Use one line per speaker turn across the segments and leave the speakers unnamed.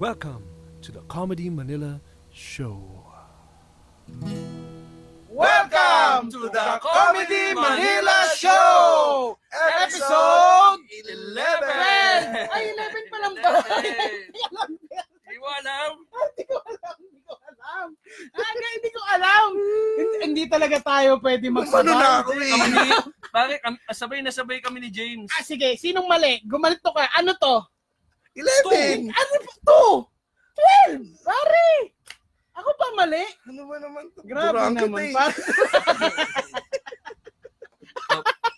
Welcome to the Comedy Manila Show.
Welcome to the Comedy Manila Show! Episode 11!
Ay, 11 pa lang ba?
Hindi mo alam.
Hindi ko alam, hindi ko alam. Aga, hindi ko alam. Hindi, hindi talaga tayo pwede magsabay.
Ano na ako
Kami
eh?
ni, bakit, am- sabay na sabay kami ni James.
Ah, sige, sinong mali? Gumalito ka. Ano to?
11!
Ano pa to? 12! Pare! Ako pa mali?
Ano ba naman to?
Grabe
Duraan kita
naman.
eh.
Pare,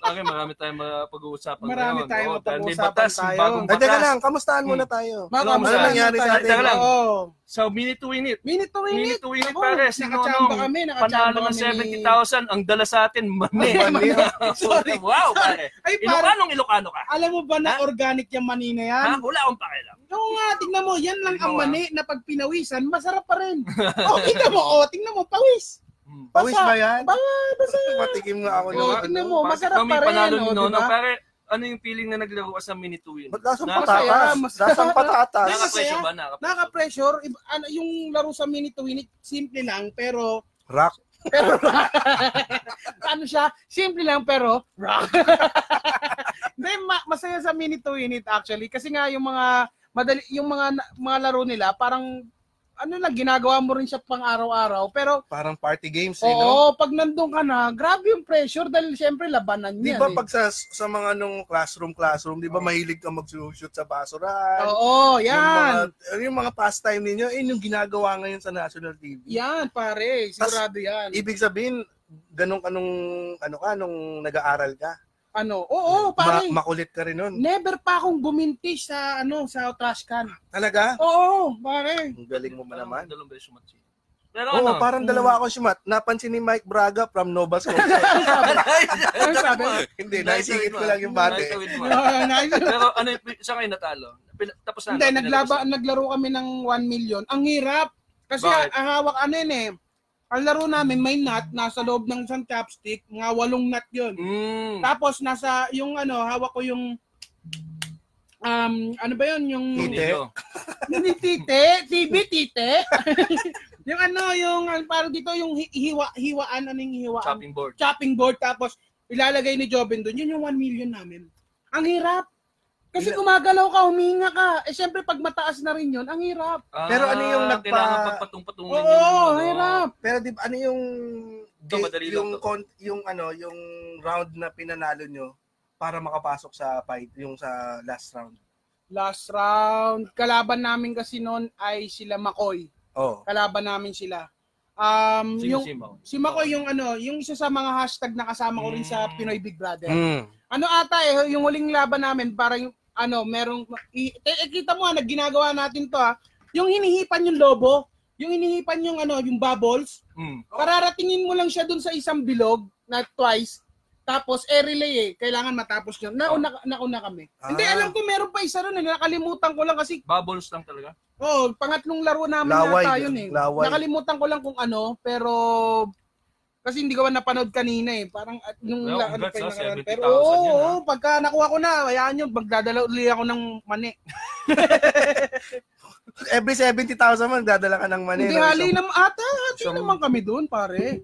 Okay, marami tayong mga pag-uusapan
Marami
ngayon.
tayong
Oo, dahil may
mapag-uusapan
batas,
tayo.
bagong
Ay,
batas.
teka lang, kamustahan muna
Hmm.
tayo?
Ano
kamusta
nangyari
na
sa
tayo?
atin?
Oo.
So, minute to win it.
Minute to win
Minute
it.
to win it,
Ako,
pare. Si
nakachamba
Nonong,
kami, nakachamba
ano, Panalo ng
kami ni-
70,000. Ang dala sa atin, mani.
Mani. Sorry.
Wow, pare.
Ay, pare,
Ilocanong Ilocano ka.
alam mo ba na
Ha?
organic yung mani na yan?
Ha? Wala akong pakialam.
Oo nga, tingnan mo, yan lang ang
Oo, ah.
mani na pag pinawisan, masarap pa rin. oh, tingnan mo, oh, tingnan mo, pawis.
Hmm.
Basa.
Pawis ba yan?
Baka, basa.
Matikim na ako
Oo,
na.
tingnan Oh, mo,
ano.
Bakit
masarap
kami
pa rin,
panalo
oh,
ni Nono,
diba?
pare, ano yung feeling na naglaro ka sa minute to win?
Ba't lasang
Nakaka-
patatas?
Masaya, masaya.
Lasang patatas.
Nakapresyo
Masaya.
ba? Nakapresyo.
Naka-pressure, iba- ano, yung laro sa minute to win it, simple lang, pero,
Rock.
pero, ano siya, simple lang, pero, rock. Hindi, ma- masaya sa minute to win it, actually, kasi nga, yung mga, madali, yung mga, mga laro nila, parang, ano lang, ginagawa mo rin siya pang araw-araw, pero,
Parang party games eh, no?
Oo, pag nandun ka na, grabe yung pressure dahil siyempre labanan eh.
Di
niya.
ba pag sa, sa mga nung classroom classroom, di ba mahilig ka mag-shoot sa basurahan?
Oo,
Yung mga,
yan.
ano yung mga pastime ninyo, eh, yung ginagawa ngayon sa national TV.
Yan, pare. Sigurado yan.
Ibig sabihin, ganun ka nung, ano ka, nung nag-aaral ka.
Ano? Oo, pare.
Ma- makulit ka rin nun.
Never pa akong guminti sa ano sa trash can.
Talaga?
Oo, pare.
Ang galing mo ba naman?
Dalawang beses sumatsi. Pero
Oo,
ano?
Mm.
parang dalawa ako simat. Napansin ni Mike Braga from Nova Scotia.
Ano sabi?
Hindi, naisingit ko lang
ah.
yung eh. bate.
Naitawid mo.
Oo, nice.
Pero ano, yung- saan kayo natalo? Pina- Tapos na.
Hindi,
ano?
naglaba, naglaro kami ng 1 million. Ang hirap. Kasi
Bakit?
ang hawak ano yun eh. Ang laro namin may nut nasa loob ng isang chopstick, mga walong nut yun.
Mm.
Tapos nasa yung ano, hawak ko yung um ano ba 'yun yung
Titi.
hindi tite, TV tite. yung ano, yung ano, parang dito yung hi- hiwa hiwaan ano yung hiwaan? Chopping.
Chopping board.
board tapos ilalagay ni Jobin doon. Yun yung 1 million namin. Ang hirap. Kasi gumagalaw ka, huminga ka. Eh syempre pag mataas na rin 'yun, ang hirap.
Ah,
Pero ano yung nagpa-
Kailangan pagpatung-patungan
Oo,
yung... ano,
ang hirap.
Pero di ba, ano yung...
Ito, madali lang
yung,
to.
con- yung, ano, yung round na pinanalo nyo para makapasok sa fight, yung sa last round.
Last round, kalaban namin kasi noon ay sila Makoy.
Oh.
Kalaban namin sila. Um, yung
Sino-sino.
Si Mako yung ano, yung isa sa mga hashtag na kasama ko rin sa
Mm.
Pinoy Big Brother.
Mm.
Ano ata eh, yung huling laban namin, parang yung ano, merong, i, eh, eh, kita mo ha, nagginagawa natin to ha, yung hinihipan yung lobo, yung hinihipan yung ano, yung bubbles,
Mm.
pararatingin mo lang siya dun sa isang bilog, na twice, tapos eh relay eh, kailangan matapos yun. Nauna, nauna kami.
Ah.
Hindi, alam ko meron pa isa rin eh, nakalimutan ko lang kasi
Bubbles lang talaga.
Oo, pangatlong laro namin
Laway,
yata yun eh.
laway.
Nakalimutan ko lang kung ano, pero kasi hindi ko na napanood kanina eh. Parang at nung
Well,
la- ano
congrats,
pa yung
ah,
nakaraan.
70,000
Pero
yun,
oo,
ah.
oo, pagka nakuha ko na, hayaan yun, magdadala uli ako ng mani.
Every 70,000 man, dadala ka ng mani.
hindi,
no?
hali
Isang-
naman, ata, hati
isang-
naman kami doon, pare.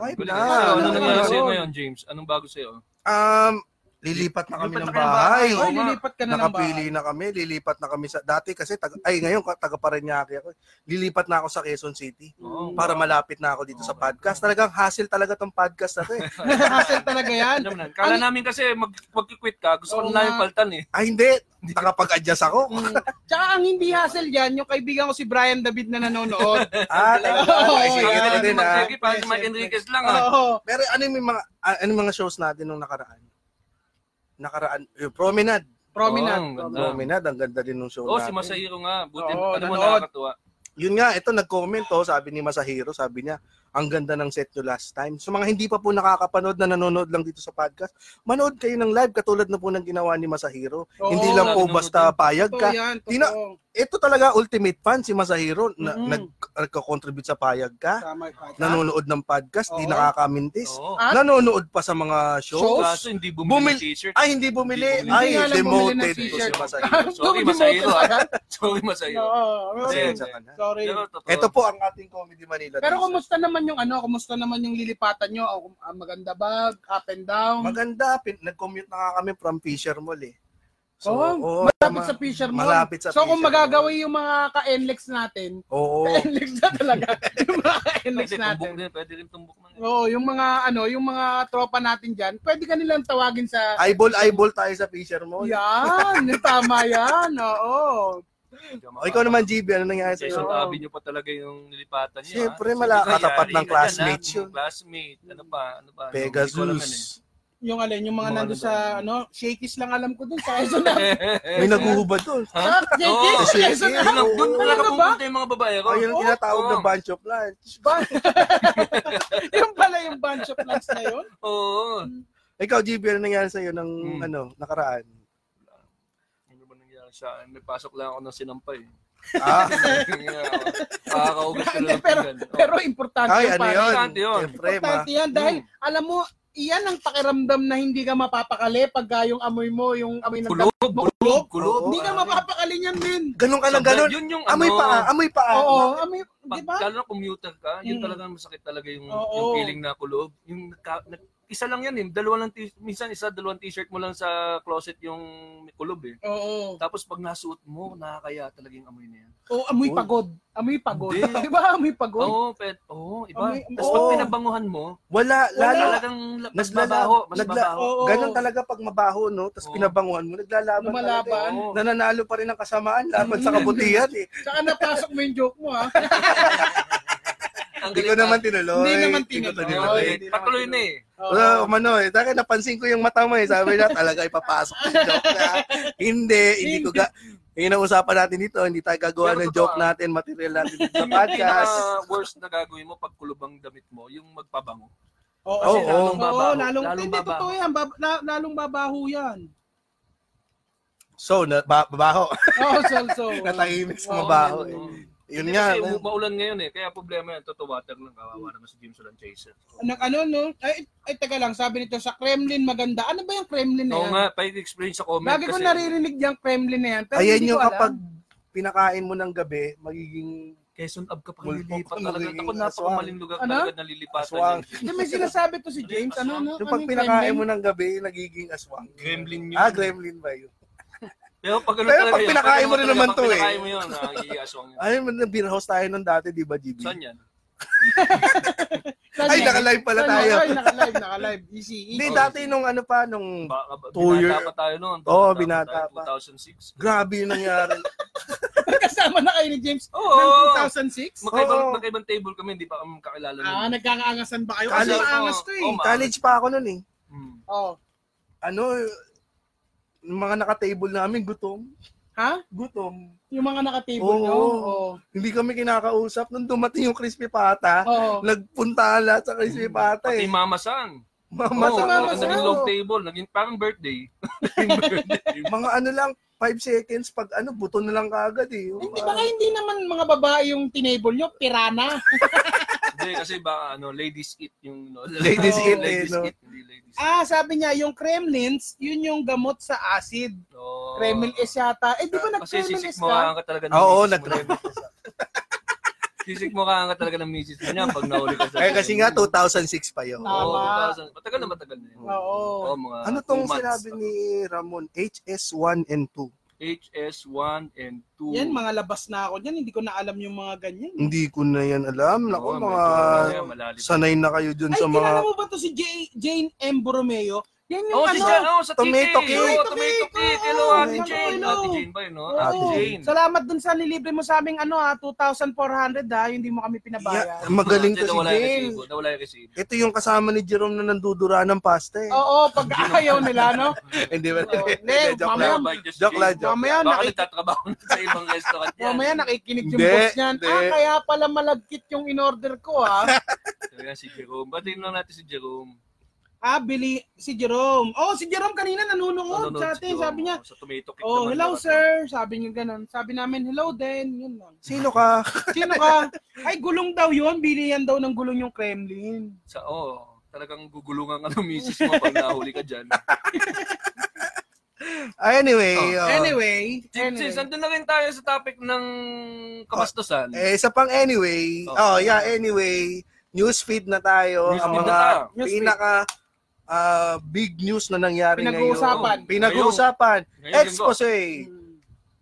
Ay,
Galing.
na.
Ano, ano
ano,
nangyari
ano,
sa'yo
ano.
ngayon, James? Anong bago sa'yo?
Um, lilipat na kami
Lipat
ng
na kayo ng bahay.
bahay.
Ay,
oo nga.
lilipat ka na ng
Nakapili na kami, lilipat na kami sa dati kasi taga, ay ngayon ka- taga Parañaque ako. Lilipat na ako sa Quezon City
Oo.
para malapit na ako dito sa podcast. Talagang hassle talaga tong podcast na to eh.
bahay. Hassle talaga yan.
Alam na. Kala
Ano-
namin kasi mag, mag-quit ka, gusto ko
Oo
na yung
nga.
paltan eh.
Ay Ah, hindi, nakapag-adjust ako.
Mm. Tsaka ang hindi hassle yan, yung kaibigan ko si Brian David na nanonood.
Ah, talaga.
Oo,
Ay, sige,
yan.
ito din, ah.
Sige, eh. parang si Mike Enriquez lang ah.
Oo.
Pero ano yung mga ah, ano yung mga shows natin nung nakaraan? Nakaraan, yung Promenade.
Prominent.
Oo, ang ganda.
Prominent.
Promenade, ang ganda din nung show
Oo, si
natin.
Masahiro nga. Buti,
Oo,
ano mo
nanood.
nakakatuwa.
Yun nga, ito nag-comment oh, sabi ni Masahiro, sabi niya, ang ganda ng set nyo last time. So mga hindi pa po nakakapanood na nanonood lang dito sa podcast, manood kayo ng live katulad na po ng ginawa ni Masahiro.
Oo,
hindi lang po
nanonood
basta
din.
payag
Totoo
ka.
yan,
Tina-
totoo.
ito talaga ultimate fan si Masahiro na
Mm.
nag nagko-contribute sa payag ka,
Tama yung
nanonood ng podcast,
Ah.
di
Oo.
nakakamintis,
Oo.
Ah,
nanonood pa sa mga shows.
Shows?
Kaso hindi bumili ng
Bumil-
t-shirt.
Ay, hindi bumili.
Hindi
Ay,
nga lang bumili ng
demoted to si
t-shirt.
Masahiro.
Sorry, masaya yun, ah. Sorry, masaya.
Oo.
Kasi-
Pasensya ka na.
Sorry.
Pero totoo.
Ito po ang ating Comedy Manila.
Pero
News.
kumusta naman yung ano, kumusta naman yung lilipatan nyo? O, ah, maganda ba? Up and down?
Maganda, pin- nag-commute na nga kami from Fisher Mall eh.
Oo,
So, oo,
Oh, malapit
tama.
sa Fisher Mall.
Malapit sa
so kung
Fisher Mall.
magagawa yung mga ka-NLEX natin,
Oo.
ka-NLEX na talaga. yung mga ka-NLEX
Pwede
natin.
tumbok din. Pwede rin tumbok man. eh.
Oo, yung mga ano, yung mga tropa natin dyan, pwede ka nilang tawagin sa...
Eyeball, eyeball tayo sa Fisher Mall.
Yan, tama yan, oo.
O, ikaw naman, GB, ano nangyari
Sa
sa'yo?
isang
Oo.
tabi niyo pa talaga yung nilipatan niyo.
Siyempre, mala- katapat ng classmates yun.
yun. Classmate. Ano pa? Ano pa? Ano, hindi ko alam yan
Pegasus.
Yung alin, yung mga
Mga
nandun
ano ba?
sa, ano, shakies lang alam ko dun sa Quezon. na.
eh.
May naguhubad doon.
Ah,
Ha?
Shakies,
Oo.
Quezon na.
Yun lang, Doon
Oo.
talaga
Ano ba?
pumunta yung mga babae ko.
Oh,
Ayun ang tinatawag na bunch of lunch.
Ba- yung pala yung bunch of plants na yun.
Oo.
Ikaw, GB, ano nangyari sa'yo ng
Hmm.
ano, nakaraan?
Ano ba nangyari sa akin? May pasok lang ako ng sinampay.
Ah,
Nakakaugas ko lang ng
Pero-
pinggan. Oo.
Pero importante yung
ay, ano
pare.
yun?
Importante yun.
Siyempre, ma. Mm.
Importante yan dahil alam mo, iyan ang pakiramdam na hindi ka mapapakali pagka yung amoy mo, yung amoy ng
Kulob,
tab-
kulob, kulob.
Hindi ka mapapakali niyan, men.
Ganun ka lang, ganun.
Yun yung
Amoy
ano,
paa, amoy paa.
Oo, amoy,
Pag
di ba?
lalo na commuter ka, yun
Mm.
talaga masakit talaga yung,
Oo.
yung feeling na kulob. Yung nagka- nag- isa lang yan eh. Dalawa lang t- minsan isa, dalawang t-shirt mo lang sa closet yung may kulob eh.
Oo.
Tapos pag nasuot mo, nakakaya talaga yung amoy na yan.
Oo, amoy
Uy.
pagod. Amoy pagod.
Hindi.
Di ba? Amoy pagod.
Oo, pet. Oo, iba.
Amoy-
Tapos pag
Oo.
pinabanguhan mo,
Wala, lalo.
talagang la- mas
Naglala-
mabaho, mas
nagla-
mabaho.
Oo.
Ganun talaga pag mabaho, no? Tapos
Oo.
pinabanguhan mo, naglalaban talaga.
Lumalaban. Mm.
eh. Nananalo pa rin ang kasamaan, laban sa kabutihan eh.
Saka napasok mo yung joke mo, ha?
Ang
Hindi ko
galing
naman
ka.
tinuloy.
Hindi naman
Hindi ko to
tinuloy.
Oo,
tinuloy.
eh, Patuloy na eh.
Wala, umano eh. Dahil napansin ko yung mata mo eh. Sabi niya, talaga ipapasok yung joke na. hindi, hindi ko ga... Yung usapan natin dito, hindi tayo gagawa
Pero
ng
totoo
joke
ah.
natin, material natin dito sa
Pinaka
podcast.
worst na gagawin mo pag kulubang damit mo, yung magpabango.
Oo,
Oo,
kasi lalong
oo.
babaho. Lalong,
Lalong
hindi,
babaho.
totoo yan. Bab- la- lalong babaho yan.
So, na, ba, babaho.
Oo, so, so.
Natahimik sa
Oo,
mabaho
man.
eh.
Oo.
Yun
Hindi
nga.
Kasi
man.
um, maulan ngayon eh. Kaya problema yan. Totoo water lang. Kawawa naman si James Olan Chaser.
Ano, ano, no? Ay, ay, teka lang. Sabi nito, sa Kremlin maganda. Ano ba yung Kremlin na
Oo
yan?
nga. Pa-explain sa comment
Bagay ko
kasi.
naririnig yung Kremlin na yan. Pero
Ayan
hindi
yung
ko alam.
kapag pinakain mo ng gabi, magiging
Quezon Ab ka
Multo
panglilipat
ka,
talaga.
magiging
Ako napakamaling lugar
Ano?
talaga nalilipatan.
Aswang.
yan.
Hindi, may sinasabi to si James. Ano, no?
yung
Ano
pag pinakain mo ng gabi, nagiging aswang.
Gremlin yun.
Ah, gremlin ba yun?
Pero pag ano
Pero
talaga
pag
yun,
pinakain mo rin
talaga,
naman
pag
to eh.
Pinakain mo yun. Nakagiging aswang yun.
Ay, beer house tayo Ano nung dati, di ba, GB?
Saan yan?
Ay, naka-live pala tayo.
Ay, naka-live, naka-live. Easy,
Hindi,
easy.
dati nung ano pa, nung
Baka ba-
Two year-
Binata pa tayo noon.
Oo, binata
tayo,
pa.
2006.
grabe yung nangyari.
Kasama na kayo ni James
Oo.
ng 2006.
Magkaibang,
Oo.
magkaibang table kami, hindi pa kami kakilala nun.
Ah, nagkakaangasan ba kayo? Kasi
Kasi-
maangas to eh.
Oo, Oh, ma-
College pa ako nun eh.
Hmm.
Oh.
Ano, yung mga naka-table namin, gutom.
Ha?
Gutom.
Yung mga naka-table
Oo.
nyo? Oo.
Hindi kami kinakausap. Nung dumating yung crispy pata,
Oo.
nagpunta lahat sa crispy pata
Hmm. Pati
eh.
Mama San.
Mama,
Oo,
sa
ano,
Mama San.
Naging long table, naging parang birthday. Naging birthday.
mga ano lang, 5 seconds, pag ano, buto na lang kaagad eh. Yung
Hindi
mga-
ba kayo hindi naman mga babae yung tinable nyo? Pirana.
Hindi, kasi baka ano, ladies eat yung... No,
Ladies
eat eh,
ladies
no?
eat, hindi ladies eat.
ah, sabi niya, yung Kremlins, yun yung gamot sa acid.
Oo.
Kremlin S yata. Eh, di ba
Kasi
nag-Kremlin
sisik
S
mo ka
ka?
ka talaga ng
Ah, Oo,
misis
nag
mo yan. Sisik mo ka ka talaga ng misis mo niya pag nahuli ka sa...
Eh, kasi nga, 2006 pa yun.
Ah.
Oo,
Tama.
2000. Matagal na matagal na yun.
Oo.
Oo, mga
Ano
Ah, two
tong
months.
sinabi ni Ramon? HS1 and 2.
HS1 and 2.
Yan, mga labas na ako dyan. Hindi ko na alam yung mga ganyan.
Hindi ko na yan alam. Naku, mga
ano
sanay na kayo
Ay,
dun sa mga...
kilala mo ba to si Jay- Jane M. Borromeo? Yan yung
Oh,
ano?
si Jane, oh, sa
Tomato
TK.
cake.
Oh, tomato cake. Hello,
Oh,
Ate Jane.
hello.
Ate Jane ba yun, no?
Oo.
Ate Ah, Jane.
Salamat dun sa nilibre mo sa aming ano ah, 2,400 ha, ah. yung hindi mo kami
Yeah,
pinabayar.
magaling to
Ate,
si
nawala yung
Jane.
resibo, Nawala yung resibo.
Ito yung kasama ni Jerome na nandudura ng pasta eh.
Oo, pag ayaw nila, no?
Hindi ba?
Oo.
Hindi,
Hindi,
joke
Oh, mamaya-
lang. Joke lang, joke.
Mamaya,
Baka
nakik-
nagtatrabaho na sa ibang restaurant yan.
Mamaya nakikinig yung
Hindi,
boss niyan. Ah,
hindi.
kaya pala malagkit yung in-order ko ah. ha.
So, yan, si Jerome. Batiin lang natin si Jerome.
Ah, Billy, si Jerome. Oh, si Jerome kanina nanonood
Nanonood
sa atin.
siguro,
Sabi niya,
oh, sa tomato cake
oh,
naman
hello
lahat.
sir. Sabi niya ganun. Sabi namin, hello din. Yun lang.
Sino ka?
Sino ka? Ay, gulong daw yun. Bilihan daw ng gulong yung Kremlin.
Sa, oh, talagang gugulungan ka ng misis mo pag nahuli ka dyan.
Ah, anyway,
Oh,
oh.
Anyway, anyway.
Since andun na rin tayo sa topic ng kabastusan.
Eh, isa pang anyway. Oh,
Oh.
yeah, anyway. Newsfeed na tayo.
Newsfeed
ang
na
mga
tayo.
Newsfeed.
pinaka ah, big news na nangyari
Pinag-uusapan.
ngayon. Pinag-uusapan.
Ngayong linggo.
Expose.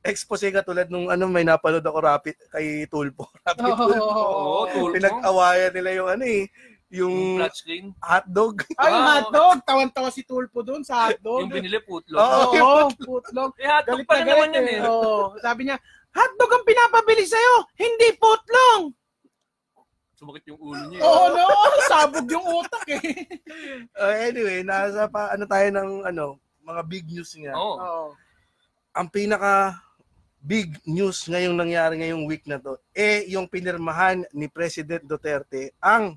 Expose ka tulad nung ano, may napanood ako rapid kay Tulpo. Rapid
Oo.
Tulpo.
Oo, tulpo.
Pinag-awayan nila yung ano eh, yung
Yung flat screen.
hotdog.
Ay,
Ah,
hotdog. Tawan-tawa si Tulpo doon sa
Yung
hotdog.
binili putlog.
Oo.
Oo, putlog.
Eh, hotdog pa na naman yan eh.
Oo. Sabi niya, hotdog ang pinapabili sa'yo, hindi putlong.
Sumakit yung ulo niya. eh.
Oh.
Oo, no. Sabog yung utak eh.
Ah, anyway, nasa pa, ano tayo ng ano, mga big news nga.
Oo.
Oo.
ang pinaka big news ngayong nangyari ngayong week na to eh yung pinirmahan ni President Duterte ang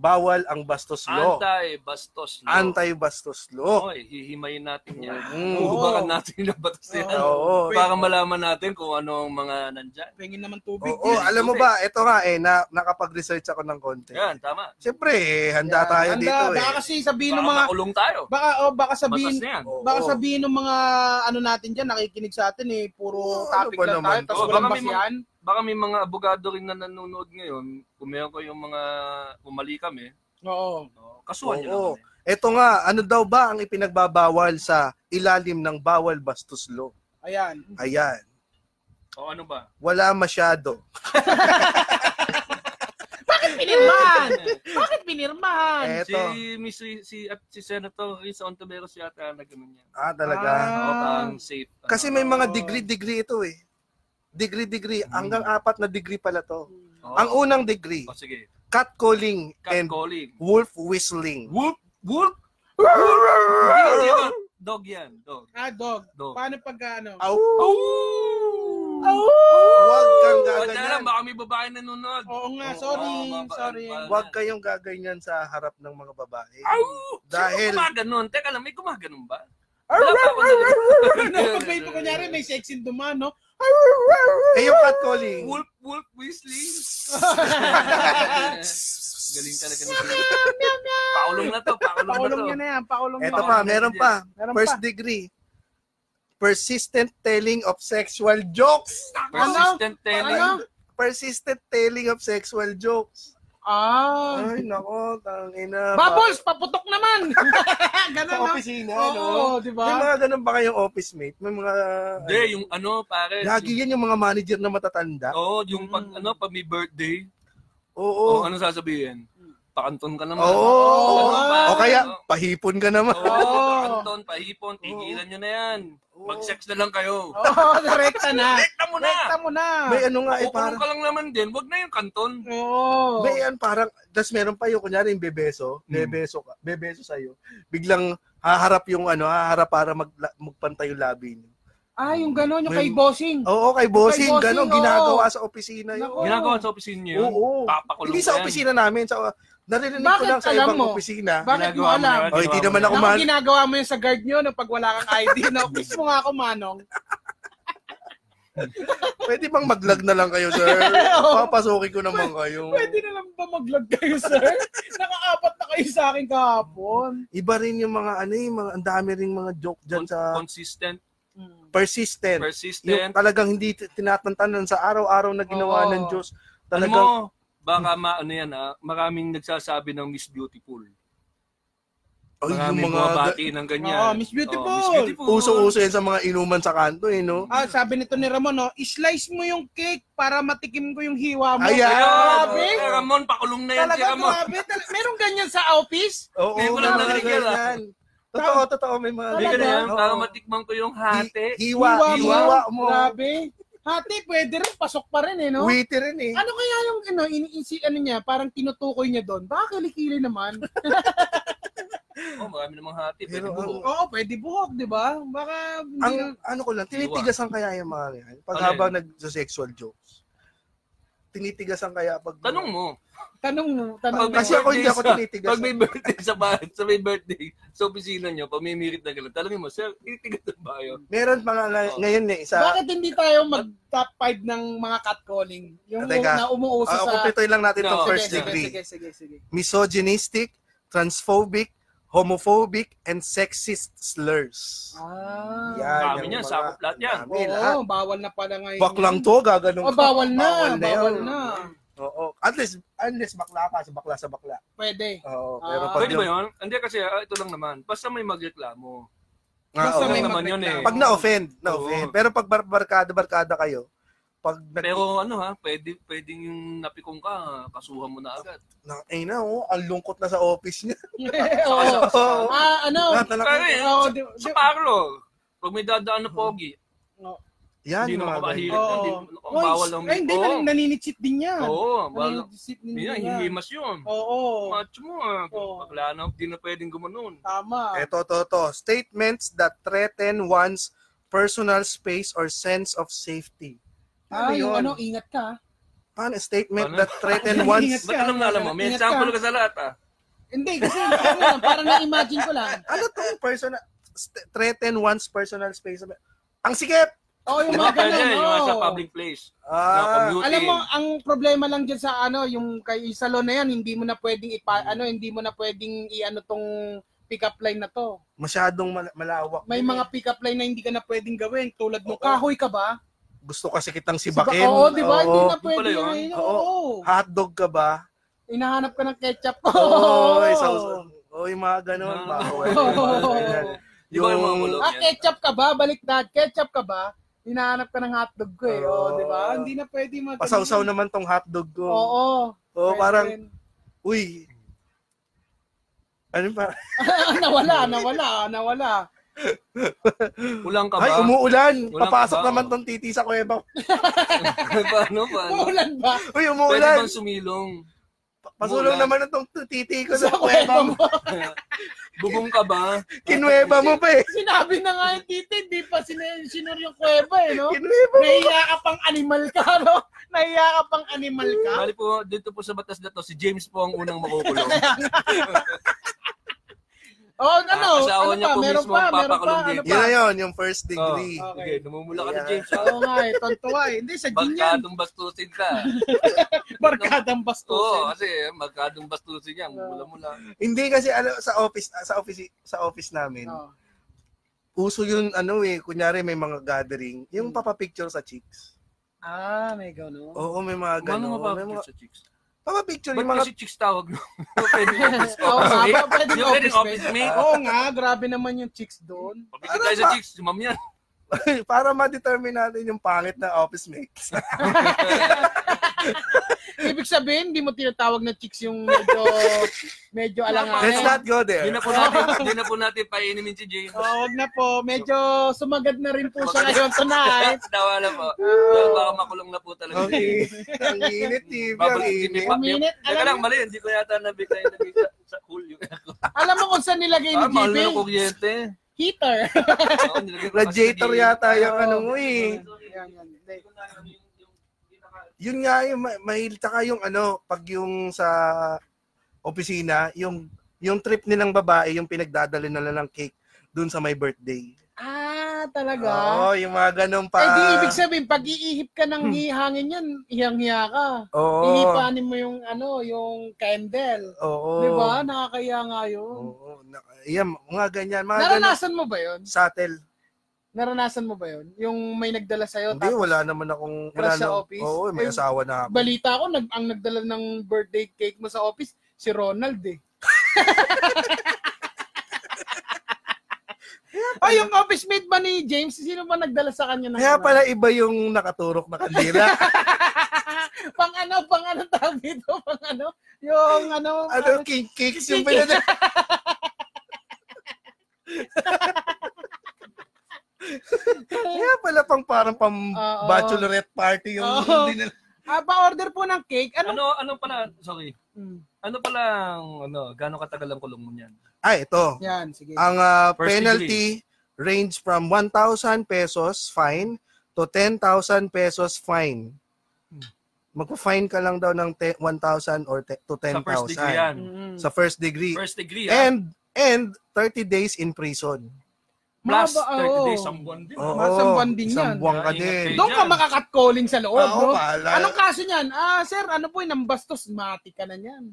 bawal ang bastos law.
Anti-bastos law.
Anti-bastos law.
Oy, hihimayin natin yan.
Mm.
Oh.
Huhubakan natin yung batas na yan.
Oo.
Wait.
Para malaman natin kung ano ang mga nandyan.
Pengin naman tubig.
Oo, alam mo ba, ito nga eh, na, nakapag-research ako ng konti.
Yan, tama.
Siyempre, eh, handa tayo
Handa,
dito eh.
Baka kasi sabihin
Para
ng mga,
makulong tayo.
baka, oh, baka
Batas
sabihin,
na yan.
Oo.
baka sabihin ng mga ano natin dyan, nakikinig sa atin eh, puro
Oo, ano
topic
ba
lang
naman
tayo, tapos
to?
walang
Baka may mga-
basihan.
Baka may mga abogado rin na nanonood ngayon. Kung meron kayong mga kumali kami,
Oo.
no, kasuhan eh. nyo
Oo.
na kami.
Ito nga, ano daw ba ang ipinagbabawal sa ilalim ng bawal bastos law?
Ayan.
Ayan,
O ano ba?
wala masyado.
Bakit pinirmahan? Bakit pinirmahan?
Eto,
Si, Miss, si, si, at si Senator Risa Ontiveros yata na ganun yan.
ah talaga.
Oo,
Ah.
parang safe. ano.
Kasi may mga
Oo.
degree-degree ito eh. Degree-degree.
Hmm.
Hanggang apat na degree pala to.
Oo.
Ang unang degree,
O, sige.
catcalling and
Catcalling.
wolf whistling.
Whoop! Whoop! Hindi, hindi, Dog yan. Dog.
Ah, dog.
Dog.
Paano pag ano?
Aw!
Oh!
Huwag kang
Wala na lang,
gaganyan.
baka may babae nanonood.
Oo nga,
Oo,
sorry.
oo, baka-
sorry.
baka-
Huwag kayong gaganyan sa harap ng mga babae.
Aw! Dahil...
Dahil-
gumaganon? Teka lang, may gumaganon ba?
Arr,
Wala pa
Ano, pag may
ako
kunyari, may sex in duma, no?
Eh yung catcalling.
Wolf, wolf, whistling. Galing talaga ni Paulong na to, paulong,
Pakulong
na
niya
eh.
to.
na yan, pakulong
Ito
niya.
pa, meron pa.
Meron
First
pa.
degree. Persistent telling of sexual jokes.
Persistent telling.
Ano?
Persistent telling of sexual jokes.
Ah.
Ay, nako, tangina.
Bubbles, paputok naman! Ganun,
Sa
no?
opisina, no?
Ano Oo, di
May
ba?
mga ganun oh. ba kayong office mate? May mga...
Hindi, yung ano, pare.
Lagi yan yung mga manager na matatanda.
Oo, yung pag, ano, pag may birthday,
Oo.
oh, ano sasabihin? Pakanton ka naman.
Oo. O
Oo.
kaya, pahipon ka naman.
Oo,
Oo.
pakanton, pahipon, tigilan nyo na yan. Mag-sex na lang kayo.
Oo, direkta na.
Rekta mo na!
Direkta mo na.
May ano nga, eh,
Kukulong
parang...
ka lang naman din, wag na yung kanton.
Oo.
May yan, parang... Tapos meron pa yung, kunyari, yung bebeso.
Hmm.
Bebeso ka. Bebeso sa'yo. Biglang haharap yung ano, haharap para mag, magpantay yung labi niyo.
Ah, yung ganun, yung kay
May- Oh,
bossing.
Oo, kay
bossing,
bossing, ganun,
oo.
ginagawa sa opisina yun.
Nako.
Ginagawa sa opisina niyo yun.
Oo.
Papakulong
Hindi
ka
sa
yan.
opisina namin. Sa, narinig ko
Bakit
lang sa
alam
ibang
mo?
opisina.
Bakit mo
Ginagawa na
alam?
yan,
Oy, di
ginawa mo
Oh, naman
na
ako
yan.
Ako,
man-
ginagawa mo yun sa guard nyo no, pag wala kang ID. No? Kiss mo nga ako, Manong.
Pwede bang maglag na lang kayo, sir?
Oo.
Papasukin ko naman kayo.
Pwede na lang ba mag-vlog kayo, sir? Nakaapat na kayo sa akin kahapon.
Iba rin yung mga ano yung mga ang dami ring mga joke diyan
Con-
sa
Consistent,
persistent. Yung
persistent.
talagang hindi t- tinatantanan sa araw-araw na ginawa
Oo.
ng Diyos.
Ano
Talagang
mo, baka ma, ano yan, ah, maraming nagsasabi ng Miss Beautiful.
Ay,
Maraming
yung mga Ah,
bumabati ng ganyan.
Oo, Miss Beautiful.
Oo, Miss Beautiful.
uso-uso yan sa mga inuman sa kanto eh, no?
Ah, sabi nito ni Ramon, no, slice mo yung cake para matikim ko yung hiwa mo.
Ayan!
Grabe!
Kaya Ramon, pakulong na yan si
Talaga,
ah,
Ramon.
grabe. Tal- Merong ganyan sa office?
Oo,
Hindi ko lang
mga
narinig yan, ah.
ganyan. Totoo, totoo, may mga
Hindi ka na yan,
Oo.
para matikman ko yung hati.
Hi- hiwa, hiwa,
mo.
mo.
Grabe. Hati, pwede rin. Pasok pa rin, eh, no?
Witty rin eh.
Ano kaya yung ano, iniisi, ano niya, parang tinutukoy niya doon? Baka kilikili naman.
Oo, Oh, marami namang hati. Pwede
Pero ah,
buo.
Oo, oh, pwede buhok, di ba? Baka, hindi
Ang
na-
ano ko lang, tinitigasan kaya yung mga yan. Pag
Ano
habang nag-sexual jokes. Tinitigasan kaya pag...
Tanong mo,
Tanong mo, tanong mo.
Oh, Kasi ako hindi ako tinitigas.
Pag may birthday sa bahay, sa may birthday, sa opisina nyo, pag may mirit na gano'n, talagin mo, sir, ititigas na ba yun?
Meron pa nga ngay-
Oh.
ngayon eh. Sa,
Bakit hindi tayo mag-top 5 ng mga catcalling? Yung
Ah, teka.
na umuuso
Ah,
sa...
kumpletuhin lang natin
No.
itong
Sige,
first
sige,
degree.
Sige, sige, sige.
Misogynistic, transphobic, homophobic, and sexist slurs.
Ah.
Yan,
Dami
yung
niyan,
mga-
sakop lahat yan.
Dami, lahat.
Oo, bawal na pala ngayon.
Baklang to, gaganong
Oh, bawal na, bawal na.
yun. Oo. Unless, unless bakla ka, sa bakla sa bakla.
Pwede.
Oo. Pero
Ah.
pag,
Pwede ba
yung-
yun? Hindi kasi, ah, ito lang naman. Basta may magreklamo.
Ah,
Basta
oo.
may
mag-
naman yun eh.
Pag na-offend, na-offend.
Oo.
Pero pag bar- barkada-barkada kayo, pag nag-
Pero ano ha, pwede, pwedeng yung napikong ka, kasuhan mo na agad.
na, ay na, oh, ang lungkot na sa office niya.
Oo.
Oo.
Ah, ano?
Lahat na lang-
Kaya eh,
Oo, di-
Sa
di-
parlor, pag may dadaan
Ah.
na pogi,
Yan,
Hindi naman
mga
ako
ganyan.
mahirap.
Oo.
Hindi- bawal ang-
Ay, hindi,
Oo.
nan- naninitsit din yan.
oo, bawal.
Naninitsit din
Yan,
yan.
hihimas yun.
Oo,
Macho mo ah.
Oo.
Bakla na, hindi na pwedeng gumanon.
tama.
Eto, to, to. Statements that threaten one's personal space or sense of safety.
Ah, yung
yun?
ano, ingat ka.
Paano statement
Ano?
that threaten
Ingat
one's...
Ba't alam na alam mo?
ah.
May
Ingat
example
ka.
ka sa lahat ah.
Hindi, kasi ano lang, parang na-imagine ko lang.
ano to? Personal... st- threaten one's personal space. Ang sikip!
Oo, yung
Yung
mga
mga
ganun,
yung mga sa
oo.
public place.
Ah,
Yung commuting.
Alam mo, ang problema lang dyan sa ano, yung kay salon na yan, hindi mo na pwedeng ipa,
Hmm.
ano, hindi mo na pwedeng i-ano tong pick-up line na to.
masyadong mal- malawak.
May
Hmm.
mga pick-up line na hindi ka na pwedeng gawin. Tulad nung kahoy ka ba?
Gusto kasi kitang sibakin.
Oo, di ba? Hindi na pwede
Yun pala
yun.
yun.
Oo.
Hotdog ka ba?
Inahanap ka ng ketchup.
Oo.
Oo.
isa- Oo, yung mga ganun.
Ah.
Bawal.
Oo.
Ganyan.
Di ba yung mga ulo?
Ah, ketchup ka ba? Baliktad. Ketchup ka ba? Hinahanap ka ng hotdog ko eh. Oo,
Oo.
di ba? Hindi na pwede mga ganun.
Pasawsaw naman tong hotdog ko.
Oo.
Oo, parang,
Pwede rin.
uy. Ano pa?
Ah, nawala, nawala, nawala.
Ulang ka ba?
Ay, umuulan.
Ulan
Papasok
ka ba?
naman tong titi sa kuweba.
paano, paano?
Maulan ba?
Uy,
Pwede
umuulan.
bang sumilong?
Pasulong
Umuulan.
naman tong titi ko sa
Sa kuweba
kuweba.
mo.
Bubong ka ba?
Kinuweba mo pa eh.
Sinabi na nga yung tita, hindi pa sin- sinor yung kuweba eh, no?
Kinuweba mo.
Nahiya ka pang animal ka, no? Nahiya ka pang animal ka.
Bali po, dito po sa batas na to, si James po ang unang makukulong.
Oh, ano?
Ah, asawa
ano
niya
pa?
po
Meron
mismo
pa,
ang
meron pa,
papakulong
ano
din.
Yun
pa?
na yun, yung first degree.
Oh,
Okay.
okay, namumula ka na,
Yeah.
James.
Oo nga eh, tontuwa eh. Hindi, sa ganyan.
Magkadong bastusin ka.
Barkadang
Oo,
bastusin.
kasi magkadong bastusin niya. Mula-mula.
Hindi kasi ano, sa office sa office sa office namin.
Oh.
Uso yun ano eh, kunyari may mga gathering, yung papapicture sa chicks.
Ah, may
Oh.
gano'n.
Oo, may mga ganun.
Paano nga
May
ba
mga
sa chicks?
papapicture
Ba't
yung mga
kasi chicks tawag no? Pwede office
Oo, nga,
mate.
pwede
Yung
office
office mate.
Oo nga, grabe naman yung chicks doon.
Pabigyan tayo sa chicks, ma'am yan.
para ma-determine natin yung pangit na office mates.
Ibig sabihin, hindi mo tinatawag na chicks yung medyo, medyo alangan.
Let's not go there.
Di Ah, na po natin, di na po natin painimin si James.
Oh, wag na po. Medyo sumagad na rin po siya ngayon tonight.
Tawa na po. Baka makulong na po talaga.
Okay. ang init, TV. Ang
Babalik din
init.
pa.
Minute,
Teka
alam
lang,
mo-
mali. Hindi ko yata nabigay nabigay sa cool yung aircon.
Alam mo kung saan nilagay ni
Ah, mahal
JB?
na ng kuryente.
Heater.
Oo, nilagay ko kasi
Radiator
sa gilid.
yata yung ano mo eh.
Yan, yan. Hindi.
Yun nga yung ma- mahil, tsaka yung ano, pag yung sa opisina, yung yung trip nilang babae, yung pinagdadala nila ng cake dun sa my birthday.
Ah, talaga?
Oh,
Oo, yung mga ganun pa.
eh di ibig sabihin, pag iihip ka
Hmm.
ng hihangin yan, hiyang-hiya ka.
Oo.
Ihipanin mo yung ano, yung candle.
Oo.
Di ba? Nakakaya nga yun.
Oo. Ah, Na, yan, mga ganyan. Mga ganun.
Naranasan mo ba yun?
Satel.
Naranasan mo ba yun? Yung may nagdala sa'yo,
Hindi,
tapos
wala naman akong... Wala
Crush sa
na,
office?
Oo, may
Ay,
asawa na ako.
balita ko, nag, ang nagdala ng birthday cake mo sa office, si Ronald eh. Ay, yung office mate ba ni James? Sino ba nagdala sa kanya ng
Kaya
ano?
pala iba yung nakaturok na kandila.
pang ano, pang ano tawag dito? Pang ano? Yung ano?
ano, cake cakes yung
Cake.
pinadala. Kaya pala pang parang pang
Oo.
bachelorette party yung
Oo.
dinala.
Ah, pa-order po ng cake. Ano?
Ano, ano pala, sorry.
Mm,
Ano pala, ano, gaano katagal ang kulong mo niyan?
Ah, ito.
Yan, sige.
Ang ah,
First
penalty range from 1,000 pesos fine to 10,000 pesos fine. magpo-fine ka lang daw ng te- 1,000 or te- to
Sa first degree
10,000
yan.
Mm.
sa first degree.
First degree ah. yan.
And and 30 days in prison.
Plus
Mababa,
30 days,
oo.
isang buwan din.
Oo,
Isang buwan din
isang
yan.
buwan ka
Ingat
din.
kayo
Doon ka
dyan.
makakat calling sa loob,
Oo,
bro.
bahala.
Anong kaso niyan? Ah, sir, ano po yung bastos? Mati ka na niyan.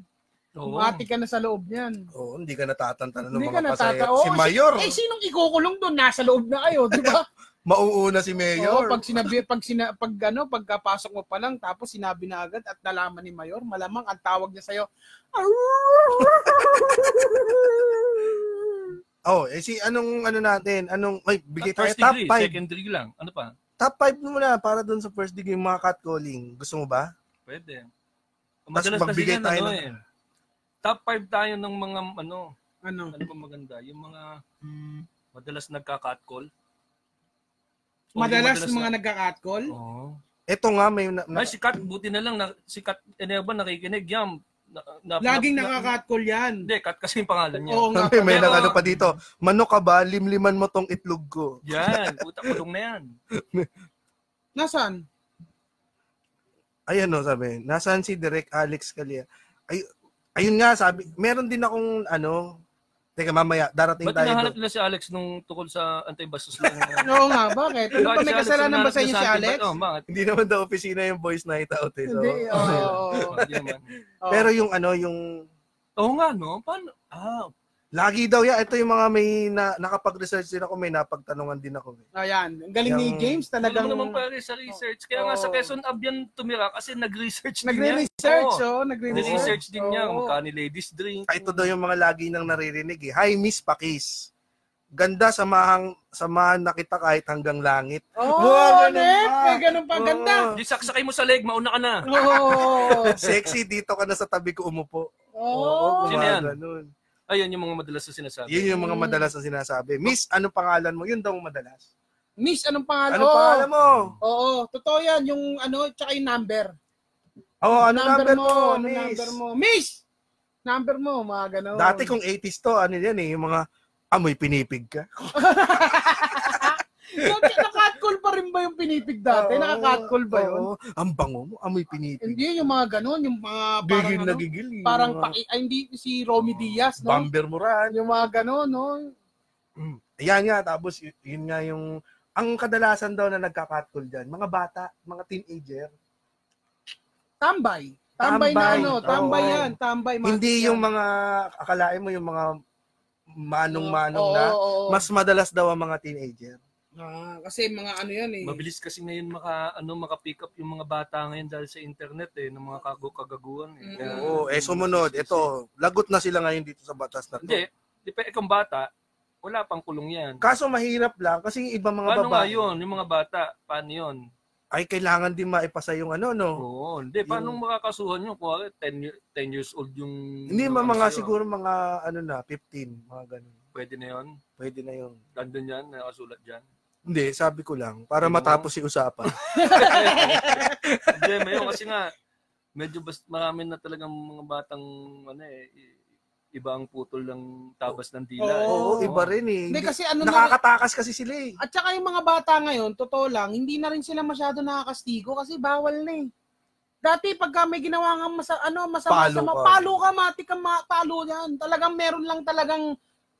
Oo.
Mati ka na sa loob niyan.
Oo, hindi ka natatantana ng
Hindi
mga
ka
pasaya.
natata-
Si
Oo,
Mayor,
Eh, sinong ikukulong doon? Nasa loob na kayo, di ba?
mauuna si
Oo,
Mayor.
pag sinabi, pag, sina, pag ano, pagkapasok mo pa lang, tapos sinabi na agad at nalaman ni Mayor, malamang ang tawag niya sa'yo,
Oh, eh si anong ano natin? Anong ay bigay tayo
First
top
degree,
5.
second degree lang. Ano pa?
Top 5 muna para doon sa first degree mga catcalling. Gusto mo ba?
Pwede.
Tapos
Madalas kasi
magbigay
yan,
tayo
ano
ng-
eh. Top 5 tayo ng mga, ano,
ano,
ano ba maganda? Yung mga mm, madalas nagka-catcall. O,
madalas
yung
ng mga nagka-catcall.
na- Oo.
Ito nga may na, na-
Ay, si Kat, buti na lang, na, si Kat Eneba nakikinig, yam. Na, na-
Laging
na-
nakaka-catcall yan.
Hindi, Kat kasi yung pangalan niya.
Oo nga.
may, may
Pero-
nakano pa dito. Manok ka ba? Limliman mo tong itlog ko.
Yan, puta, kulong na yan.
Nasaan?
Ayan no, sabi. Nasaan si Direk Alex Calia? Ay, ayun nga, sabi. Meron din akong ano. Teka, mamaya. Darating
Ba't
tayo
hinahanap
doon.
nila si Alex nung tukol sa anti-bastos lang?
Oo nga, bakit? Ano ba may
Bakit si
kasalanan
Alex
ba
hinahanap
sa inyo
nila
si Alex?
anti-bas- Oh, bakit?
Hindi naman daw opisina yung boys night out eh. So.
Hindi, oh. oo. oo,
Hindi naman.
oo.
Pero yung ano, yung
Oo nga, no? Paano? Ah,
Lagi daw ya, ito yung mga may na, nakapag-research din ako, may napagtanungan din ako. eh.
Ayan, Oh, ang galing ni
Yung-
James
talagang...
talagang
Ano naman pare sa research. Kaya nga sa
Oo.
Quezon Ab yan tumira kasi nagre-research din yan.
nagre-research, oh,
Oo.
nagre-research.
Nagre-research din niya
Oo.
kung kani ladies drink.
Ah, Ito daw yung mga lagi nang naririnig eh. Hi Miss Pakis. Ganda samahang samahan na kita kahit hanggang langit.
Oo,
Wow, ganun
Nep,
pa.
Oh, may ganun pa,
Oo.
ganda.
Di saksakay mo sa leg, mauna ka na.
Oo.
Sexy dito ka na sa tabi ko umupo.
Oo.
Sino yan?
gumaganon.
Ayun yung mga madalas na sinasabi.
Yun yung mga
Mm.
madalas na sinasabi. Miss, ano pangalan mo? Yun daw ang madalas.
Miss, anong pangalan?
Ano
Oo.
pangalan mo?
Oo, totoo yan. Yung ano, tsaka yung number.
Oh, ano number, mo,
Ano
miss?
number mo? Miss! Number mo, mga ganun.
Dati kung 80s to, ano yan eh, yung mga amoy pinipig ka.
Nakakatcall pa rin ba yung pinipig dati?
Oo,
Nakakatcall ba yun?
oo. Ang bango mo, amoy pinipig.
Hindi, yung mga ganun. Yung mga parang
Bigil
ano,
na gigil. eh,
parang
mga-
paki, ay, hindi, si Romy Diaz, no?
Bamber Moran.
Yung mga ganun, no?
Mm. Ayan nga, tapos y- yun nga yung, ang kadalasan daw na nagkakatol dyan, mga bata, mga teenager.
Tambay. Tambay, na
Tambay.
ano, tambay
Oo.
yan, tambay. mga-
Hindi yung mga, akalain mo yung mga manong-manong na,
Mm, Oo, oo, oo.
mas madalas daw ang mga teenager.
Ah, kasi mga ano yan eh.
Mabilis kasi ngayon maka ano maka-pick up yung mga bata ngayon dahil sa internet eh ng mga kago-kagaguan eh.
Mm.
Kaya-
Oo, eh sumunod, ito, lagot na sila ngayon dito sa batas na to.
Hindi, depende kung bata, wala pang kulong yan.
Kaso mahirap lang kasi yung ibang mga
Paano nga
babae
yun? Yung mga bata, paano yun?
ay kailangan din maipasa yung ano no.
Oo, hindi. Paano
Yung-
makakasuhan yun? Kung 10, year- 10 years old yung...
Hindi
yung
ma
ano
mga
sa'yo,
siguro mga ano na 15, mga ganun.
Pwede na yun.
Pwede na yun.
Nandun yan, nakasulat dyan.
Hindi, sabi ko lang para
Oo.
matapos si usapan.
Hindi, mayon kasi nga, medyo bas, marami na talagang mga batang, ano eh, i- iba ang putol ng tabas ng dila. eh.
Oo,
Oo.
iba rin eh.
Hindi kasi ano na-
Nakakatakas kasi sila eh.
At saka yung mga bata ngayon, totoo lang, hindi na rin sila masyado nakakastigo kasi bawal na eh. Dati pagka may ginawa kang masa, ano, masama,
Palo
sama,
ka.
palo ka, mati ka, ma, palo yan. Talagang meron lang talagang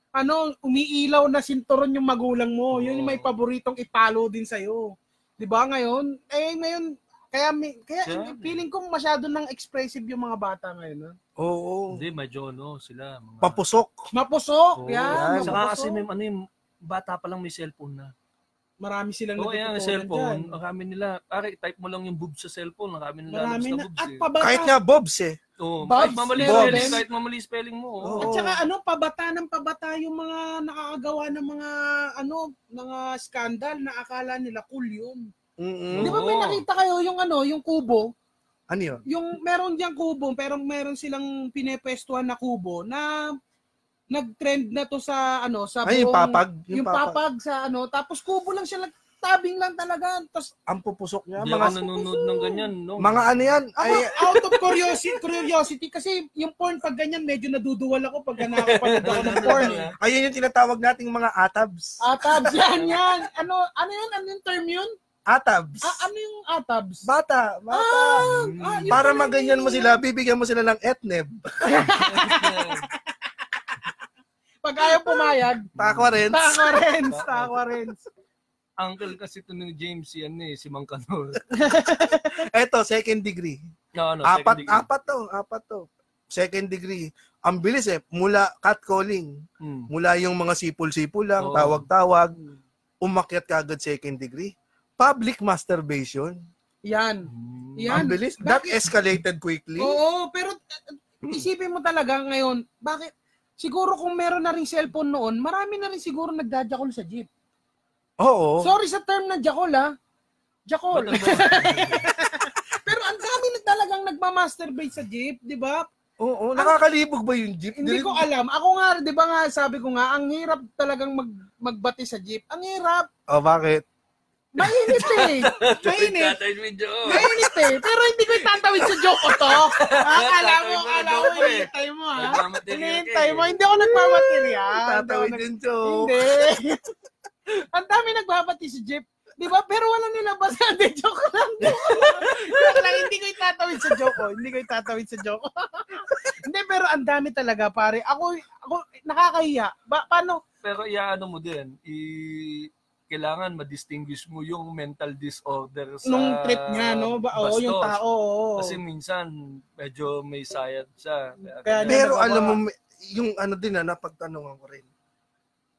ano, umiilaw na sinturon yung magulang mo. Yun yung may
Oo.
paboritong ipalo din sa'yo. Di ba ngayon? Eh, ngayon, kaya, may, kaya
Sure.
feeling ko masyado nang expressive yung mga bata ngayon. No?
Oo.
Hindi, medyo ano, sila. Mga,
Papusok.
Mapusok!
Oo,
yan,
yan.
Saka
mapusok.
kasi may, ano yung bata pa lang may cellphone na.
Marami silang
Oo, yan,
natututunan
cellphone. Ah,
dyan.
Marami nila. Pare, type mo lang yung boobs sa cellphone. Marami nila.
Marami
labas
na.
boobs,
At
eh.
pabata.
Kahit nga Bobs eh.
Oo,
Bobs,
kahit mamali
Bobs.
spelling, kahit mamali spelling mo. oh. oo.
Oo.
At saka ano, pabata ng pabata yung mga nakakagawa ng mga ano, mga skandal na akala nila cool yun.
Mm-mm.
Di ba may
Oo.
nakita kayo yung ano, yung kubo,
Ano yun?
yung meron diyang kubo, pero meron silang pinepwestuhan na kubo na nag-trend na to sa ano, sa
Ay, yung
buong-
papag.
yung, papag. sa ano, tapos kubo lang siya nagtabing lang talaga. Tapos
Ang pupusok niya.
Hindi
Mga,
ako nanonood ng ganyan, no?
mga ano yan? Ay,
ako, out of curiosity, curiosity kasi yung porn pag ganyan medyo naduduwal ako pag nakakapanood ako ng porn. eh.
ayun yung tinatawag nating mga atabs.
Ah, tabs yan, yan. Ano, ano yun? Ano yung term yun?
Atabs.
Ah, ano yung atabs?
Bata, bata.
Ah, ah, yun
Para
pala
maganyan
yun.
mo sila, bibigyan mo sila ng etneb.
eh,
Pag ayaw pumayag,
Takwa rin.
takwa rin, takwa rin.
Uncle kasi ito ni James yan eh, si Mang Kanol.
Eto, second degree.
No, no, second
apat,
degree.
apat to, apat to. Second degree. Ang bilis eh. Mula catcalling,
Hmm.
mula yung mga sipul-sipul lang,
Oo.
tawag-tawag, umakyat ka agad second degree. Public masturbation.
Yan. Yan.
Ang bilis. eh. That escalated quickly.
Oo, pero uh, isipin mo talaga ngayon, bakit? Siguro kung meron na rin cellphone noon, marami na rin siguro nagdajakol sa jeep.
Oo.
Sorry sa term na ah. jakol ha. Jakol.
Ba't ang-
pero ang dami na talagang nagmamasturbate sa jeep, di ba?
Oo, nakakalibog ba yung jeep?
Hindi ko alam. Ako nga, di ba nga, sabi ko nga, ang hirap talagang mag, magbati sa jeep. Ang hirap.
Oh, bakit?
Mainit eh. Mainit.
Tatay video.
Mainit eh. Pero hindi ko itatawid sa joke ko to. Ah, Akala mo,
Tatawid mo na
akala mo,
joke eh.
hinihintay mo ha.
Nagmamaterial ka eh.
Hinihintay mo. Hindi ako nagmamaterial. Hindi ako
Tatawid
nag-
yung joke.
Ah, Hindi. Ang dami nagbabati si Jeep. Di ba? Pero wala nilabas. Hindi, joke lang. Joke lang. Hindi ko itatawid sa joke ko. Hindi ko itatawid sa joke ko. Hindi, pero ang dami talaga, pare. Ako, ako nakakahiya. Ba, paano?
Pero iaano mo din, i kailangan ma-distinguish mo yung mental disorder sa
Nung trip niya, no? Ba, oo, yung
bastos.
tao. oo.
Kasi minsan, medyo may sayad siya.
Kaya
ganyan.
Ano
Pero
ba?
alam mo, may- yung ano din na napagtanongan ko rin,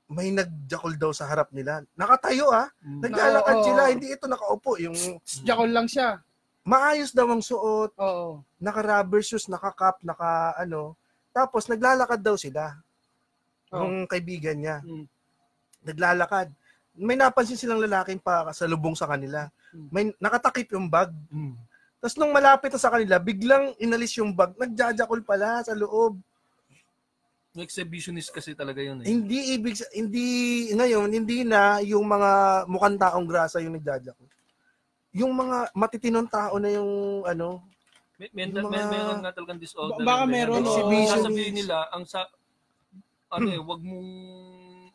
may nagjakol daw sa harap nila. Nakatayo ah.
Mm.
Naglalakad
Oo, oo.
sila, hindi ito nakaupo. Yung
Joke lang siya.
maayos daw ang suot,
Oo.
naka-rubber shoes, naka-cap, naka ano. Tapos naglalakad daw sila.
Oh.
Yung kaibigan niya.
Mm.
Naglalakad. May napansin silang lalaking pa sa lubong sa kanila.
Mm.
May nakatakip yung bag.
Mm.
Tapos nung malapit na sa kanila, biglang inalis yung bag. Nagjajakol pala sa loob.
Yung Exhibitionist kasi talaga yun eh.
Hindi ibig sa- hindi ngayon hindi na yung mga mukhang taong grasa yung nagjajakol. Yung mga matitinong tao na yung ano,
May, mental,
Yung
may,
mga-
meron nga talagang disorder.
Baka
yun eh.
meron,
Ano,
oo.
Sasabihin nila, ang sa... Ano eh, wag mong...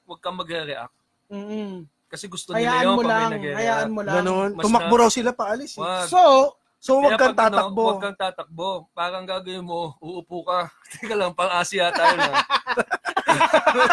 Wag kang mag-react.
Mm-mm.
Kasi gusto
Hayaan
nila yun
mo
pag may
lang.
nag-react.
Hayaan mo lang.
ganun.
mas
Tumakbo
na-
raw sila paalis. Eh.
Wag.
So,
So wag
Kaya
kang
pag ano, huwag
tatakbo.
kang tatakbo. Parang gagawin mo, uupo ka. Teka lang, pang-asi yata yun. ah.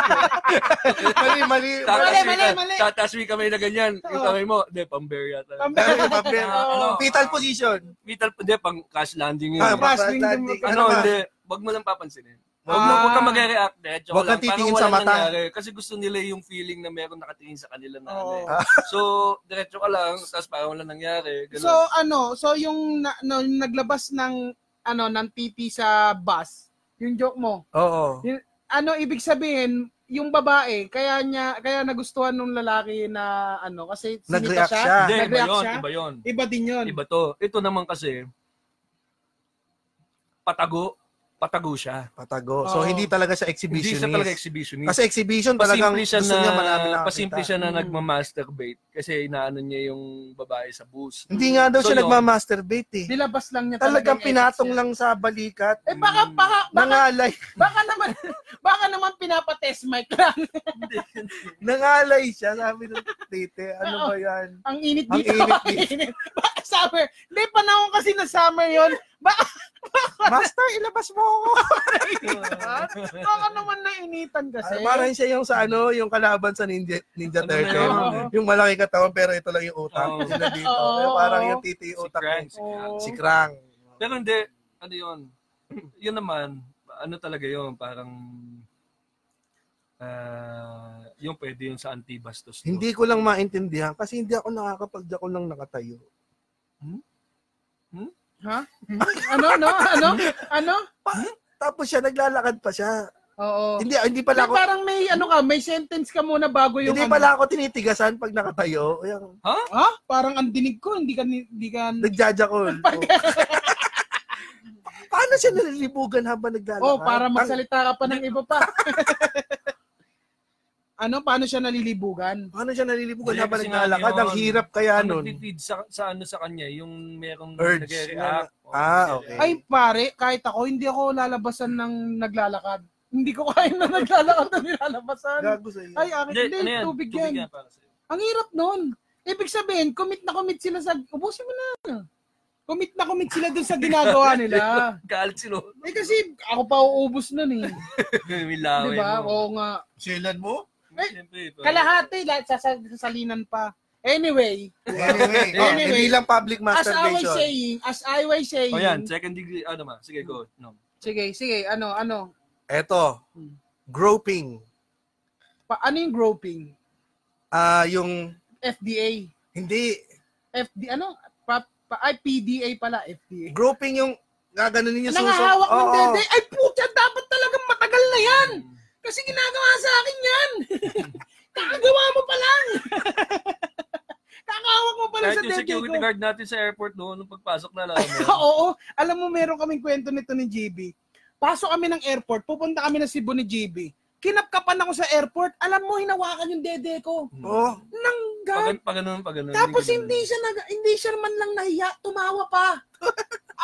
mali mali.
Tataswi
Mali, mali,
ka-
mali.
Tataswi kamay na ganyan. Yung
Oo.
kamay mo, hindi, pang-bear yata.
Pang-
Mali, papel.
Oo.
Fetal position.
Vital, hindi, pang-crash landing Ah. yun.
Ah,
eh.
pa-
basta-
Wrestling din mo-
ano,
ba?
hindi. Ah. Wag mo lang papansinin.
Wag
Wag,
mo-
mo, wag ka mag-react. Diretso
Wag Ah.
ka lang.
kang
Parang
titingin
wala
sa mata.
nangyari. Kasi gusto nila yung feeling na meron nakatingin sa kanila na ano eh.
Oo.
So, diretso ka lang. Tapos parang wala nangyari. Ganun.
So
ah,
ano, so yung na, no, yung naglabas ng ano ng titi sa bus, yung joke mo.
Oo.
Ano ibig sabihin, yung babae kaya niya kaya nagustuhan nung lalaki na ano kasi sinita
Nag-react siya.
hindi, iba
nag-react
yun.
siya.
Iba yun.
Iba din 'yon.
Iba to. Ito naman kasi, patago. Patago siya.
Patago.
Oo.
So hindi talaga siya
Hindi
exhibitionist.
siya talaga exhibitionist.
Kasi exhibition talagang
pasimple
gusto
siya na,
niya marami na Hmm.
pasimple siya na
Mm.
nagma-masturbate kasi inaano niya yung babae sa bus.
Hindi nga daw
So,
siya
yun.
nagma-masturbate eh.
Nilabas lang niya
Talagang
yung
pinatong
essence
lang sa balikat.
niya. Eh baka baka baka,
Nangalay.
baka naman baka naman pinapa-test mic lang.
Nangalay siya. Sabi ng tete, ano ba yan?
Ang init
Ang
dito.
init
Ang init. Baka summer. Hindi panahon kasi na summer 'yon. Baka
Master, ilabas mo ako.
baka naman nainitan kasi.
Ay, parang siya yung sa ano, yung kalaban sa Ninja, Ninja
Ano na
Turtle.
yun?
Yung malaki katawan pero ito lang yung utak.
Oo.
Yun na dito.
Oo.
Pero parang yung titi
si
yung utak.
Crank.
niya.
si Crank.
Si Krang.
Pero hindi, ano yun? Yun naman, ano talaga yun? Parang, ah, yung pwede yun sa anti-bastos.
Hindi ko lang maintindihan kasi hindi ako nakakapagdakol ng nakatayo.
Ha? Ano, no? Ano? Ano?
Tapos siya, naglalakad pa siya.
Oo.
Hindi, hindi pala ako,
parang may ano ka, may sentence ka muna bago yung
hindi
ano.
pala ako tinitigasan pag nakatayo. Yung,
Ha? Parang ang dinig ko, hindi ka ni- hindi ka
nagjajakol. Pa- Paano siya nalilibugan habang naglalakad?
Oh, para
Ang-
magsalita ka pa ng iba pa. ano, paano siya nalilibugan?
Paano siya nalilibugan
Hindi,
habang
kasi nga
naglalakad? Ang
yun.
hirap kaya
Ang
nun.
nagpipid sa, sa ano sa kanya, yung merong
Urge.
nagre-react.
Ah,
o nagre-react.
okay.
Ay, pare, kahit ako, hindi ako lalabasan ng naglalakad. Hindi ko kaya na naglalakad na nilalabasan.
Gago sa iyo.
Ay, akin,
Hindi,
hindi,
ano yan?
tubig
Tubig
yan.
yan para sa'yo.
Ang hirap nun. Ibig sabihin, commit na commit sila sa... Ubusin mo na. Commit na commit sila dun sa ginagawa nila.
Galit si Lolo.
Eh kasi ako pa uubos nun eh. Di
Milawin
ba?
mo.
Oo nga.
Silan mo?
Siyempre, eh, pa-
Diba? Oh. Kalahati, lahat sasa- sasalinan pa. Anyway,
Anyway.
Oh,
Anyway,
hindi lang public
as I was
masturbation.
saying, as I was saying,
O Oh, yan, second degree, ano ma, sige, go. No.
sige, sige, ano, ano,
Eto, groping.
pa, ano yung groping?
Ah, yung
FDA.
hindi
FD, ano? Pa, pa, ay, PDA pala, FDA.
groping yung gaganon ninyo suso.
Nangahawak ng
Oo.
dede. Ay, puta, dapat talagang matagal na yan. Kasi ginagawa sa akin yan. Kakagawa mo pa lang. Kakahawak mo pa lang
Kahit
sa
yung
dede
security
ko.
guard natin sa airport noon, nung pagpasok na alam mo.
Oo, alam mo meron kaming kwento nito ni JB. Pasok kami ng airport, pupunta kami ng Cebu ni JB. Kinapkapan ako sa airport, alam mo hinawakan yung dede ko.
Oh,
Nang
Hmm. Pag, pag ganun, pag ganun.
Tapos
ganun.
hindi siya nag, hindi siya man lang nahiya, tumawa pa.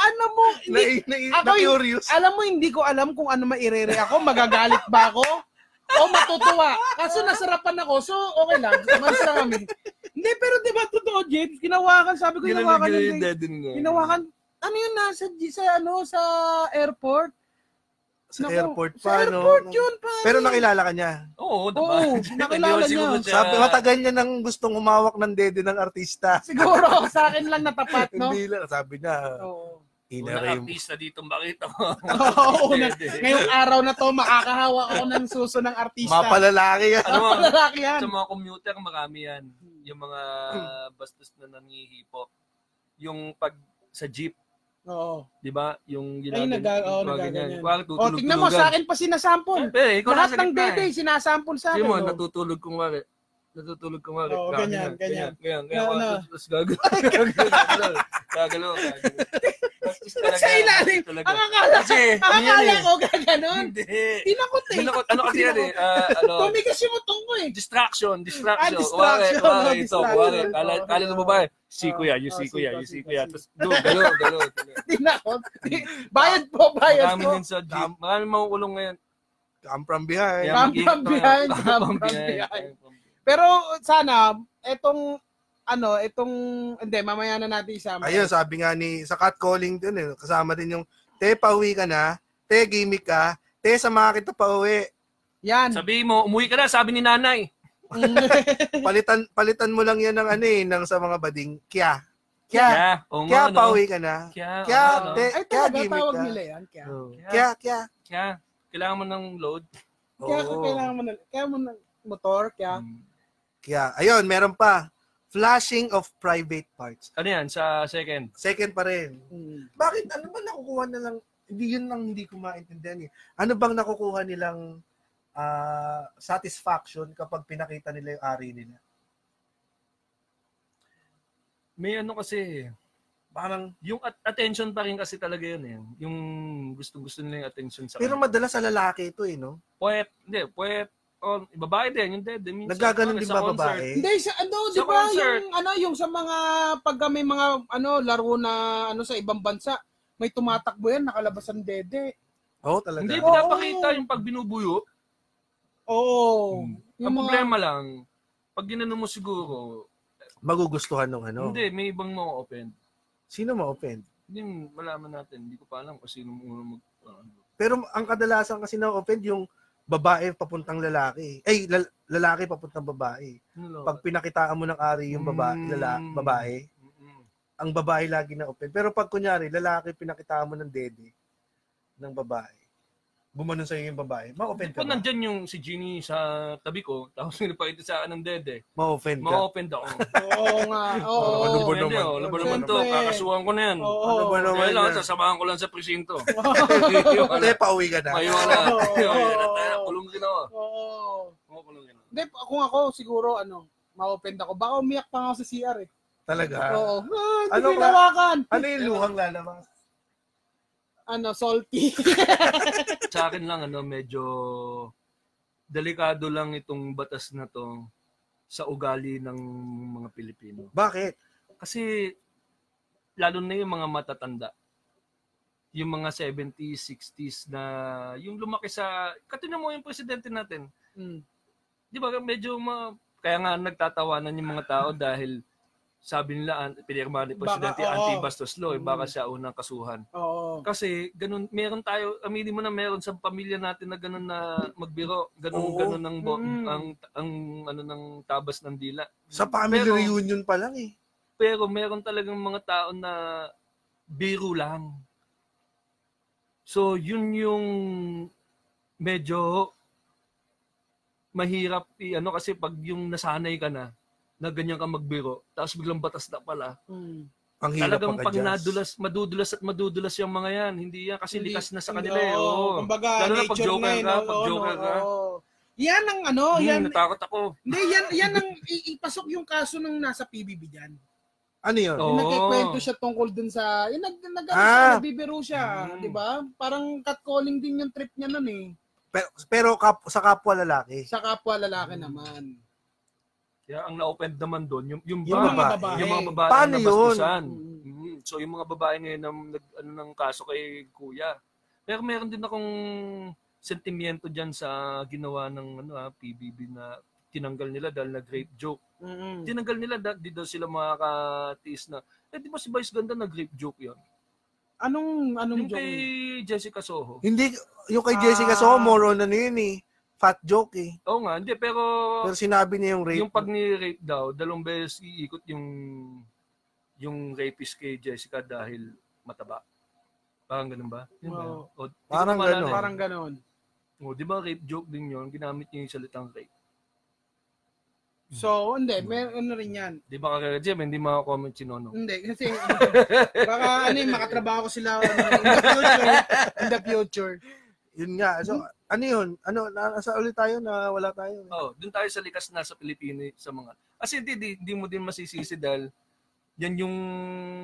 ano mo,
na,
hindi,
na,
Ako
na
yung-
curious.
alam mo hindi ko alam kung ano mairere ako, magagalit ba ako? O matutuwa. Kaso nasarapan ako, so okay lang. Mas lang kami. Hindi, pero di ba totoo, James? Ginawakan, sabi ko,
Ganun yung
ginawakan.
ganun
yung
yung
day-
dead in there.
Ginawakan. Ano yun nasa, sa, ano, sa airport?
Sa
Naku,
airport
Sa
pa, no?
airport yun, pa.
Pero nakilala ka niya.
Oo, diba?
Oo,
Hindi ko
nakilala niya.
siguro siya-
Sabi, matagal niya nang gustong umawak ng dede ng artista.
Siguro, sa akin lang natapat, no? Oh.
Hindi lang, sabi niya,
Oo.
Unang
inarim.
artista dito, bakit ako?
Oo, una-
Dede.
ngayong araw na to, makakahawak ako ng suso ng artista.
Mapalalaki yan.
Ano
Ang
mga,
lalaki yan.
sa mga commuter, marami yan. Yung mga
Hmm.
bastos na nangihipok. Yung pag sa jeep,
Oo.
di ba? Yung
Ay, nag oh,
ginagawa. yung mga
nagaganyan.
Kuwari,
O, oh,
tutulog-tulugan.
tingnan mo, sa akin pa sinasample.
Pero ikaw
Lahat
nasa
ng
gitna eh.
dede, sinasample sa akin.
Sige mo,
oh.
natutulog kung wari. Natutulog kung wari.
Oo, ganyan, ganyan. ano?
Ganyan,
No, no.
ganyan. Tapos gagalaw. Gagalaw. Gagalaw. Bastos talaga,
Sa ilalim.
bastos talaga.
Ang akala,
Kasi,
ang
hindi yan
akala
eh.
ko gaganon.
Hindi.
Tinakot eh.
Ano, ano kasi yan eh? ah, ano,
Tumigas yung utong ko eh.
distraction,
Ah,
distraction.
distraction,
Kuwari, kuwari,
oh,
ito,
distraction.
kuwari. Kala, kala ng babae, si
Oh,
kuya, eh? yung
oh,
si
si
kuya,
kuya,
yung
si
si
kuya.
kuya. Tapos, do, galaw, galaw. galaw.
Tinakot. bayad po, bayad
Marami
po.
din sa jeep. Marami makukulong ngayon.
Come from behind.
Come
mag-iingat
from
tayo.
behind,
Come
come
from
from
behind.
behind. Pero sana, etong, ano, etong, hindi, mamaya na natin isama.
Ayun, sabi nga ni, sa catcalling dun eh, kasama din yung, te, pauwi ka na, te, gimmick ka, te, sama kita pauwi.
Yan.
Sabi mo, umuwi ka na, sabi ni nanay.
Palitan, palitan mo lang yan ng ano eh, ng sa mga bading, kya. Kya,
Kaya, oo
kya,
nga, no?
pauwi ka na.
Kaya,
Kaya,
oo nga, no?
Ah, te,
Ay,
kaya
talaga,
gimmick
tawag
ka.
nila yan. Kaya,
Kya, kya.
Kaya, kailangan mo ng load.
kaya
Oo.
kailangan mo na, kaya mo na, motor, kaya.
Hmm.
Kaya, ayun, meron pa. Flashing of private parts.
Ano yan, sa second?
Second pa rin.
Mm.
Bakit, ano ba nakukuha nilang, hindi yun lang hindi ko maintindihan eh. Ano bang nakukuha nilang ah, satisfaction kapag pinakita nila yung ari nila?
May ano kasi,
Parang,
yung at- attention pa rin kasi talaga yun eh. Yung gustong-gusto nila yung attention sa
pero
kanila.
madalas sa lalaki ito eh, no?
Poet, hindi, poet, oh, babae din, yung dead. Minsan,
Nagkaganon
kuwari,
din
sa
ba
concert,
babae?
Hindi, sa, ano,
Sa
di ba
concert.
yung, ano, yung sa mga, pagka may mga, ano, laro na, ano, sa ibang bansa, may tumatakbo yan, nakalabas ang dede.
Oo, talaga.
Hindi,
Oo.
pinapakita yung pag binubuyo.
Oo.
Hmm.
Ang problema lang, pag ginano mo siguro,
Magugustuhan ng ano.
hindi, may ibang ma-open.
Sino ma-offend?
Hindi, malaman natin. Hindi ko pa alam kung sino mo mag... ano.
Pero ang kadalasan kasi na-offend yung babae papuntang lalaki. Ay, lal- lalaki papuntang babae.
Ano lang?
Pag pinakitaan mo ng ari yung babae,
Mm.
lala, babae,
Mm-mm.
ang babae lagi na open. Pero pag kunyari, lalaki pinakita mo ng dede ng babae, gumanon sa'yo yung babae, ma-open ka
Kung
ba?
nandyan yung si Ginny sa tabi ko, tapos pinapakita sa akin ng dede,
Ma-open ka.
ma-open daw.
Oo nga. Oo.
Ano ba
Pwede,
naman?
oh, Ano ba naman to?
Siyempre.
Kakasuhan ko na yan.
Oo.
Ano ba naman
Kaya lang,
yan?
sasamahan ko lang sa ano? presinto.
Hindi, pauwi ka na.
Mayroon na.
Oo.
Mayroon na tayo. Kulong din ako.
Oo.
Oo, kulong din ako.
Hindi, kung ako, siguro, ano, ma-open ako. Baka umiyak pa nga ako sa CR eh.
Talaga.
Oo. Ah, hindi
Ano
ano
ba?
hinawakan.
Ano yung luhang lalabas?
Ano, salty.
Sa akin lang, ano, medyo delikado lang itong batas na to sa ugali ng mga Pilipino.
Bakit?
Kasi lalo na yung mga matatanda. Yung mga 70s, 60s na yung lumaki sa... Katuna mo yung presidente natin.
Mm.
Di ba medyo ma, kaya nga nagtatawanan yung mga tao dahil sabi nila an, pinirma ni
Baka,
Presidente
oo.
anti-bastos law, eh, baka
Mm.
siya unang kasuhan.
Oo.
Kasi ganun, meron tayo, aminin mo na meron sa pamilya natin na ganun na magbiro, ganun
Oo.
ganun ang, bo-
Mm.
ang ang ano ng tabas ng dila.
Sa family
Pero-
reunion pa lang eh.
Pero meron talagang mga tao na biro lang. So, yun yung medyo mahirap i- ano kasi pag yung nasanay ka na na ganyan ka magbiro, tapos biglang batas na pala,
Mm.
Ang hirap
Talagang pag
mag-adjust.
nadulas, madudulas at madudulas yung mga yan. Hindi yan kasi
Hindi-
likas na sa
hindi,
kanila eh.
oo.
Oo.
Kumbaga,
Lalo na pag
nature
joker
eh,
ka,
no?
pag
Oo,
joker
no?
ka.
Oo. Yan ang ano,
Hmm,
yan.
natakot ako.
Hindi, yan, yan ang i- ipasok yung kaso ng nasa PBB dyan.
Ano yun?
Oo.
Yung nagkikwento siya tungkol dun sa, yung nag, nag, ano
Ah.
siya, nagbibiro siya,
Mm.
di ba? Parang catcalling din yung trip niya nun eh,
Pero, pero kap- sa kapwa lalaki.
sa kapwa
Hmm.
lalaki naman.
Kaya ang na-offend naman doon, yung, yung,
Yung mga
ba-
babae.
yung mga babae
Paano
na
yun?
bastusan.
Mm.
Mm, So yung mga babae ngayon ang nag, ano, ng kaso kay kuya. Pero meron din akong sentimiento dyan sa ginawa ng ano, ah, PBB na tinanggal nila dahil nag-rape joke.
Mm-mm.
Tinanggal nila dahil di daw sila makakatiis na, eh di ba si Vice Ganda nag-rape joke yun?
Anong, anong
Yung
joke?
kay
yun?
Jessica Soho.
Hindi, yung kay Jessica
Ah.
Soho, moro na yun eh. Fat joke eh.
Oo nga, hindi, pero,
Pero sinabi niya yung rape.
yung pag ni-rape daw, dalawang beses iikot yung yung rapist kay Jessica dahil mataba. Parang ganun ba? Yun ba yun?
Oo.
O, di ko
Parang
maalala
ganun.
eh.
Parang ganon.
O, di ba rape joke din yun? Ginamit niya yung salitang rape.
So, hindi, may ano rin yan.
Di ba kaya Jem, hindi makakomment si
Mm.
Nono.
Hindi, kasi ah, baka ano yung makatrabaho ko sila ano, in the future. In the future.
Yun nga. So, ano yun? Ano, na, nasa ulit tayo na wala tayo. eh.
Oh, dun tayo sa likas na sa Pilipino sa mga... Kasi di, di, di mo din masisisi dahil yan yung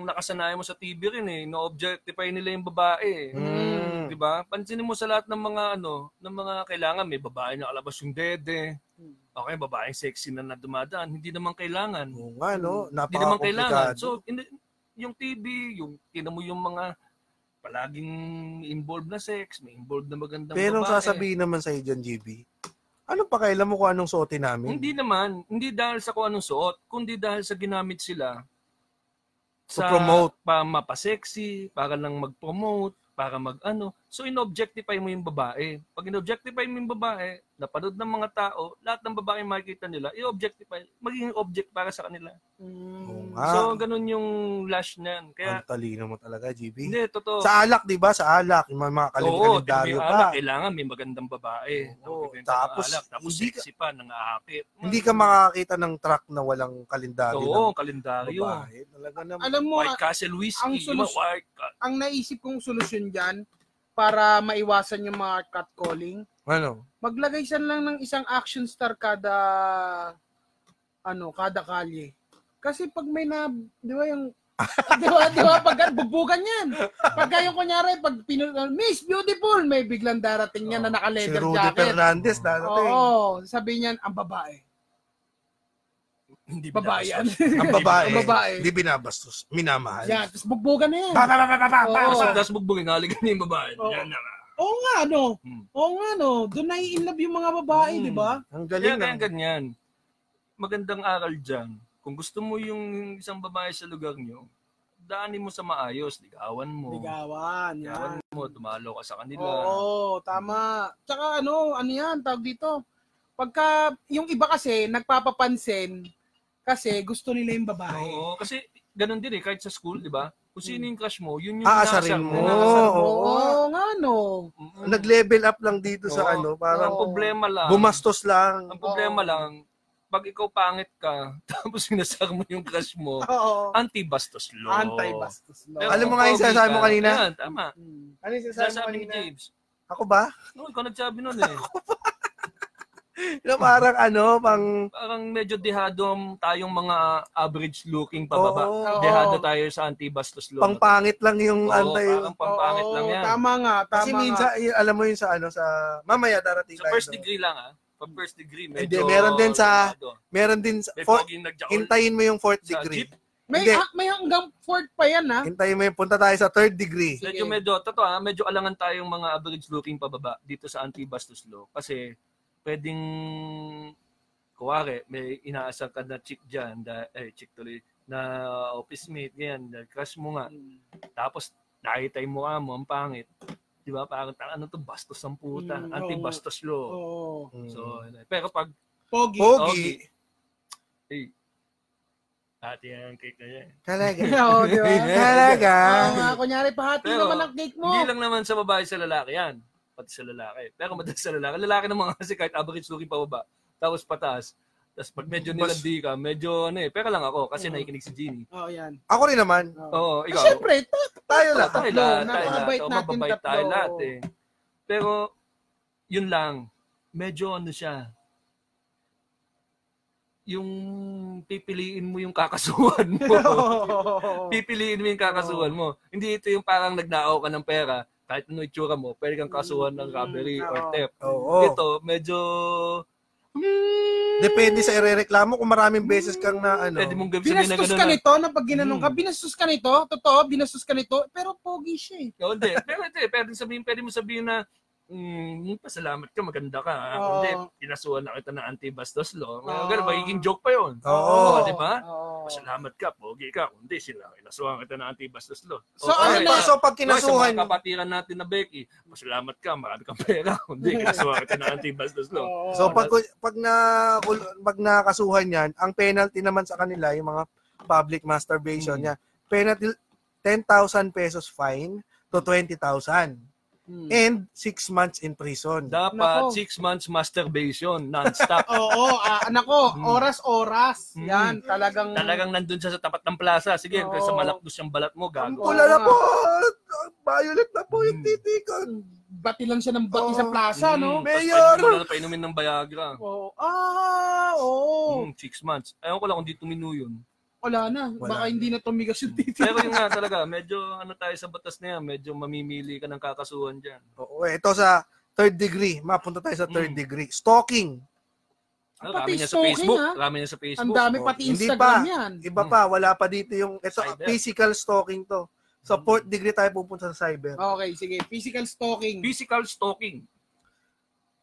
nakasanayan mo sa TV rin eh. No-objectify nila yung babae eh.
Mm.
Di ba? Pansinin mo sa lahat ng mga ano, ng mga kailangan may babae na kalabas yung dede.
Hmm.
Okay, babaeng sexy na na dumadaan, hindi naman kailangan.
Oo nga, no?
Hindi Hmm. naman kailangan.
Hmm. Napaka-komplikado.
So, in, yung TV, yung tingnan mo yung mga palaging involved na sex, may involved na magandang
Pero ang
babae.
sasabihin naman sa John GB, ano pa kailan mo kung anong suotin namin?
Hindi naman, hindi dahil sa kung anong suot, kundi dahil sa ginamit sila
To promote.
pa mapasexy, para lang mag-promote, para mag-ano. So inobjectify mo yung babae. Pag inobjectify mo yung babae, napanood ng mga tao, lahat ng babae makikita nila, i-objectify, magiging object para sa kanila.
Oo
Mm.
nga.
So ganun yung lash niyan. Kaya
Ah. ang talino mo talaga, GB.
hindi totoo.
Sa alak, di ba? Sa alak. Yung mga mga
Oo,
kalendaryo
tingnan mo yung
pa.
alak, kailangan may magandang babae. na
Oo,
magbibenta ng
tapos
alak, tapos
hindi ka-
sexy pa, nangaakit.
Hindi ka makakita ng truck na walang kalendaryo
Oo,
ng
kalendaryo.
babae. Talaga naman.
Alam mo,
White Castle Whiskey.
ang
Ang
solus-
White Castle.
ang naisip kong solusyon dyan para maiwasan yung mga catcalling,
Ano?
maglagay siya lang ng isang action star kada ano, kada kalye. Kasi pag may na, di ba yung di ba, di ba, pag bubugan yan. Pag yung kunyari, pag pinu- uh, Miss Beautiful, may biglang darating yan na
Si
naka-leather
Rudy
jacket.
Fernandez darating.
Oo, sabi niyan, ang babae.
Hindi
Babae yan.
Ang babae.
Ang babae.
Hindi binabastos. Minamahal.
yan, tapos bugbugan na yan.
Pa, pa, pa, pa, pa, pa, pa.
Oo.
Tapos ang dasbog mo, hinaligan niya yung babae.
Oo.
Yan na nga.
Oo nga, no.
Hmm.
Oo nga, no. Doon na i-inlove yung mga babae,
Hmm.
di ba?
Ang
Kaya
galing ah.
kaya
na.
ganyan. Magandang aral dyan. Kung gusto mo yung isang babae sa lugar nyo, daanin mo sa maayos, ligawan mo.
Ligawan, yan.
Ligawan mo, dumalo ka sa kanila.
Oo, tama. Tsaka ano, ano yan, tawag dito. Pagka, yung iba kasi, nagpapapansin, kasi gusto nila yung babae.
Oo, kasi ganun din eh, kahit sa school, di ba? Kung sino yung crush mo, yun yung
Aasarin
inaasar
Ah, mo.
inaasar mo.
Oo.
Oo, nga ano? no.
Mm-mm.
Nag-level up lang dito
Oo.
sa ano. Parang
Mm. Ang problema lang,
bumastos lang.
ang problema
Oo.
lang, pag ikaw pangit ka, tapos sinasar mo yung crush mo,
Oo.
anti-bastos law.
Anti-bastos law.
Ano? Pero
Alam mo
kung
nga yung
pogi
sinasabi mo
ka,
kanina?
Yan, tama.
Mm.
Ano yung sinasabi mo
Sinasabi ni
kanina?
James.
Ako ba?
No, ikaw nagsabi nun eh.
Yung parang ano, pang...
Parang medyo dehado ang tayong mga average looking pababa.
Oo.
Oo.
Dehado tayo sa anti-bastos law.
Pangpangit lang yung
Oo,
antay.
parang pampangit lang
Oo,
yan.
Tama nga, tama
Kasi minsan, y- alam mo yun sa ano, sa... Mamaya darating
Sa first
doon.
degree lang ah. Pag first degree, medyo...
Hindi, meron din sa-
dehado.
Meron din... Sa,
May
for,
pogi nagjakol
hintayin mo yung fourth
sa
degree.
jeep.
May,
Hindi.
ah, may hanggang fourth pa yan, ha?
Hintayin mo yung... Punta tayo sa third degree.
Sige.
Medyo medyo, totoo ah, medyo alangan tayong mga average looking pababa dito sa anti-bastos law. Kasi pwedeng kuwari, may inaasar ka na chick dyan, da, eh, chick tuloy, na office mate, ganyan, na crush mo nga.
Hmm.
Tapos, nakitay mo ka mo, ang pangit. Di ba? Parang, "Tang, ano to, bastos ang puta.
Mm, oo.
Anti-bastos law.
Oo.
So, ano, pero pag,
Pogi.
Pogi.
eh, ate yan ang cake na yan.
Talaga.
Oo, di ba?
Talaga.
Oo nga, kunyari, pahati
Pero,
naman ang cake mo.
Hindi lang naman sa babae sa lalaki yan. Pati sa lalaki. Pero madalas sa lalaki. Lalaki naman kasi kahit average looking pa baba. Tapos pataas. Tapos pag medyo nilandi ka, medyo ano eh. Pera lang ako kasi
Oo.
nakikinig si Genie.
Oo, oh, yan.
Ako rin naman.
Oo.
Oo,
Eh,
Oh, ikaw.
Siyempre, ito.
Tayo
Oo,
lahat.
tayo
tatlo.
lahat, tayo
Napakabait
lahat. Oo,
natin
mababait
tatlo.
tayo lahat eh. Pero, yun lang. Medyo ano siya. Yung pipiliin mo yung kakasuhan mo. pipiliin mo yung kakasuhan mo. Hindi ito yung parang nagnakaw ka ng pera, kahit ano itsura mo, pwede kang kasuhan ng robbery
Mm,
or
oo.
theft.
Oo.
Ito, medyo... hmm,
Depende sa irereklamo kung maraming beses kang na ano.
Pwede mong gabi sabihin na ah.
Binastos
gano'n.
ka nito na pag ginanong ka.
Mm.
Binastos ka nito. Totoo, binastos ka nito. Pero pogi siya eh.
Oo, Oh, hindi. Pero hindi, pwede, sabihin, pwede mo sabihin na, mm, pasalamat ka, maganda ka. ha?
Oo.
Hindi, pinasuhan na kita ng anti-bastos
Oo.
law. Ganun, Ganun, magiging joke pa yun.
Oo.
di ba?
Oo.
Pasalamat ka, pogi ka. Kundi sila, pinasuhan kita ng anti-bastos law.
So,
Oo,
ano
eh,
na-
pa-
So, pag
Kinasuhan.
kinasuhan,
Sa mga kapatiran natin na Becky, masalamat ka, marami kang pera. Hindi, kinasuhan kita ng anti-bastos law.
Oo.
So pag pag na pag nakasuhan 'yan, ang penalty naman sa kanila yung mga public masturbation
Mm.
niya. Penalty 10,000 pesos fine to 20,000
Mm.
and 6 months in prison.
Hmm. Dapat
Nako.
six months masturbation, non-stop.
Oo, ah, anak ko,
Mm.
oras-oras.
Mm.
Yan, talagang...
Talagang nandun siya sa tapat ng plaza. Sige,
Oo.
kasi malapdos yung balat mo,
Ang
gago.
pula na po! Ang Violet na po yung
Mm.
titi ko.
Bati lang siya ng bati
Oo.
sa plaza, no?
Mm, tapos
Mayor!
painumin na- Painumin ng Viagra.
Oo. Ah, oo.
Mm, six months. Ayaw ko lang kung di tumino yun.
Wala na.
Wala
Baka
na.
hindi na tumigas yung titi.
Hmm. Pero yun nga talaga, medyo ano tayo sa batas na yan, medyo mamimili ka ng kakasuhan dyan.
Oo, eh, ito sa third degree. Mapunta tayo sa third
Mm.
degree. Stalking.
Ah,
Pati
Rami niya sa
stalking,
Facebook.
ah.
Rami niya sa Facebook.
Ang dami
Oo.
pati
Hindi
Instagram
pa.
yan.
Iba pa, wala pa dito yung ito, ah,
Cyber.
physical stalking to. Sa
Mm.
fourth degree tayo pupunta sa cyber.
Okay, sige. Physical stalking.
Physical stalking.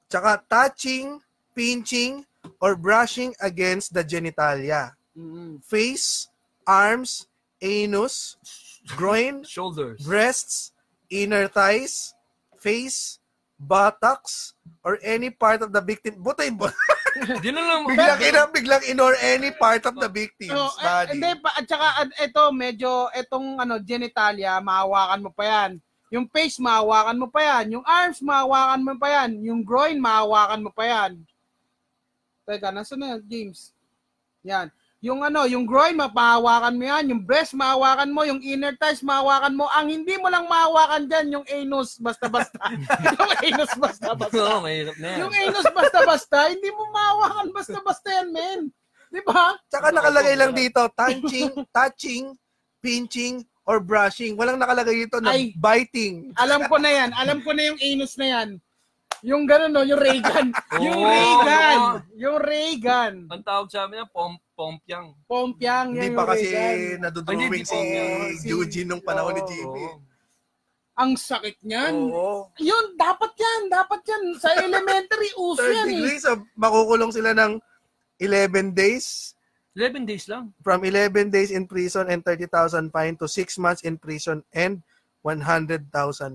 Tsaka touching, pinching, or brushing against the genitalia.
Mm-mm.
Face, arms, anus, groin,
Shoulders.
breasts, inner thighs, face, buttocks, or any part of the victim. Butay mo.
Di na lang.
biglang ina, biglang inor any part of the victim's
Oh, eh,
body.
hindi pa at saka at ito medyo etong ano genitalia mahawakan mo pa yan. Yung face mahawakan mo pa yan, yung arms mahawakan mo pa yan, yung groin mahawakan mo pa yan. Teka, nasaan na James? Yan. Yung ano, yung groin mapahawakan mo yan, yung breast mahawakan mo, yung inner thighs mahawakan mo. Ang hindi mo lang mahawakan diyan yung anus basta-basta. yung anus basta-basta.
Oo, mahirap na yan.
Yung anus basta-basta, hindi mo mahawakan basta-basta yan, men. Di ba?
Tsaka nakalagay lang dito, touching, touching, pinching, or brushing. Walang nakalagay dito na
Ay.
biting.
Alam ko na yan. Alam ko na yung anus na yan. Yung gano'n, no? Yung Reagan. yung
Oo.
Reagan. Yung Reagan.
Ang tawag sa amin niya, pom, pompiang.
Pompiang.
Hindi
yung
pa kasi
Reagan.
nadudrawing
Ay, hindi
si
po.
Si-
Eugene nung panahon ni
Oo.
GB.
Oo.
Ang sakit niyan.
Oo.
Yun, dapat yan. Dapat yan. Sa elementary, uso
Third
yan eh.
degree, so makukulong sila ng 11 days,
11 days lang.
from 11 days in prison and 30,000 fine to 6 months in prison and 100,000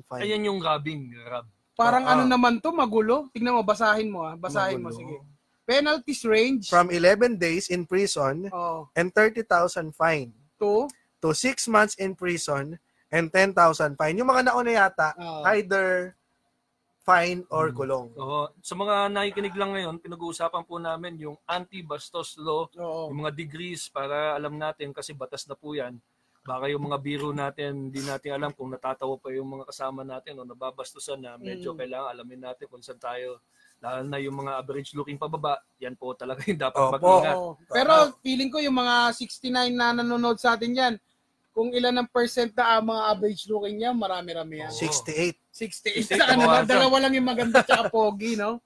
fine.
Ayan yung grabbing. Grab.
Parang
Oo.
ano naman to, magulo. Tignan mo, basahin mo ah. Basahin mo,
Ah. Magulo.
sige. Penalties range.
From 11 days in prison
oh,
and 30,000 fine
to.
to 6 months in prison and 10,000 fine. Yung mga nauna yata,
Oo.
either fine or
Mm.
kulong.
Ah. Oo. Sa mga nakikinig lang ngayon, pinag-uusapan po namin yung anti-bastos law,
Oo.
yung mga degrees para alam natin kasi batas na po yan. Baka yung mga biro natin, hindi natin alam kung natatawa pa yung mga kasama natin o nababastusan na medyo
Mm.
kailangan alamin natin kung saan tayo. Lalo na yung mga average looking pababa, yan po talaga yung dapat
Opo.
mag-ingat.
Oo. Pero feeling ko yung mga 69 na nanonood sa atin yan, kung ilan ang percent na ang mga average looking niya, marami-rami yan.
Oo.
68.
68
68
sa kanila.
bawasan.
Dalawa lang yung maganda tsaka pogi, no?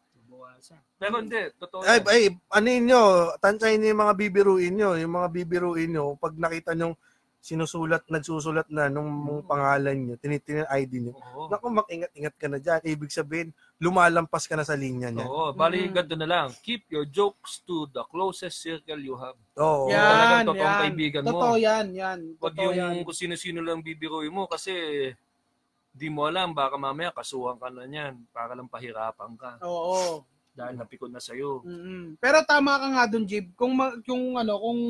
Pero hindi, totoo
Ay,
yan.
ay, ano yun nyo, tansahin nyo yung mga bibiruin nyo, yung mga bibiruin nyo, pag nakita nyo sinusulat, nagsusulat na nung
Hmm.
mga pangalan niyo, tinitingnan ang ID niyo.
Oo.
Naku, mag-ingat-ingat ka na dyan. Ibig sabihin, lumalampas ka na sa linya niya.
Oo, bali
Mm.
ganito na lang. Keep your jokes to the closest circle you have.
Oo.
Yeah. talagang totoong kaibigan mo.
Totoo yan, yan.
Huwag
Totoo yan.
yung kung sino-sino lang bibiruin mo kasi di mo alam, baka mamaya kasuhan ka na niyan para lang pahirapan ka
Oo.
dahil napikon na sa'yo.
Mm-mm. Pero tama ka nga dun, Jib. Kung ma- yung ano, kung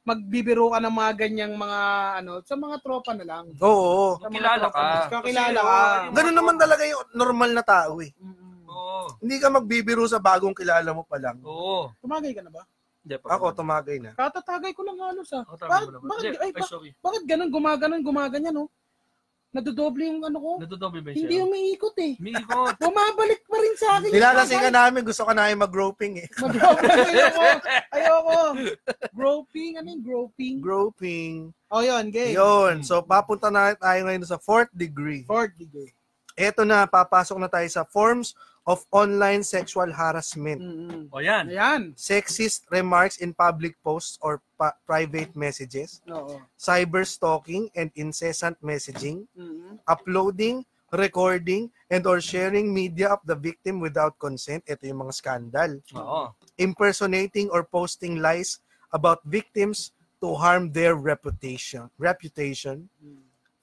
magbibiro ka ng mga ganyang mga ano, sa mga tropa na lang.
Oo.
Sa mga
Kilala
tropa
ka.
mas- Kakilala
Kasi,
ka.
oo, yung-
Ganun naman talaga yung normal na tao eh.
Mm-mm.
Oo.
Hindi ka magbibiro sa bagong kilala mo pa lang.
Oo.
Tumagay ka na ba?
Hindi, pag-
Ako, tumagay na.
Katatagay ko lang halos ah.
Ako, tama
Bakit,
mo naman.
bakit,
Hindi,
ay,
ay,
ba-
sorry.
bakit ganun, gumaganon, gumaganyan, no? Nadodoble yung ano ko.
Natudoble ba
Hindi
siya?
umiikot eh.
Umiikot.
Bumabalik pa rin sa akin.
Nilalasing ka namin, gusto ka namin mag-groping eh.
Mag-groping. Ayoko. Ayoko. Groping. Ano yung groping?
Groping.
Oh, yun. Gay.
Yun. So, papunta na tayo ngayon sa fourth degree.
Fourth degree.
Eto na, papasok na tayo sa forms of online sexual harassment.
Mm-mm.
O yan.
Ayan.
Sexist remarks in public posts or pa- private messages,
Oo.
cyber stalking and incessant messaging,
Mm-mm.
uploading, recording, and or sharing media of the victim without consent. Ito yung mga scandal.
Oo.
Impersonating or posting lies about victims to harm their reputation. Reputation.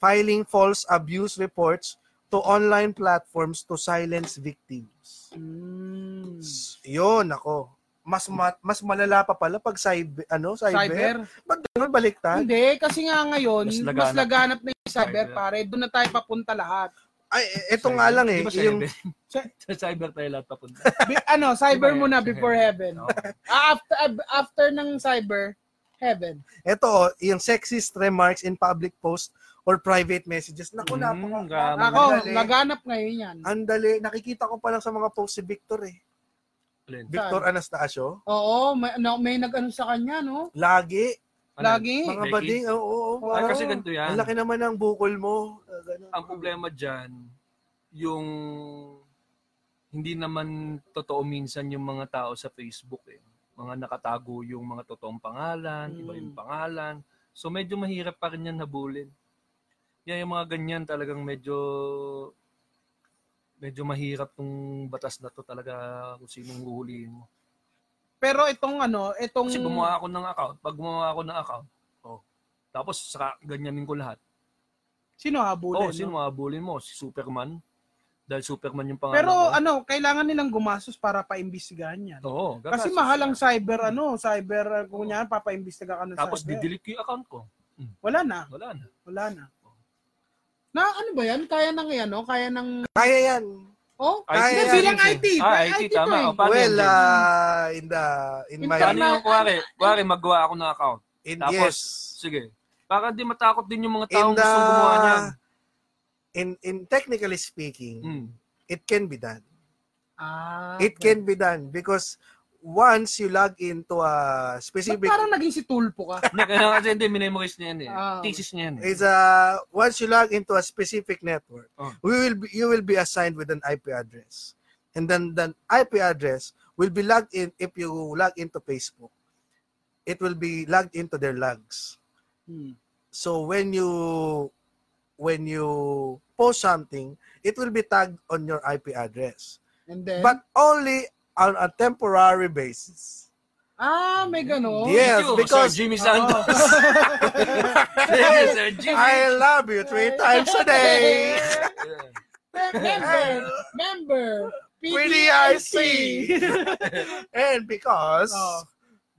Filing false abuse reports to online platforms to silence victims.
Mm.
Yun, ako. Mas ma- mas malala pa pala pag cyber, ano, cyber.
Cyber?
Ba't ganun baliktad?
Hindi, kasi nga ngayon,
Mas
mas
laganap.
laganap, na yung cyber,
Cyber.
pare. Doon na tayo papunta lahat.
Ay, eh, eto nga lang eh.
Di ba
yung,
cyber? Sa cyber tayo lahat papunta.
Bi- ano, cyber
Diba
muna
yan?
before heaven.
Oo.
Ah, after, ab- after ng cyber, heaven.
eto, oh, yung sexist remarks in public post or private messages. Naku,
Mm,
napaka.
grabe.
Ako,
Andali.
laganap ngayon yan.
Ang dali. Nakikita ko pa lang sa mga post si Victor eh.
Alin?
Victor Anastasio.
Oo, may, no, may nag-ano sa kanya, no?
Lagi.
Ano?
Lagi.
Mga
Becky?
bading. Oo, oo.
Oo.
Ay,
parang,
kasi ganito yan.
Ang laki naman ng bukol mo. Ah, ganun.
ang problema dyan, yung hindi naman totoo minsan yung mga tao sa Facebook eh. Mga nakatago yung mga totoong pangalan, iba yung pangalan. So medyo mahirap pa rin yan habulin. Yan yung mga ganyan talagang medyo medyo mahirap tong batas na to talaga kung sinong huhulihin mo.
Pero itong ano, itong...
Kasi gumawa ako ng account. Pag gumawa ako ng account, oh, tapos saka ganyanin ko lahat.
Sino habulin?
Oh, sino
no?
mahabulin mo? Si Superman? Dahil Superman yung pangalan
Pero
ko.
ano, kailangan nilang gumastos para paimbestigahan yan.
Oo,
Kasi
gagastos
mahal ang
ka.
cyber, ano, cyber, kung yan, papaimbestiga ka ng
Tapos
cyber.
didelete ko yung account ko.
Wala na,
Wala na.
wala na. Na ano ba yan? Kaya ng yan, no? Kaya ng...
Kaya yan.
Oh?
Kaya
Hindi,
yan,
bilang
Jinsen.
IT.
Ah,
bilang
IT,
to
tama.
eh.
O, paano
well,
yan, Jim?
ah, in the, in my,
Paano
Internet.
yung kuwari? Kuwari, magawa ako ng account.
in,
Tapos,
yes.
Sige. Para di matakot din yung mga
in
taong gusto gumawa niyan.
in in technically speaking,
Mm.
it can be done.
Ah,
It can be done because once you log into a
Ba't
specific
parang naging si Tulpo ka?
Hindi, kaya kasi hindi, minemorize niya yan eh.
Ah,
Thesis niya yan eh.
Mm-hmm. is a once you log into a specific network,
Oh.
we will be, you will be assigned with an IP address, and then the IP address will be logged in if you log into Facebook. It will be logged into their logs.
Hmm.
So when you when you post something, it will be tagged on your IP address.
And then,
but only on a temporary basis.
ah, may gano'n?
Yeah. yes,
Thank you,
because-
Sir Jimmy
Oo.
Santos. Thank you, Sir Jimmy.
I love you three times a day.
member, member,
PDIC. and because
Oh.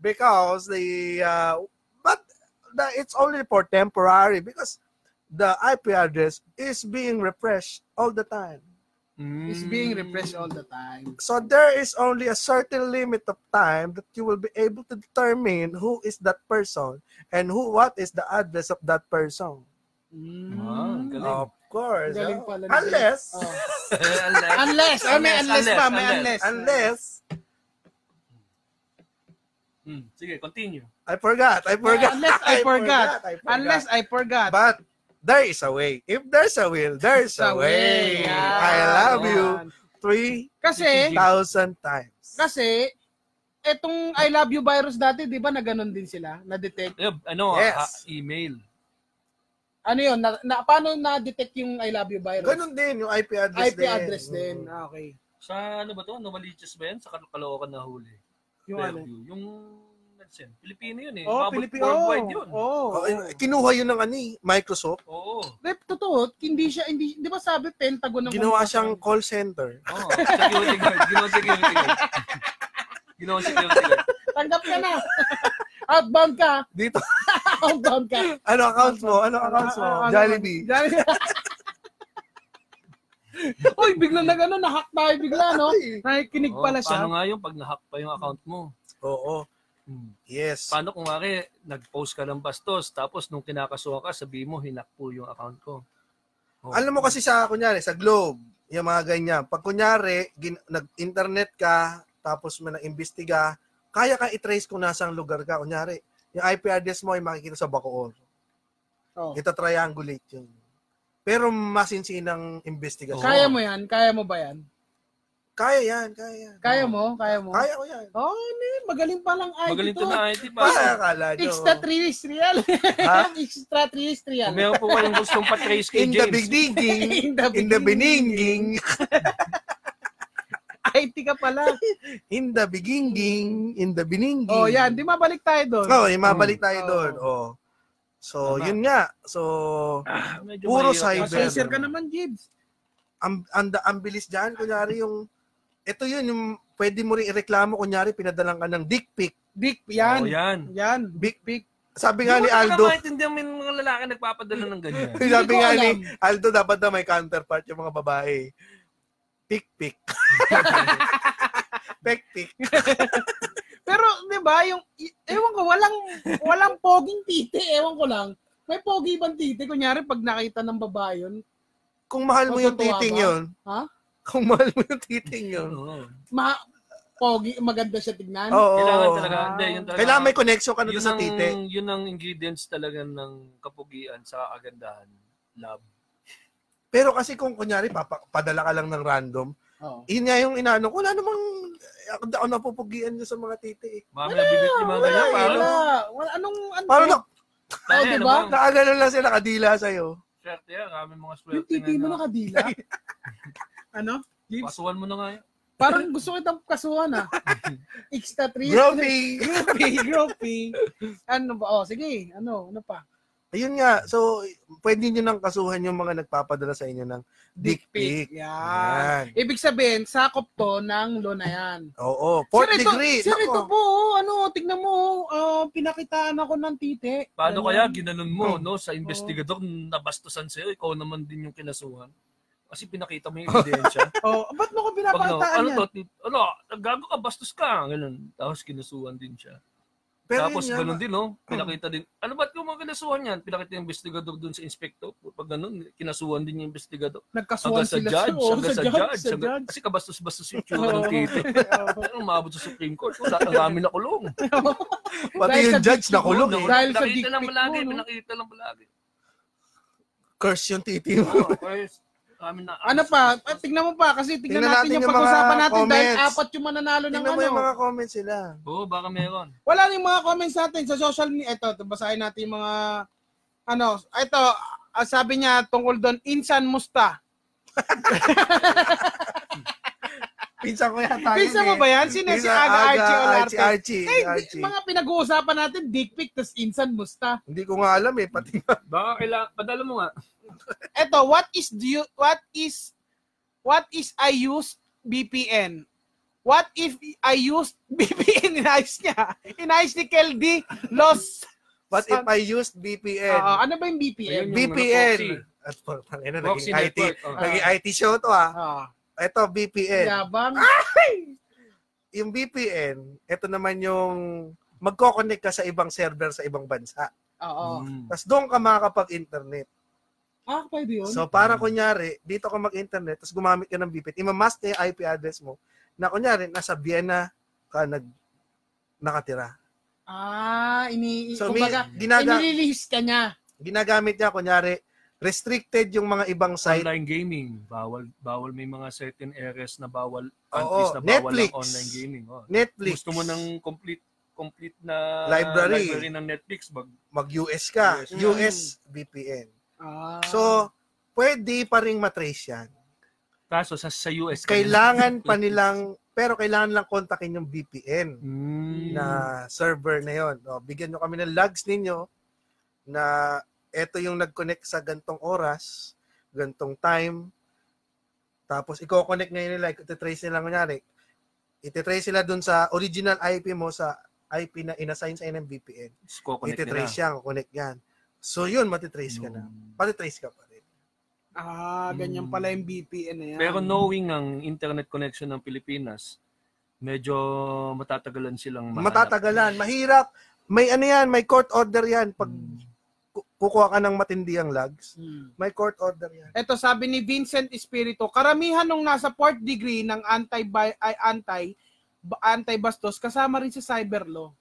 because the uh, but the, it's only for temporary because the IP address is being refreshed all the time.
Mm.
is being repressed all the time.
So there is only a certain limit of time that you will be able to determine who is that person and who what is the address of that person.
Mm.
Ah, ang galing.
Of course.
Galing
oh.
pala nila.
Unless
Oh.
Unless-
Unless, ah, may unless,
Unless,
pa, may
unless.
unless.
unless
Mm. Sige, continue.
I forgot. I forgot.
unless I forgot.
I forgot.
Unless I forgot.
but there is a way. If there's a will, there's a way.
Yan.
I love you
Yan.
three
Kasi,
thousand times.
kasi, etong I love you virus dati, di ba na ganun din sila? Na-detect?
Eh, ano,
Yes.
ah, email.
Ano yun? Na, na, paano na-detect yung I love you virus?
Ganun din, yung IP address
IP address din.
Mm.
Ah, okay.
Sa ano ba to? Novaliches ba yan? Sa Kal- Caloocan na huli.
Yung ano?
eh,
Fairview. Yung nag-send. Pilipino yun eh.
Oh,
Umabot
Filipino.
Worldwide yun. Oo.
Oh.
Oh, eh, kinuha yun ng ano eh, Microsoft.
Oo. Oh.
Rep, totoo, hindi siya, hindi, di ba sabi Pentagon ng
Ginawa siyang call center.
Security guard. Ginawa security guard. Ginawa security guard.
Tanggap ka na. Outbound ka.
Dito,
Outbound ka.
ano account mo? Ano account mo?
Ah, ah, ano-
Jollibee.
Jollibee. Uy, biglang na gano'n, nahack tayo bigla, no?
Ay.
Nakikinig
Oo,
pala siya.
Oh, Paano nga yung pag nahack pa yung account mo?
Oo.
Hmm.
Yes.
Paano kung wari, nag-post ka ng bastos, tapos nung kinakasuha ka, sabi mo, hinak po yung account ko. Oh.
Alam mo kasi sa, kunyari, sa Globe, yung mga ganyan. Pag kunyari, gin- nag-internet ka, tapos may na-imbestiga, kaya ka i-trace kung nasang lugar ka. Kunyari, yung IP address mo ay makikita sa Bacoor.
Oh.
Ita-triangulate yun. Pero masinsinang
Oh.
investigasyon.
Kaya mo yan? Kaya mo ba yan?
Kaya yan, kaya yan.
Kaya
Oh.
mo? Kaya mo?
Kaya ko yan.
Oh, ano yun? Magaling palang IT
Magaling
to.
to na eh, IT pa.
Basta akala nyo.
Extraterrestrial.
Ha?
Extraterrestrial.
Kung meron po kayong gustong patrace kay
In the
James,
bigdinging,
In the
in the beninging,
IT ka pala.
in the biginging, in the beninging.
Oh, yan. Di mabalik tayo doon.
Oh, yung mabalik tayo
Oo.
doon. Oh. So,
Tama.
yun nga. So,
Ah, medyo
puro
mahirap yun.
cyber.
Pasensya ka naman, Jibs.
ang, ang, ang bilis dyan, kunyari yung, ito yun, yung pwede mo rin ireklamo, kunyari pinadalang ka ng dick pic.
Dick, yan.
Yan. Oh, yan.
Yan.
Big
pic.
Sabi
Hindi
nga
ko
ni
talaga
Aldo,
maintindihan mo yung mga lalaki nagpapadala ng ganyan.
sabi
ano ko
nga
alam.
ni Aldo, dapat na may counterpart yung mga babae. Pick pick. Pick pick.
Pero, di ba, yung, i- ewan ko, walang, walang poging titi. Ewan ko lang. May pogi bang titi? Kunyari, pag nakita ng babae yun,
Kung mahal mo yung
Matutuwa
titing
ba?
yun,
Ha?
kung mahal mo yung titing yun,
Oo.
ma, pogi, maganda siya tignan.
oo.
Kailangan talaga, hindi, yun talaga.
Kailangan may connection ka na
yun
sa
ang-
titi.
Yun ang ingredients talaga ng kapugian sa kagandahan. Love.
Pero kasi kung kunyari, papa, padala ka lang ng random,
Oo.
yun nga yung inaano ko, wala namang, eh, ako napupugian nyo sa mga titi. eh.
Mamaya bibit yung
Wala,
mga ganyan. Parang,
wala. Wala, anong, ano?
Parang na,
Oh,
Tangina,
diba?
ano bang-
nakagano lang sila, kadila sa'yo.
Swerte yan. Maraming mga
yung
swerte
titi mo
na. na-
nakadila. ano? Jibs?
Pasuhan mo na nga yan.
Parang gusto kitang kasuhan, ah. Extraterrestrial.
Groping!
Groupie, groupie. Ano ba? Oh, sige. Ano? Ano pa?
Ayun nga, so pwede nyo nang kasuhan yung mga nagpapadala sa inyo ng dick pic.
Yan.
Yan.
Ibig sabihin, sakop to ng law na yan.
Oo, fourth
sir, ito,
degree.
Sir,
Nako.
ito po, oh, ano, tignan mo, oh, pinakitaan ako ng titi.
Paano
Ganun.
kaya ginanon mo no sa investigador nabastusan sa'yo, ikaw naman din yung kinasuhan. Kasi pinakita mo yung ebidensya.
Oh, ba't mo ko
Pag na,
pinapakitaan
ano
yan?
to, tit- ano, gago ka, bastos ka. Ganun. Tapos kinasuhan din siya.
Pero yun
Tapos
nga,
ganun din,
oh.
no? Pinakita din. Ano ba't yung mga kinasuhan yan? Pinakita yung investigador dun sa inspector. Pag ganun, kinasuhan din yung investigador.
Nagkasuhan
Hanggang sa
sila
judge,
oh,
hanggang sa judge.
sa
hanggang-
judge. Oh.
Kasi kabastos-bastos yung tsura
Oo.
ng tito.
Oo.
Pero umabot sa Supreme Court. Kung lahat ang dami na kulong.
Pati
Dahil
yung
sa
judge
dick pic
na kulong
mo,
eh.
Dahil sa dick
Pinakita lang
pic
palagi,
mo, no?
pinakita lang palagi.
Curse yung titi mo.
Oh, first, kami na.
Ano pa? Ah, Tignan mo pa kasi tignan,
Tignan
natin,
natin
yung,
yung mga
pag-usapan natin dahil
comments.
apat yung mananalo ng
Tingnan mo
ano.
yung mga comments sila.
Oo, baka meron.
Wala na yung mga comments natin sa social media. Ito, basahin natin yung mga ano. Ito, ah, sabi niya tungkol doon, insan musta.
Pinsan ko yata yun
Pinsan mo
eh.
ba yan? Sino si Aga
Pinsan,
Archie
Archie,
Olarte?
Archie,
Eh, di-
Archie.
mga pinag-uusapan natin, dick pic, tas insan musta.
Hindi ko nga alam eh, pati nga.
Baka kailangan, padala mo nga.
Eto, what is do you- what is what is I use VPN? What if I used VPN? Inayos niya. Inayos ni Kel D. Los.
What if I used VPN?
Ah, ano ba yung VPN?
Ayun.
VPN! At po, tangina,
Proxy
naging IT.
network. Oh.
Naging IT show to ah.
Ah,
Ito, VPN.
yabang.
yung VPN, ito naman yung magkoconnect ka sa ibang server sa ibang bansa.
Oo.
Mm.
Tapos doon ka makakapag-internet.
Ah, pwede yun?
So para
Mm.
kunyari, dito ka mag-internet, tapos gumamit ka ng VPN, imamask na yung IP address mo, na kunyari, nasa Vienna ka nag, nakatira.
Ah, ini...
So may,
kumbaga,
ginaga,
inililihis ka niya.
ginagamit niya, kunyari, restricted yung mga ibang site.
Online gaming, bawal bawal may mga certain areas na bawal countries
Oo,
na bawal
Netflix.
ang online gaming. Oh.
Netflix.
Gusto mo ng complete complete na
Library.
ng Netflix bag
Mag-US ka.
Mm.
US VPN.
Ah.
So, pwede pa ring matrace yan.
Kaso sa, sa US. ka
Kailangan
na-
pa nilang, pero kailangan lang kontakin yung VPN
Mm.
na server na yon. O, bigyan nyo kami ng logs ninyo na eto yung nag-connect sa gantong oras, gantong time. Tapos, i-connect ngayon nila, ititrace nila, kunyari, ititrace sila dun sa original IP mo sa IP na inassign sa ng VPN.
Tapos kukonect
Ititrace yan, connect yan. So, yun, matitrace ka
nila.
na. Patitrace ka pa rin.
ah, ganyan
Mm.
pala yung VPN na yan.
Pero knowing ang internet connection ng Pilipinas, medyo matatagalan silang mahanap.
Matatagalan, mahirap. May ano yan, may court order yan. Pag
Hmm.
ku- kukuha ka ng matindi ang logs,
Mm.
may court order yan.
Ito sabi ni Vincent Espiritu, karamihan nung nasa fourth degree ng anti ay anti ba- anti-bastos kasama rin sa cyber law.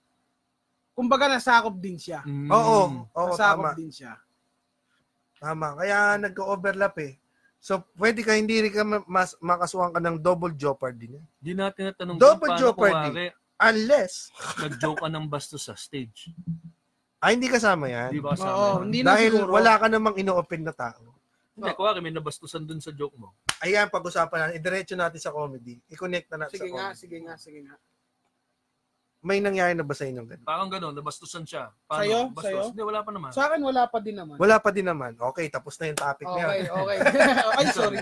Kumbaga nasakop din siya.
Mm.
Oo, oo,
nasakop
tama.
din siya.
Tama. Kaya nagka-overlap eh. So, pwede ka, hindi rin ka ma- mas, makasuhan ka ng double jeopardy niya.
Di natin natanong
Double
kung paano
jeopardy.
kumari,
Unless,
nag-joke ka ng bastos sa stage.
ay hindi kasama
Di
yan.
ba kasama
Oo,
yun?
hindi na
Dahil
siguro.
wala ka namang ino-open na tao.
Hindi, kuwari may nabastusan dun sa joke mo.
Ayan, pag-usapan natin. Idiretso natin sa comedy. I-connect na natin
Sige
sa
nga,
comedy.
sige nga, sige nga.
May nangyari na ba sa inyong ganun?
Parang gano'n, nabastusan siya. Paano?
Sa'yo?
Bastos?
Sa'yo?
Hindi, wala pa naman.
Sa akin wala pa din naman.
Wala pa din naman. Okay, tapos na yung topic na
Okay,
yan.
okay. Ay, sorry.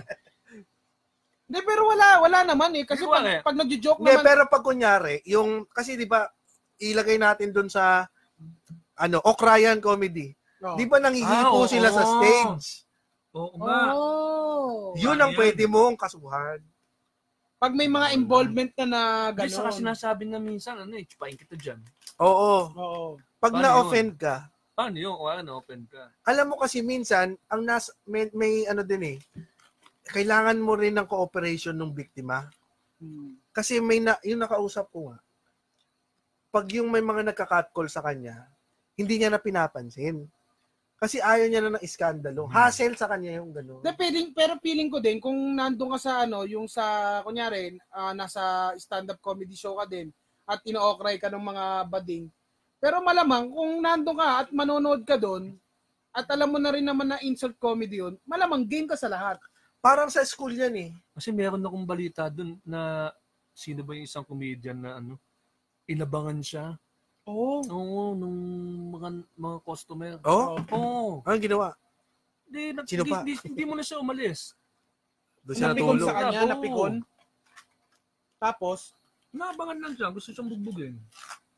Hindi, pero wala, wala naman eh. Kasi
Hindi,
pag,
wala eh.
pag nagjo-joke
Hindi,
naman,
pero pag kunyari, yung, kasi di ba, ilagay natin dun sa, ano, Okrayan comedy.
Oh.
Di ba nangihipo
Ah, oo,
sila sa
oo.
stage?
Oo nga.
Oh.
Yun ang
Ayan.
pwede mong kasuhan.
Pag may mga involvement na na
Di, saka
gano'n.
sinasabi na minsan, ano eh, chupain kita dyan.
Oo.
Oo.
Pag
Paano
na-offend ka,
Paano yun? Kuwari na-open ka.
alam mo kasi minsan, ang nas, may, may ano din eh, kailangan mo rin ng cooperation ng biktima.
Hmm.
Kasi may na, yung nakausap ko nga, pag yung may mga nagka-catcall sa kanya, hindi niya na pinapansin. Kasi ayaw niya na ng
Hmm.
iskandalo. Hassle sa kanya yung gano'n.
Na feeling, pero feeling ko din, kung nandun ka sa ano, yung sa, kunyari, ah, nasa stand-up comedy show ka din, at ino-okray ka ng mga bading. Pero malamang, kung nandun ka at manonood ka doon, at alam mo na rin naman na insult comedy yun, malamang game ka sa lahat.
Parang sa school yan eh.
Kasi meron akong balita dun na sino ba yung isang comedian na ano, inabangan siya.
Oo.
Oo, nung mga, mga customer.
Oh?
Oo.
Anong ginawa?
Di, nag-
Sino
di-
pa?
di- Hindi mo na siya umalis.
Doon siya
Napikon
natulog.
sa kanya,
Oo.
napikon. Tapos,
Nabangan lang siya. Gusto siyang bugbugin.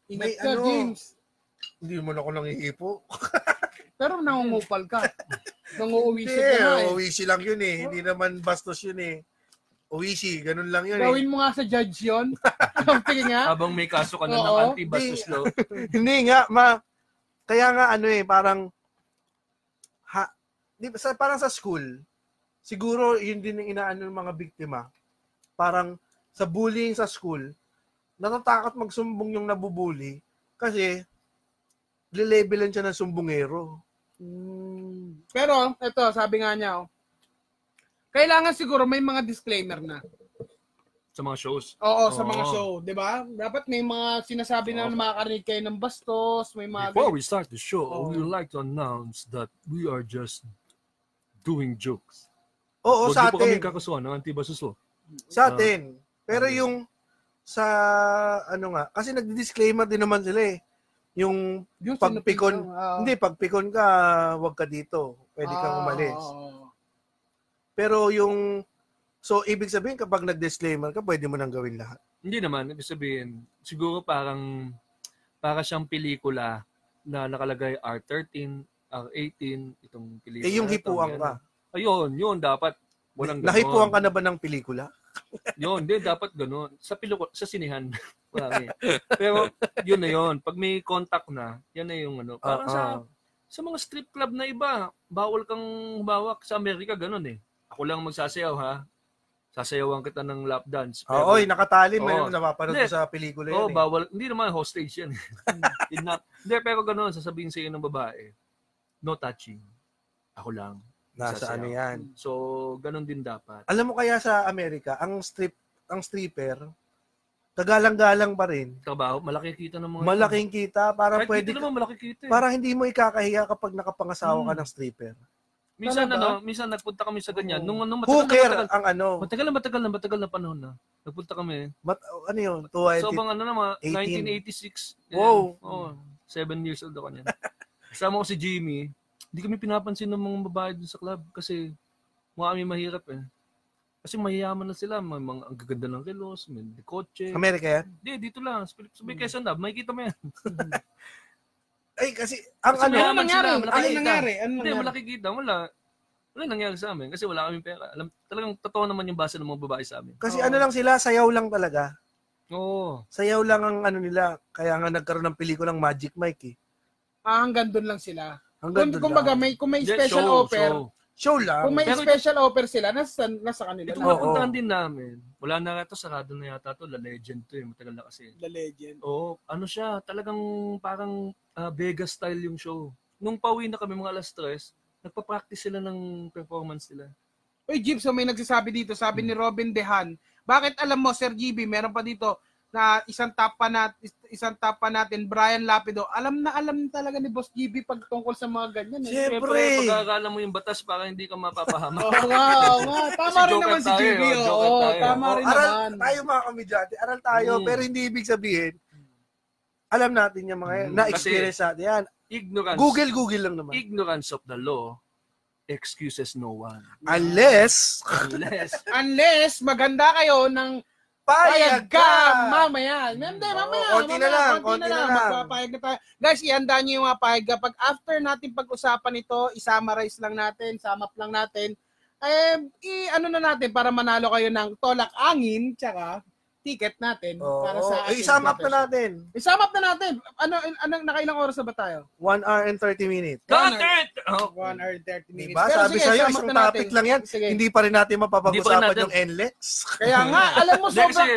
ingat
May
ka,
ano.
James.
Hindi mo na ako nangihipo.
Pero nangungupal ka. Nanguuwi
Hindi,
ka na
eh.
eh.
Uwisi lang yun eh. Hindi naman bastos yun eh. Uwisi, ganun lang yun eh.
Gawin mo nga sa judge yun. Something nga.
Habang may kaso ka na ng
Oo.
anti-bastos law.
Hindi nga, ma. Kaya nga ano eh, parang ha, di ba, sa, parang sa school, siguro yun din yung inaano ng mga biktima. Parang sa bullying sa school, natatakot magsumbong yung nabubuli kasi lilebelan siya ng sumbongero.
Mm. Pero, eto, sabi nga niya, oh, kailangan siguro may mga disclaimer na.
Sa mga shows.
Oo, sa mga
Oo.
show, di ba? Dapat may mga sinasabi na
Oo.
makakarinig kayo ng bastos, may mga...
Before we start the show,
Oh.
we would like to announce that we are just doing jokes.
Oo,
Huwag
sa
niyo po
atin.
kami kakasuhan ng anti-bastos law.
Sa atin. Pero
Ah.
yung sa ano nga, kasi nagdi-disclaimer din naman sila eh. Yung
Yung
Pagpikon.
sinupin ko, ah, oo.
hindi pag pikon ka, wag ka dito.
Oo,
Pwede
Ah,
kang umalis.
ah, oo.
Pero yung so ibig sabihin kapag nag-disclaimer ka, pwede mo nang gawin lahat.
Hindi naman, ibig sabihin, siguro parang para siyang pelikula na nakalagay R13, R18, itong pelikula.
Eh yung
na to,
hipuan
yan.
ka.
Ayun, yun, dapat. Walang ganon.
Nahipuan ka na ba ng pelikula?
yun, hindi, dapat ganon. Sa piliko, sa sinihan. Marami. Pero, yun na yun. Pag may contact na, yan na yung ano. Parang sa,
Ah, ah.
sa mga strip club na iba, bawal kang humawak. Sa Amerika, ganon eh. Ako lang magsasayaw, ha? Sasayawan kita ng lap dance.
Ah, oy, nakatali may
Oo.
napapanood ko
Hindi.
sa pelikula
Oo,
yun. eh.
bawal. Hindi naman hostage yan. Kidnap. Hindi, pero ganun, sasabihin sa iyo ng babae, no touching. Ako lang.
Nasa
Sasayaw.
ano yan.
So, ganun din dapat.
Alam mo kaya sa Amerika, ang strip ang stripper kagalang-galang pa rin.
Trabaho, malaki kita ng mga...
Malaking kita, parang
Kahit
pwede
dito naman malaki kita eh.
parang hindi mo ikakahiya kapag nakapangasawa ka
Hmm.
ng stripper.
Minsan
Talaga?
ano, minsan nagpunta kami sa
Oo.
ganyan. Nung ano, matagal na
Hooker
matagal.
ang ano.
Matagal na matagal na matagal na panahon na. Nagpunta kami.
Mat, ano yun?
So
280.
bang ano na mga
18.
1986. Ganyan.
Wow.
Oo. Seven years old ako niyan. Kasama ko si Jimmy. Hindi kami pinapansin ng mga babae dun sa club kasi mukha kami mahirap eh. Kasi mayayaman na sila. May mga ang gaganda ng kilos, may kotse.
Amerika yan?
Hindi, dito lang. Sa Philippines,
Hmm.
may Quezon Lab. Makikita mo yan.
Ano Ay, kasi, ang
Kasi
ano,
may-
Ano nangyari?
sila, malaki
Ano
kita.
nangyari? Ano
Hindi,
nangyari?
malaki kita. Wala. Wala nangyari sa amin kasi wala kaming pera. Alam, talagang totoo naman yung base ng mga babae sa amin.
kasi
Oo.
ano lang sila, sayaw lang talaga.
Oo.
Sayaw lang ang ano nila. Kaya nga nagkaroon ng pelikulang Magic Mike eh.
Ah, hanggang doon lang sila. Kung,
Hanggang doon
kumbaga,
lang.
may, kung may
Hindi,
special
show,
offer,
show.
Show lang.
kung may
Pero-
special offer sila, nasa, nasa kanila
Ito
lang.
Oo.
napuntahan din namin. Wala na nga ito, sarado na yata ito. La Legend to eh, matagal na kasi.
The legend.
Oo, ano siya, talagang parang ah, Vegas style yung show. Nung pauwi na kami mga alas tres, nagpa-practice sila ng performance nila.
Uy, Jeep, so may nagsasabi dito, sabi ni Robin Dehan, bakit alam mo, Sir GB, meron pa dito na isang top pa natin, isang top pa natin, Brian Lapido. Alam na alam talaga ni Boss GB pag tungkol sa mga ganyan. Eh.
Siyempre.
pag-aakala mo yung batas para hindi ka mapapahamak.
Oo nga, oo nga. Tama
Kasi
rin
joker
naman si
tayo,
GB.
oh,
Oo,
joker tayo.
tama
Oh,
rin
aral,
naman. Hmm.
tayo mga komedyante, aral tayo,
Mm.
pero hindi ibig sabihin, alam natin yung mga yan,
Hmm,
Mm.
na-experience natin yan.
Ignorance.
Google, Google lang naman.
Ignorance of the law excuses no one.
Unless,
Unless,
Unless maganda kayo ng payag
payag ka!
ka mamaya. Hindi, mamaya.
Oo, konti na
mamaya,
lang,
konti
konti na lang.
Magpapayag na tayo. Guys, ihanda niyo yung mga payag ka. Pag after natin pag-usapan ito, isummarize lang natin, sum up lang natin. Eh, i- ano na natin para manalo kayo ng tolak angin, tsaka ticket natin
Oo,
para sa
eh,
ating
isam up na
competition.
natin.
Isum up na natin. Ano, ano, nakailang oras na ba tayo?
1 hour and 30 minutes.
Got it! Oh,
1 hour and 30 minutes.
Diba?
Pero
Sabi
sige,
sa'yo,
sum up
isang
na
topic
natin.
lang yan.
Sige.
Hindi pa rin natin mapapag-usapan
Hindi pa natin-
yung NLEX.
Kaya nga, alam mo,
Hindi,
sobra,
kasi,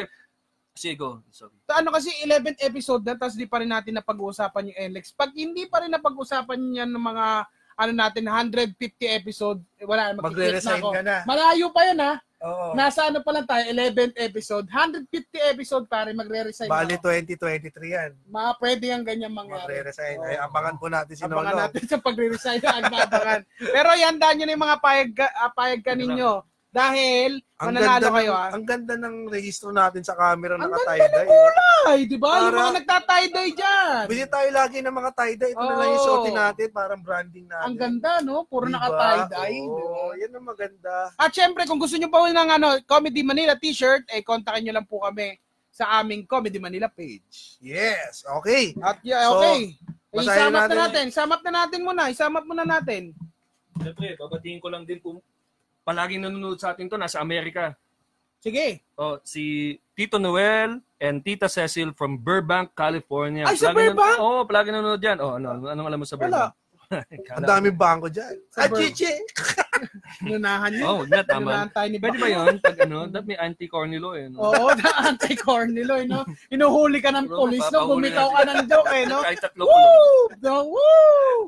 sige, go. Sorry.
Ta- ano kasi 11th episode na tapos di pa rin natin napag-uusapan yung NLEX. Pag hindi pa rin napag-usapan yan ng mga ano natin 150 episode, eh, wala magkiklik na
Magre-resign
ako.
ka na.
Malayo pa yun ha.
Oo.
Nasa ano pa lang tayo, 11th episode, 150 episode pare magre-resign
Bali
na ako.
2023 yan.
Ma, pwede yung ganyan mangyari.
Magre-resign.
Oo.
Ay, abangan po natin si
Abangan
Nolo.
natin sa pagre-resign ang abangan. Pero yan, daan nyo na yung mga payag, ka- ah, payag ka ninyo. Dahil,
Ang
mananalo
ganda,
kayo
ng,
ha.
ang ganda ng rehistro natin sa camera
Ang
naka-tie-dye.
Ay, di ba? Yung
Para-
mga nagtatay-day dyan.
Bili tayo lagi ng mga tie-dye. Ito na lang yung
Oo.
suotin natin, parang branding natin.
Ang ganda, no? Puro
Diba?
naka-tie-dye.
Oo,
diba?
yan ang maganda.
At syempre, kung gusto nyo pa ng ano, Comedy Manila t-shirt, eh, kontakin nyo lang po kami sa aming Comedy Manila page.
Yes, okay.
At yeah,
So,
okay. So,
basahin
isama na
natin.
natin. Isama na natin muna. Isama muna natin.
Siyempre, babatingin ko lang din kung palaging nanonood sa atin to, nasa Amerika.
Sige.
Oh, si Tito Noel and Tita Cecil from Burbank, California.
Ay, sa
Palagi
Burbank? Ah,
Nan- Oo, oh, palagi nanonood yan. Oh, ano, anong alam mo sa Burbank? Wala.
Ang dami bangko dyan.
Sa
Ah,
Burbank.
Chichi!
Nunahan nyo.
Oh, wag na, tama.
Nunahan tayo ni
Pwede ba yun? Pag ano, dapat may anti-corny law eh. No?
Oo, na anti-cornilo, eh, no? Inuhuli ka ng
Bro,
polis, no?
napapahuli
Bumitaw
natin.
ka ng joke, eh, no?
Kahit tatlo ko lang.
Woo! The woo!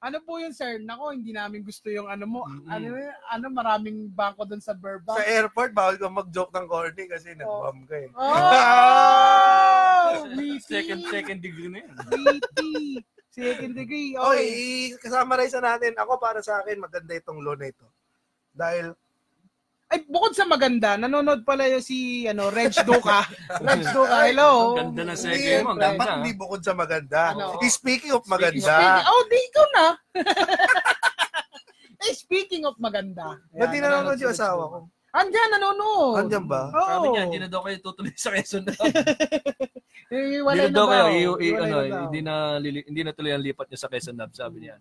Ano po yun, sir? Nako, hindi namin gusto yung ano mo.
Mm-mm.
Ano, ano maraming bangko doon sa Burbank.
Sa airport, bawal ka mag-joke ng corny kasi nag-bomb ka eh.
Oh!
Second,
Second,
second degree na yan.
Second degree.
Okay,
Okay.
i-summarize na natin. Ako para sa akin, maganda itong loan na ito. Dahil,
Ay, bukod sa maganda, nanonood pala yung si ano, Reg Duca. Reg Duca, hello.
Ang ganda na
hindi,
second mo. Ang
dapat
ganda. ah.
hindi bukod sa maganda.
Ano?
Eh, Speaking of
Speaking-
maganda,
Oh, di ikaw na. eh, speaking of maganda.
ba't di
ano,
nanonood yung asawa ko?
Andiyan, nanonood.
Andyan ba?
Oo.
Sabi niya, hindi na daw kayo tutuloy sa Quezon na.
Eh,
Hindi
wala
na
na
daw
ba?
kayo,
oh?
i-
Wala
i- ano,
na daw.
hindi na, lili- hindi na tuloy ang lipat niya sa Quezon Lab, sabi niya.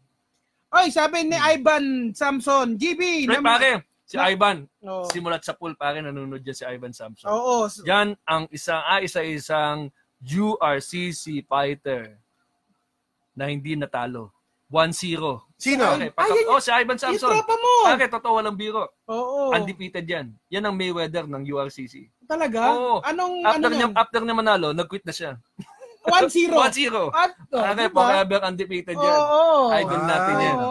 Oy, sabi ni Ivan Samson, GB. nam-
Pre, pare, si Ivan,
Oo.
simulat sa pool, pare, nanonood dyan si Ivan Samson.
Oo.
Yan ang isa ah, isa-isang URCC fighter na hindi natalo. 1-0.
Sino?
Okay, pagka-
Ay, yan-
oh, si Ivan
Yung
Samson.
tropa mo.
Bakit? Totoo, walang biro.
Oo.
Undefeated yan. Yan ang Mayweather ng URCC.
Talaga?
Oo.
Anong, ano
After,
nun?
niya, after niya manalo, nag-quit na siya.
1-0.
1-0.
At, oh,
Okay,
diba?
forever undefeated
Oo.
yan.
Oh,
Idol natin yan.
Ito,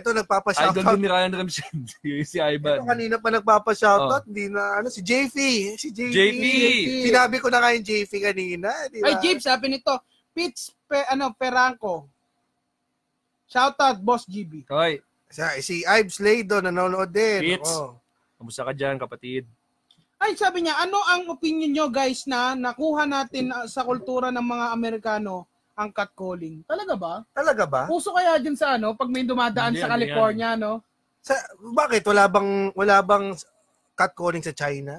Idol
nagpapashoutout.
din ni Ryan Ramsey. si
Ito
Ivan.
kanina pa nagpapashoutout.
Oh.
Hindi na, ano, si JV. Si JV.
JP!
Sinabi ko na nga yung JV kanina. Di
Ay,
ba?
Jeep, sabi nito, Pitts, pe, ano, Peranco. Shoutout, Boss GB.
Okay.
Sa- Si Ives Laydon, nanonood din.
Fitz.
Oo.
Kamusta ka dyan, kapatid?
Ay, sabi niya, ano ang opinion nyo guys na nakuha natin uh, sa kultura ng mga Amerikano ang catcalling? Talaga ba?
Talaga ba?
Uso kaya dyan sa ano, pag may dumadaan
Hindi,
sa
ano
California, no?
Sa, bakit? Wala bang, wala bang catcalling sa China?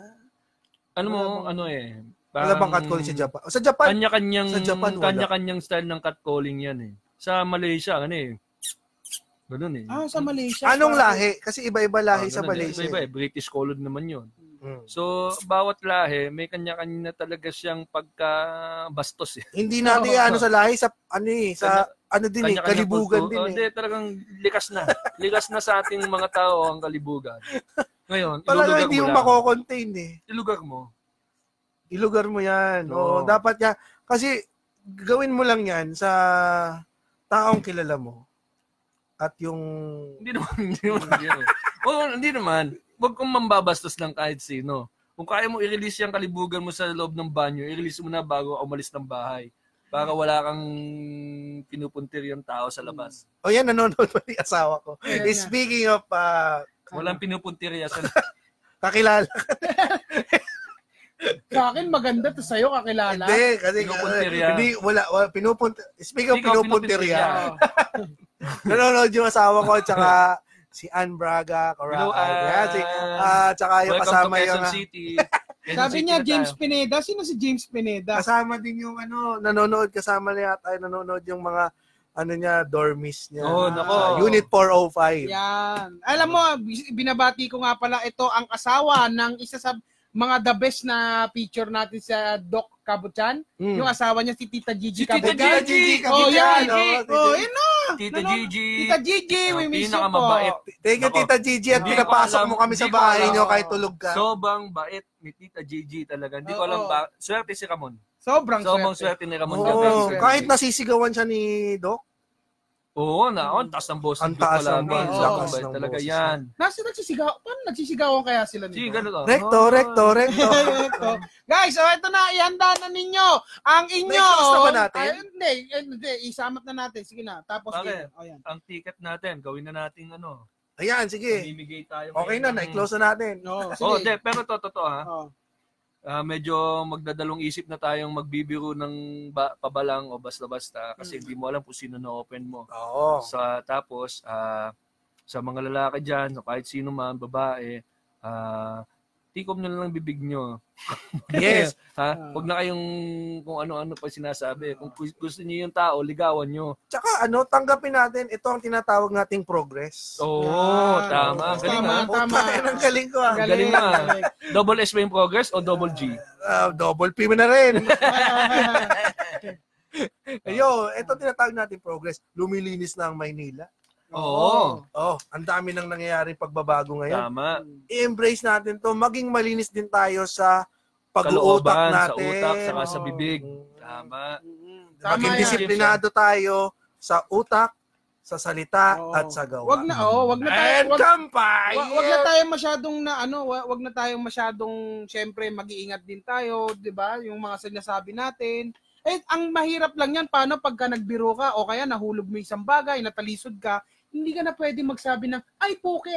Ano mo,
Wala bang-
ano eh.
Wala
parang
bang catcalling sa Japan? Sa Japan,
Kanya-kanyang,
Sa Japan, wala.
kanya-kanyang style ng catcalling yan eh. Sa Malaysia, ano eh. Ganun eh.
Ah, sa Malaysia.
anong
sa-
lahi? Kasi iba-iba lahi
Ah,
sa
ganun eh.
Malaysia.
Iba, iba, eh. British colon naman yun.
Mm.
So, bawat lahi, may kanya-kanya talaga siyang pagkabastos eh.
Hindi natin
Oo.
ano sa lahi, sa ano eh, sa ano din eh,
Kanya-kanya
kalibugan
kultu- Oh,
din
Hindi,
eh.
talagang likas na. likas na sa ating mga tao ang kalibugan. Ngayon,
Talaga
ilulugar
hindi
mo
mo
lang.
makocontain eh.
Ilugar mo.
Ilugar mo yan. Oo,
Oo.
dapat yan. Kasi gawin mo lang yan sa taong kilala mo. At yung...
Hindi naman, hindi naman. Hindi naman. Oo, hindi naman. Huwag kang mambabastos lang kahit sino. Kung kaya mo i-release yung kalibugan mo sa loob ng banyo, i-release mo na bago ka umalis ng bahay. Para wala kang pinupuntir yung tao sa labas.
O yan, nanonood pa yung asawa ko.
Ayan
Eh,
na.
Speaking of ah,
Walang pinupuntirya sa
kakilala.
Sa akin, maganda to sa'yo, kakilala.
Hindi, kasi
Pinupuntirya.
hindi, wala, wala pinupunt, speaking of
Hindi ko
pinupuntirya,
pinupuntirya.
Oo.
nanonood yung asawa ko, tsaka si Ann Braga, Cora
Hello, Ann.
Alvarez, si, ah, tsaka yung
Welcome
kasama
to
yung, ah,
Quezon City. Quezon
Sabi
City
niya,
na
James
tayo. Ah,
Pineda. Sino si James Pineda?
kasama din yung ano, nanonood, kasama niya tayo, nanonood yung mga, ano niya, dormies niya. Sa
Oo, Oh, nako.
Unit 405.
Yan. Alam mo, bis- binabati ko nga pala ito ang asawa ng isa sa mga the best na picture natin sa Doc Kabuchan.
Mm.
Yung asawa niya si Tita Gigi
Hmm. Si Tita
Kabuchan.
Gigi!
Oh, yan.
Kapitan,
Oh,
oh.
yun na.
Tita
Nanon-
Gigi.
Tita Gigi, we
Ang
miss you po.
pinakamabait.
Thank you,
Nako.
Tita Gigi, at
Hindi ko
pinapasok
alam,
mo kami sa
hindi ko
bahay
alam.
niyo kahit tulog ka.
Sobrang bait ni Tita Gigi talaga. Hindi
Oo.
ko alam ba. Swerte si Ramon.
Sobrang
Sobrang
swerte.
swerte ni Ramon.
Oo,
Gabriel.
swerte.
kahit nasisigawan siya ni Doc.
Oo, na. Ang taas ng boses.
Ang
ko
taas
pala.
ng
Ang
boses.
sobrang
Lakas
bait
ng
talaga
boses.
yan.
Nasa nagsisigaw, paano nagsisigawan kaya sila nito?
Sige, ganun ah. ka.
Recto,
Oo.
recto, recto.
Ito. Guys, oh, ito na, ihanda na ninyo ang inyo.
Na-close na ba natin?
Ay, hindi, eh, hindi, isamat na natin. Sige na, tapos
Bakit?
yun. Oh, yan.
Ang ticket natin, gawin na natin ano.
Ayan, sige.
Mamimigay tayo.
Okay na, na-close
na-close.
na natin.
No, sige.
Oh, de, pero to, totoo ha.
Oh.
Ah, medyo magdadalong isip na tayong magbibiro ng ba- pabalang o
Mm.
basta-basta kasi hindi mo alam kung sino na-open mo.
Oo.
Sa tapos ah, sa mga lalaki diyan, kahit sino man, babae, ah, tikom nyo na lang bibig nyo.
Yes.
Ah.
ha? Huwag na kayong kung ano-ano pa sinasabi. Kung gu- gusto niyo yung tao, ligawan nyo.
Tsaka ano, tanggapin natin, ito ang tinatawag nating progress.
Oo,
Yan.
Oh, tama.
Oo,
Galing ah.
Tama,
ha?
Oh,
tama.
tayo, Ang galing ko. ah.
Ang galing na.
galing.
Double S ba yung progress o double G?
Ah, double P mo na rin.
Ah,
Ayo, ito tinatawag natin progress. Lumilinis na ang Maynila.
Oo,
Oh, ang dami nang nangyayari pagbabago ngayon.
tama.
i-embrace natin to maging malinis din tayo sa pag-uutak
Kalooban, sa
natin.
utak, saka sa
Oo.
bibig.
Mm.
Tama.
Tama
maging
yan.
disiplinado tayo sa utak, sa salita,
Oo.
at sa gawa.
Wag na, oh, wag na tayo.
And
Wag,
kampay!
wag, wag na tayo masyadong na ano, wa- wag na tayo masyadong syempre mag-iingat din tayo, 'di ba? Yung mga sinasabi natin. Eh, ang mahirap lang 'yan paano pagka nagbiro ka o kaya nahulog mo isang bagay, natalisod ka, hindi ka na pwede magsabi ng ay poke.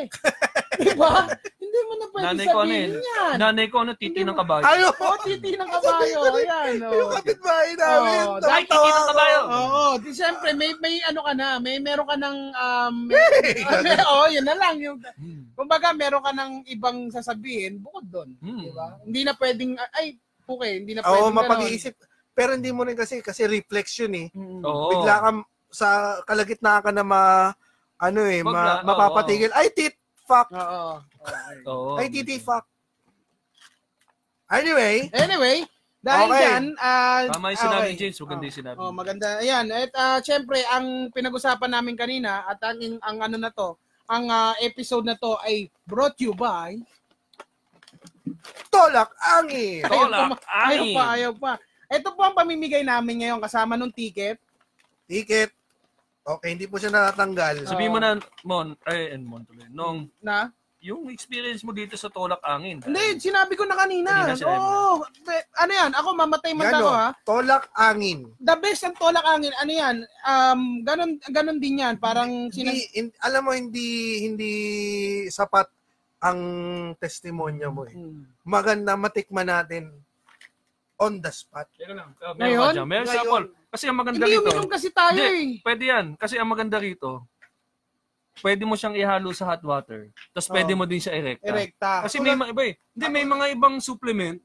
'Di ba? Hindi mo na pwede
Nanay ko ano
sabihin
eh.
'yan.
Nanay ko, ano, titi
Hindi
ng
mo-
kabayo.
Ayo!
Oh, titi ng kabayo.
ano eh.
Ayan, oh.
Yung kapitbahay namin!
Oo,
tawang-tawa
Oh, dahil titi ng
ako.
kabayo.
Oo, di syempre may may ano ka na, may meron ka ng um, may, oh, yun na lang yung
Hmm.
kumbaga meron ka ng ibang sasabihin bukod doon,
Hmm.
di ba? Hindi na pwedeng ay okay, hindi na
Oo,
pwedeng
mapag-iisip. Pero hindi mo rin kasi, kasi reflection eh.
Oo.
Bigla ka, sa kalagitnaan ka na ma, ano eh,
Wag
ma,
na, oo.
mapapatigil. Ay, tit! Fuck!
Oo.
Oo.
Ay, titi, fuck! Anyway,
Anyway, dahil
Okay.
dyan, ah,
Tama yung sinabi ni
okay.
James, maganda yung sinabi.
Oh, maganda. Ayan, at ah, syempre ang pinag-usapan namin kanina at ang ang ano na to, ang ah, episode na to ay brought to you by
Tolak Angin.
Ayaw
Tolak
pa, ma- ayaw
angin.
pa, ayaw pa. Ito po ang pamimigay namin ngayon kasama nung ticket.
Ticket. Okay, hindi po siya natatanggal.
Ah.
Sabi mo na, Mon, ay, and Mon tuloy, nung,
Na?
yung experience mo dito sa Tolak Angin.
Hindi, sinabi ko na kanina.
Kanina eh, sinabi mo.
Oo. Pe- ano yan? Ako, mamatay man
Yan,
ako,
oh.
ha?
Tolak angin.
The best ang tolak angin, ano yan? Um, ganon, ganon din yan. Parang, sinas-
Hindi, hin- alam mo, hindi, hindi sapat ang testimonya mo eh.
Hmm.
Maganda matikman natin on the spot.
Teka lang. Ah, meron
Ngayon?
ka dyan. Meron sa
Ngayon.
call. Kasi ang maganda
hindi
rito.
uminom kasi tayo eh.
Hindi, pwede yan. Kasi ang maganda rito, pwede mo siyang ihalo sa hot water. Tapos pwede
Oo.
mo din siya erecta.
Ah. Erecta.
Kasi may mga iba eh. Hindi, may mga ibang supplement.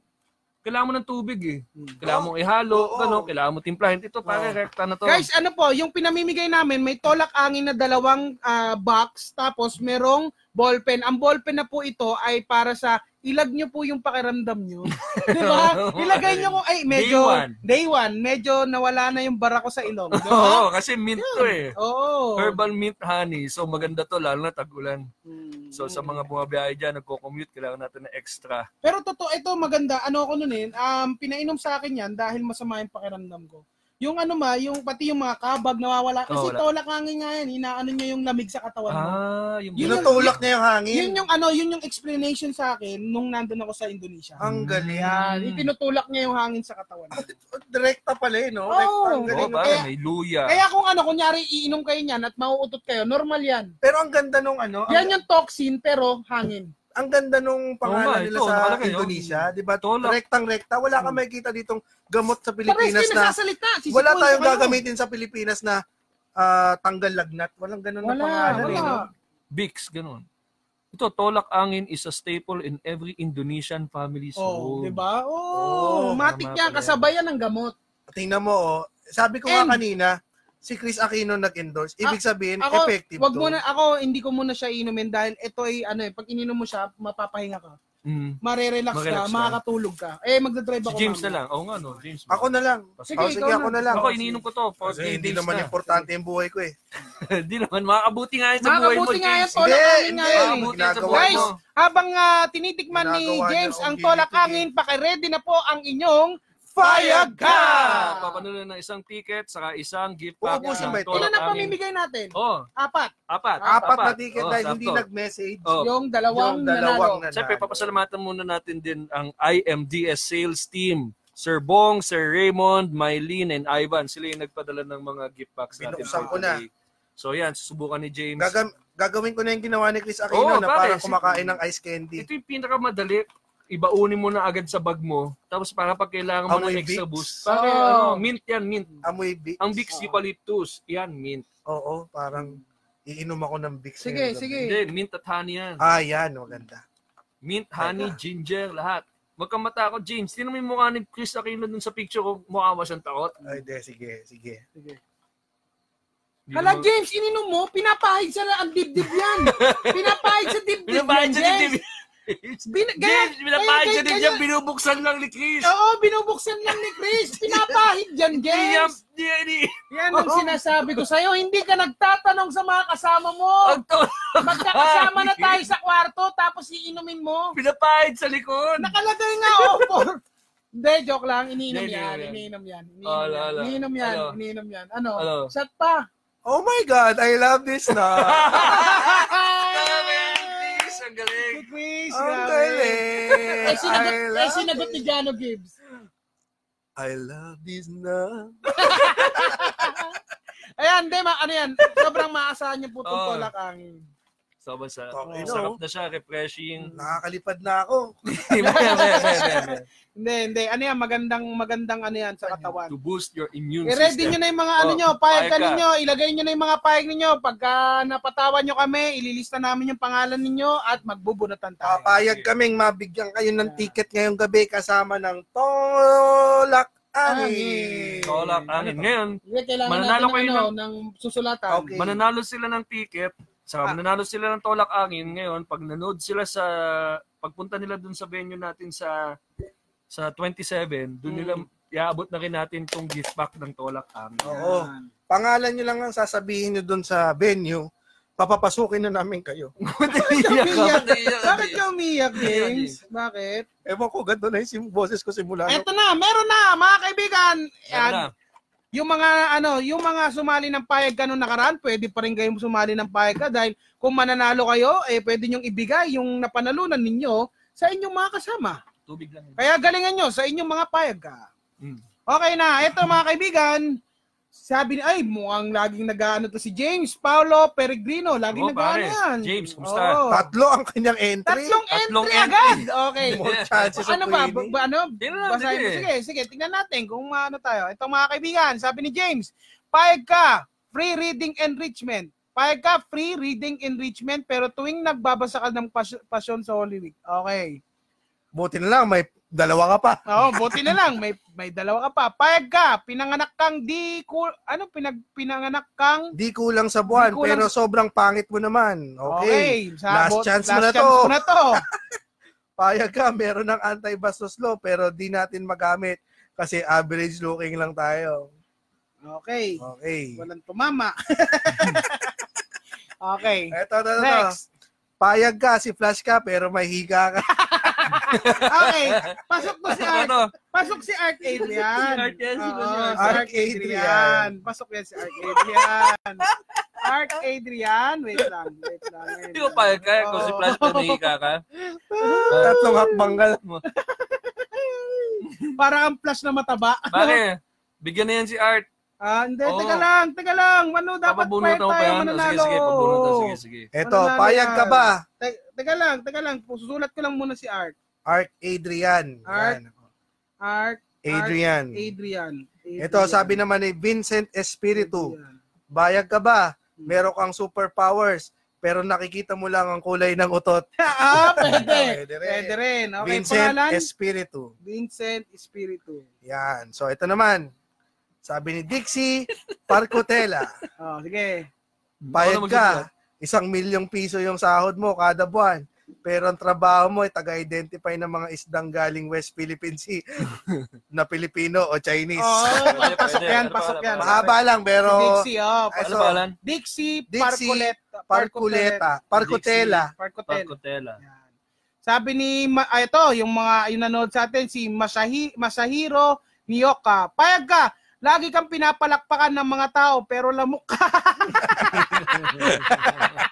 Kailangan mo ng tubig eh. Kailangan mo ihalo,
Oo.
gano'n. Kailangan mo timplahin. Ito, para
Oo.
erecta na to.
Guys, ano po, yung pinamimigay namin, may tolak angin na dalawang ah, box, tapos merong ballpen. Ang ballpen na po ito ay para sa ilag nyo po yung pakiramdam nyo. Di ba? Ilagay nyo kung, ay, medyo,
Day one.
day one, medyo nawala na yung bara ko sa ilong. Di ba?
Oo, kasi mint to eh.
Oo.
Herbal mint honey. So maganda to, lalo na tag-ulan.
Hmm.
So sa mga bumabiyahe dyan, nagko-commute, kailangan natin ng extra.
Pero totoo, ito maganda. Ano ako nun eh, um, pinainom sa akin yan dahil masama yung pakiramdam ko. Yung ano ma, yung pati yung mga kabag nawawala. Kasi
Nawawala.
tolak angin nga yan, inaano niya yung lamig sa katawan mo.
Ah,
Ano? Yun
yung
Yun
ang-
ang tulak niya yung hangin.
Yun yung ano, yun yung explanation sa akin nung nandun ako sa Indonesia.
Ang galing.
Yan,
Hmm.
itinutulak niya yung hangin sa katawan.
Ah. Direkta pala eh, no?
Oo.
Rekta, ang
Oo,
galing.
ba?
parang may luya.
Kaya kung ano, kunyari iinom kayo niyan at mauutot kayo, normal yan.
Pero ang ganda nung ano, ang,
Yan yung toxin pero hangin.
ang ganda nung
Oo
pangalan
nga,
nila
ito,
sa
nakalagay, oh. Hmm.
Indonesia, 'di ba?
Tolak.
Rektang-rekta, wala kang makikita ditong gamot sa
Pares
Pilipinas
kayo
na
nagsasalita. sisipuin ano.
wala
ko
tayong
kayo.
gagamitin sa Pilipinas na ah, tanggal lagnat. Walang ganun na
Wala,
pangalan. eh,
wala.
no?
Bix, ganun. Ito, tolak angin is a staple in every Indonesian family's
Oh,
home.
di ba? Oh,
Oo,
matik yan,
tama pala yan.
kasabayan ng gamot.
Tingnan mo, oh. sabi ko nga
And- Ah,
kanina, si Chris Aquino nag-endorse. Ibig sabihin,
Ako,
effective
wag
to.
muna, ako, hindi ko muna siya inumin dahil ito ay, ano eh, pag ininom mo siya, mapapahinga ka.
Mm.
Marerelax ka,
Marelax ka.
makakatulog ka. Eh, magdadrive
Si
ako.
James na
mamaya.
lang. Oo nga, no. James.
Ako na lang.
Sige,
Oh, sige,
ikaw
ako
na.
na lang.
Ako, iniinom ko to. for
Kasi hindi
days
naman
na.
importante yung buhay ko eh.
Hindi naman. Makakabuti nga yan sa buhay mo,
Makakabuti nga yan,
James.
tolak angin
Hindi,
nga
hindi.
yan. eh.
Makakabuti yan sa
Ginagawa
buhay
Guys,
mo.
habang ah, tinitikman ni
Ginagawa niya
James
ang
ang tolak
guilty
angin, paki-ready na po ang inyong
Fire
Fayaga!
Papanulo ng isang ticket, saka isang gift pack.
Uubusin
ng
ba ito?
tolak
Ilan ang
angin.
pamimigay natin?
Oo,
Apat.
apat.
Apat na ticket
Oo,
dahil hindi
Ah, Oh, sakto.
nag-message.
Oo.
Yung dalawang, nanalo.
Siyempre, papasalamatan muna natin din ang IMDS sales team. Sir Bong, Sir Raymond, Mylene, and Ivan. Sila yung nagpadala ng mga gift packs natin.
Binuksan
for
ko na.
today. So yan, susubukan ni James.
Gagam gagawin ko na yung ginawa ni Chris Aquino
Oo,
na
pare,
parang
si-
kumakain ng ice candy.
Ito yung pinakamadali. Ibaunin mo na agad sa bag mo. Tapos para pag kailangan mo
Amoy
ng extra
Vicks.
boost. Pare,
Oo.
ano, mint yan, mint.
Amoy Vicks.
Ang Vicks Eucalyptus, yan, mint.
Oo, parang iinom ako ng Vicks.
Sige,
ngayon.
sige.
Hindi, mint at honey yan.
Ah, yan. Maganda.
Mint, honey, ginger, lahat. Huwag kang matakot, James. Tinan mo yung mukha ni Chris Aquino dun sa picture ko. Mukha mo siyang takot.
Ay, de, sige, sige.
Hindi
Hala,
naman-
James, ininom mo, pinapahid sa ang dibdib yan. pinapahid sa dibdib yan,
Pinapahid siya
James.
ni James.
Bin-
James, pinapahid siya ni
kaya-
James. Binubuksan lang ni Chris.
Oo, binubuksan lang ni Chris. Pinapahid yan,
James!
James.
Di yan eh.
Yan ang
Oo.
sinasabi ko sa'yo. Hindi ka nagtatanong sa mga kasama mo.
Ang to-
Magkakasama na tayo sa kwarto, tapos iinumin mo.
Pinapahid sa likod.
Nakalagay nga, oh, for... Hindi, joke lang. Iniinom
Hindi,
yan,
iniinom yan.
iniinom yan.
Ala, ala.
Iniinom yan,
Ano?
iniinom yan. Ano?
Ano?
Shot pa.
Oh my God, I love this na.
Chris, ang galing.
Si Chris,
Ang
grabe.
galing.
Eh, sinagot,
I
eh,
love
sinagot ni
this.
Jano Gibbs.
I love this na.
Ayan, hindi, ma- ano yan. Sobrang maasahan niyo po itong
Oo.
tolak angin.
Sobrang sarap.
Okay, no?
Sarap na siya, refreshing.
Nakakalipad na ako.
Ayan, ayan, ayan, ayan, ayan.
Hindi, hindi. Ano yan, magandang, magandang ano yan sa katawan.
To boost your immune
I-ready
system.
nyo na yung mga ano
Oh,
nyo, payag
payag
ka
ka.
ninyo, ilagay nyo na yung mga payag ninyo. Pagka napatawan nyo kami, ililista namin yung pangalan ninyo at magbubunatan tayo.
Papayag kaming mabigyan kayo ng ticket ngayong gabi kasama ng Tolak Ani.
Ani.
Tolak angin. Ngayon,
Hindi, kailangan
Mananalo
natin
kayo
ng, ano, ng susulatan.
Okay.
mananalo sila ng ticket.
Ah.
Saka mananalo sila ng tolak angin. Ngayon, pag nanood sila sa... Pagpunta nila dun sa venue natin sa sa 27, dun nila
Mm.
iaabot na rin natin tong gift pack ng tolak angin.
Oo. Pangalan nyo lang ang sasabihin nyo doon sa venue. Papapasukin na namin kayo.
Iyak ka,
Umiyak.
iyak ka.
Bakit ka umiyak,
Ano
James? Bakit?
Ewan ko, ganito na yung boses ko simula. nung-
Eto na, meron na, mga kaibigan. Yan.
Yan na.
Yung mga ano, yung mga sumali ng payag ka nung nakaraan, pwede pa rin kayong sumali ng payag ka dahil kung mananalo kayo, eh pwede niyong ibigay yung napanalunan ninyo sa inyong mga kasama.
Tubig lang. yun.
Kaya galingan nyo sa inyong mga payag ka.
Mm.
Okay na, ito mga kaibigan. Sabi ni, ay, mukhang laging nag-ano to si James, Paolo, Peregrino. Laging
Oo,
nag-ano
pare.
yan.
James, kumusta?
Oo.
Tatlo ang kanyang entry.
Tatlong
Tatlong
entry
entry.
agad. Okay.
More chances
ano
of
ba?
winning.
Ba- ano?
Tingnan natin,
Basahin mo.
eh.
Sige, sige. Tingnan natin kung maano tayo. Ito mga kaibigan, sabi ni James, payag ka, free reading enrichment. Payag ka, free reading enrichment, pero tuwing nagbabasa ka ng pas- Passion sa Holy Week. Okay.
Buti na lang, may dalawa ka pa.
Oo, buti na lang. May, may dalawa ka pa. Payag ka, pinanganak kang di... Cool, ano? Pinag, pinanganak kang...
Di kulang sa
Di
buwan,
kulang
pero sobrang pangit mo naman. Okay.
Okay.
Last
bot-
chance mo na
chance
to.
mo na to.
Payag ka, meron ng anti-bastos law, pero di natin magamit kasi average looking lang tayo.
Okay.
Okay.
Walang tumama. okay.
Eto, eto, eto.
Next.
Payag ka, si Flash ka, pero may higa ka.
Okay. Pasok to si Art.
Ano?
Pasok si Art Adrian.
Si Art yan, sino
Oo,
yan?
si Art
Art Adrian.
Adrian. Pasok yan si Art Adrian. Art Adrian. Wait lang. Wait lang. wait
Hindi ko
lang.
payag ka. eh, Kung si
Oo.
Flash na hika ka.
Tatlong hakbang ka
Ano
lang.
Parang ang flash na mataba.
Bakit? Bigyan na yan si Art.
Ah, hindi.
Oo.
Teka lang. Teka lang. Ano, dapat
Papabunutan
pwede
mo pa
tayo
yan. O, Sige,
mananalo.
sige. Pabunutan. Sige, sige.
Eh,
Eto,
Mananalo
payag ka
yan.
ba?
Te- Teka lang. Teka lang. Susulat ko lang muna si Art.
Art Adrian.
Art
Yan.
Art
Adrian.
Adrian.
Ito, sabi naman ni Vincent Espiritu.
Adrian. Hmm.
Bayag ka ba? Meron kang superpowers, pero nakikita mo lang ang kulay ng utot.
ah, pwede.
Pwede rin.
Pwede rin. Okay,
Vincent
pangalan?
Espiritu.
Vincent Espiritu.
Yan. So, ito naman. Sabi ni Dixie Parcotela,
Oh, sige.
bayad
Ako na
ka,
magsusulat.
isang milyong piso yung sahod mo kada buwan. Pero ang trabaho mo ay taga-identify ng mga isdang galing West Philippine Sea na Pilipino o Chinese.
Oh,
Pwede,
pasok
pwede.
yan,
Ano
pasok
pa,
yan.
ano pa?
Mahaba lang, pero
Dixie, oh.
Ay,
Pas-
Ano
so,
pangalan?
Dixie,
Dixie
Parcoleta.
Parculeta, Parcotela.
Parcoleta.
Pagkotela.
Yan. Sabi ni, ma- ah, ito, yung mga, yung nanood sa atin, si Masahi, Masahiro Miyoka. Payag ka, lagi kang pinapalakpakan ng mga tao, pero lamok ka.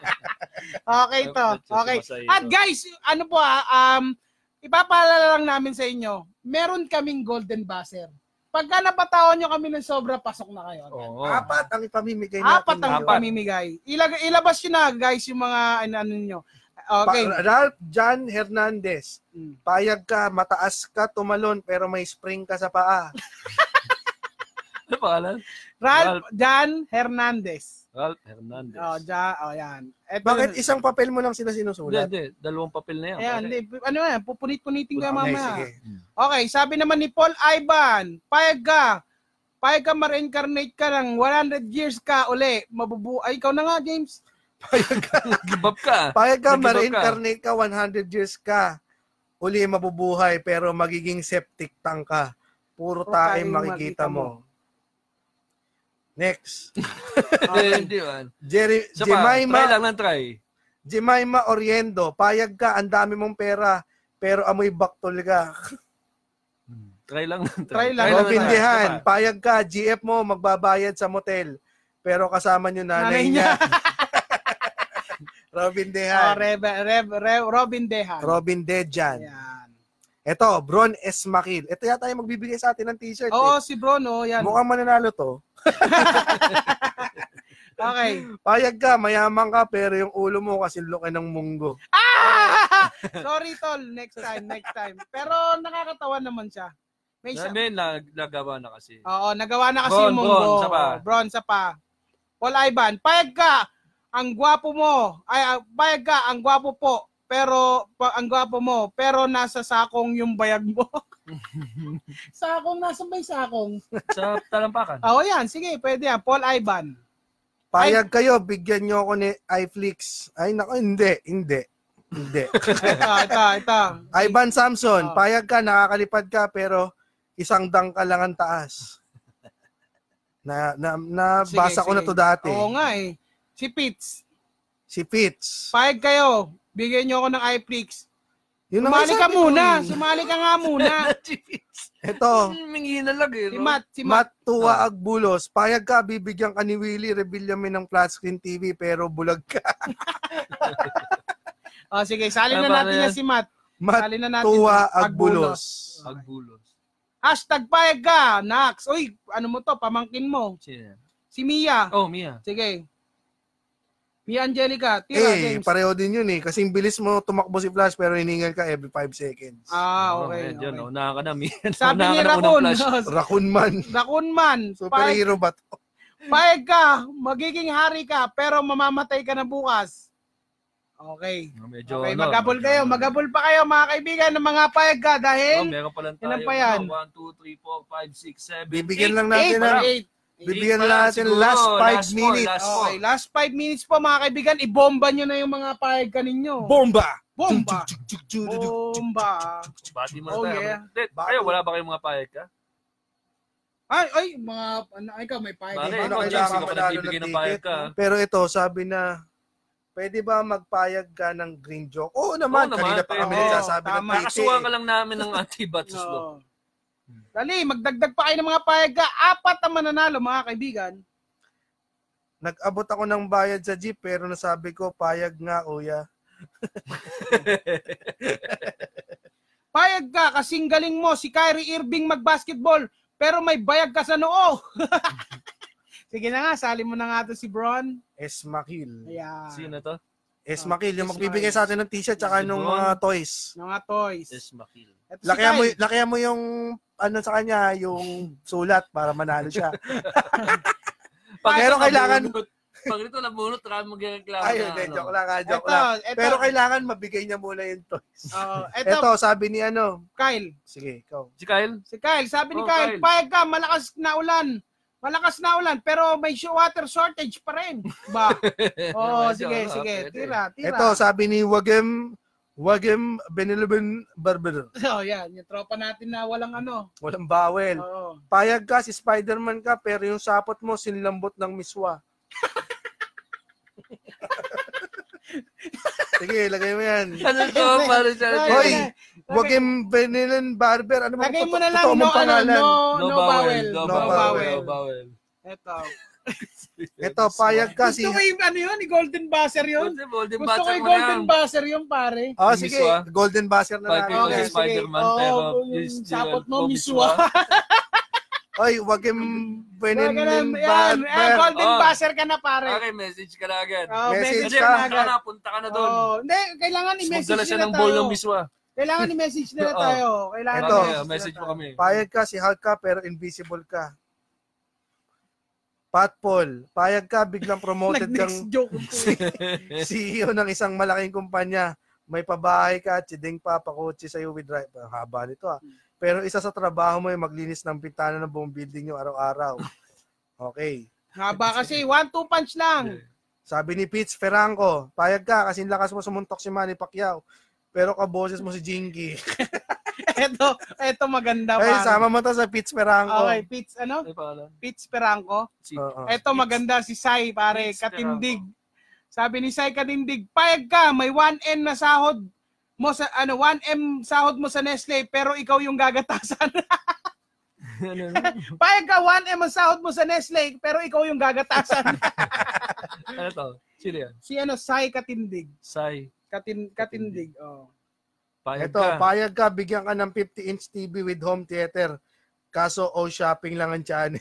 okay to. Okay. At guys, ano po ah, um, ipapaalala lang namin sa inyo, meron kaming golden buzzer. Pagka napatawan nyo kami ng sobra, pasok na kayo.
Oo.
Apat ang ipamimigay natin.
Apat ang
ngayon.
Apat.
pamimigay. Ilag ilabas nyo na guys yung mga ano, ano nyo. Okay.
Pa- Ralph John Hernandez,
Mm.
payag ka, mataas ka, tumalon, pero may spring ka sa paa.
Ano pangalan?
Ralph Jan Hernandez.
Ralph Hernandez.
Oh, ja, oh, yan. Eto,
Bakit isang papel mo lang sila
Hindi,
sinusulat?
hindi. Dalawang papel na yan.
Ayan,
pare.
di, ano yan, pupunit-punitin ka
Okay,
Okay,
mamaya.
sige.
Okay, sabi naman ni Paul Ivan, payag ka. Payag ka ma-reincarnate ka ng 100 years ka uli. Mabubu ay, ikaw na nga, James.
Give up ka.
Payag ka,
Nag-give up ka.
ma-reincarnate ka, 100 years ka. Uli mabubuhay, pero magiging septic tank ka. Puro
Puro
tae
tae
makikita
makikita
mo. Next.
Hindi,
Okay.
Hindi man.
Jerry,
Isa pa, try
Jemima,
lang ng try.
Jemima Oriendo, payag ka, ang dami mong pera, pero amoy baktol ka.
Try lang ng
Try
try.
lang.
ng try.
Robindihan,
Isa pa.
payag ka, GF mo, magbabayad sa motel, pero kasama niyo nanay,
Nanay niya.
niya.
Oh,
Robindihan,
Rev, Rev, Rev, Robin Dehan.
Robin Dejan.
Ayan.
Ito, Bron Esmaquil. Ito yata yung magbibigay sa atin ng t-shirt. eh.
Oo, si Bruno, yan.
Mukhang mananalo to.
Okay.
Payag ka, mayaman ka, pero yung ulo mo kasi laki ng munggo.
Ah! Sorry, tol. Next time, next time. Pero nakakatawa naman siya. May siya.
Sabi, nag- nagawa na kasi.
Oo, nagawa na kasi
Bron,
yung munggo.
bronze pa.
Bronze pa. Paul Ivan, payag ka. Ang gwapo mo. Ay, ah, payag ka. Ang gwapo po. Pero, pa- ang gwapo mo. Pero nasa sakong yung bayag mo. sakong, nasa ba yung sakong?
Sa talampakan.
Oo, yan. Sige, pwede yan. Paul Ivan.
Payag kayo, bigyan nyo ako ni iFlix. Ay, nako, hindi, hindi, hindi.
Ito, ito, ito.
Ivan Samson,
Oh.
payag ka, nakakalipad ka, pero isang dang ka lang ang taas. Na, na, na
Sige,
basa ko na
sige.
to dati.
Oo nga eh. Si Pitts.
Si Fitz.
Payag kayo. Bigyan nyo ako ng iFlix.
Yun ang
Sumali ka
sabi ko
muna.
eh.
Sumali ka nga muna.
Ito,
Mingi na lang
Ah.
eh.
Si
no?
Matt. Si Matt.
Matt
Ah.
Tua Agbulos, payag ka, bibigyan ka ni Willie Revillamin ng flat screen TV, pero bulag ka.
O sige, salin na
Tama na
natin
Ano yan.
yan si Matt. Sali na natin.
Matuwa
ang
Agbulos.
Agbulos.
Hashtag payag ka, Nax. Uy, ano mo to? Pamangkin mo.
Sino?
Si Mia.
Oh, Mia.
Sige. Mia Angelica. Tira,
Eh,
James.
pareho din yun eh. Kasi yung bilis mo tumakbo si Flash pero hiningal ka every 5 seconds.
Ah,
Oh,
okay.
ayan, Yun,
okay.
oh, naka ka na, Mia.
Sabi
Naka
ni
ka na unang
Rakun.
flash.
Raccoon man.
Rakun man. Payag,
Superhero ba to?
payag ka. Magiging hari ka, pero mamamatay ka na bukas. Okay.
Oh, medyo,
Okay,
ano,
magabol
medyo,
kayo.
ano.
Magabol pa kayo, mga kaibigan, ng mga payag ka.
Oh,
Dahil...
meron pa lang tayo. ano,
Ilan pa yan?
1, 2, 3, 4, 5, 6, 7,
Bibigyan lang
Eight,
natin
na-
ng
eight.
Bibigyan lang natin last five minutes.
Okay, last five minutes po mga kaibigan, ibomba nyo na yung mga payag ka ninyo.
bomba.
Bomba!
Bomba.
Bomba!
Bati mo na
Oh,
tayo. ano.
yeah.
Hindi,
Bati.
Kayo, wala ba kayong mga payag ka?
Ay, ay, mga, ano, ay ka, may payag. ka
Bakit?
Bakit?
ba?
Ikaw,
Ano
James,
kailangan
ikaw pa
manalo ng
nagbibigay ng
ticket,
payag ka.
Pero ito, sabi na, pwede ba magpayag ka ng green joke? Oo naman,
Oo naman,
kanina pa kami
pwede.
nagsasabi ng
Tama.
ticket. eh.
Nakasuha ka lang namin ng anti-batus law.
No. Dali, magdagdag pa kayo ng mga payag ka. Apat ang mananalo, mga kaibigan.
Nag-abot ako ng bayad sa jeep pero nasabi ko, payag nga, uya.
Payag ka, kasing galing mo, si Kyrie Irving mag-basketball, pero may bayag ka sa noo. Sige na nga, sali mo na nga to si Bron.
Esmakil.
Ayan.
Sino to?
Esmakil, yung
Esmakil.
magbibigay sa atin ng t-shirt tsaka
Si
nung
Bon.
mga toys.
Mga toys.
Yes, Makil.
Eto si
Lakihan mo,
Kyle.
lakihan mo yung ano sa kanya, yung sulat para manalo siya. Pero kailangan-
Pag ito nabunot, kami magreklamo
Ayun,
na,
de,
ano.
joke lang ha, joke
Eto,
lang.
eto,
Pero kailangan mabigay niya muna yung toys.
Oo, eto,
Ito, sabi ni ano,
Kyle.
sige, ikaw.
Si Kyle?
Si Kyle, sabi ni
Oh,
Kyle,
Kyle.
payag ka, malakas na ulan. Malakas na ulan, pero may sh- water shortage pa rin. Ba? Oo,
Medyo,
sige,
ano,
sige.
pwede.
Tira, tira.
Ito, sabi ni Wagem, Wagem Benilben Barber.
So, Oh, yan. Yung tropa natin na walang ano.
Walang bawel.
Oo.
Payag ka, si Spider-Man ka, pero yung sapot mo, sinlambot ng miswa. Sige, lagay mo yan.
Ano to? Para sa
Hoy!
Lagay-
Wagem Benilen Barber. Ano ba?
Lagay mo
totoo-
na lang,
totoo
no,
mong
ano,
pangalan?
no,
No,
no,
bawel.
bawel.
No,
No
bawel.
bawel.
No bawel.
Ito.
Ito, payag ka si...
Gusto ko yung ano yun, yung golden buzzer yun.
Golden, golden
Gusto
buzzer
ko yung
mo lang.
golden buzzer yun, pare.
Ah,
Yung
sige.
miswa.
Golden Buzzer na
Payag
lang.
ko
Okay.
si Spider-Man,
Oo,
pero...
yung
is-
sapot mo,
oh,
miswa.
Hoy, Wagem
Wag ka na, yan,
Benilen
eh,
Barber.
golden
Oh.
buzzer ka na, pare.
Okay, message ka na agad.
Oh,
Message
message,
Kasi
ka na
ka.
punta ka
agad.
na, punta ka na doon.
Oh, hindi, kailangan i-message
Magdala siya
nila
ng ball
tayo.
ng miswa.
Kailangan i-message nila
Oo.
tayo. Kailangan
Ito.
Kami,
i-message
message
nila
mo
tayo.
kami.
Payag ka si Hulk ka pero invisible ka. Pat Paul, payag ka biglang promoted
Nag-next
kang
joke. eh.
CEO ng isang malaking kumpanya. May pabahay ka, tsiding pa, pakotse sa'yo with drive. Ang haba nito ah. Pero isa sa trabaho mo ay maglinis ng pintana ng buong building nyo araw-araw. Okay.
Haba kasi, one, two punch lang.
Sabi ni Pitts Ferranco, payag ka kasi lakas mo sumuntok si Manny Pacquiao. Pero kaboses mo si Jinky.
Ito, ito maganda
Ay,
pare.
sama mo to sa Pitts Ferranco.
Okay, Pits, ano?
Ay, pala.
Pits Perangco.
Si
Oo.
Ito maganda si Sai, pare,
Pits
katindig. Sabi ni Sai katindig, payag ka, may 1M na sahod mo sa ano 1M sahod mo sa Nestle pero ikaw yung gagatasan.
Ano,
payag ka 1M ang sahod mo sa Nestle pero ikaw yung gagatasan.
ano to? Sino yan?
si ano Sai katindig.
Sai.
Katin katindig. Oh.
Payag
Ito,
ka.
payag ka, bigyan ka ng 50-inch TV with home theater. Kaso, oh, shopping lang ang channel.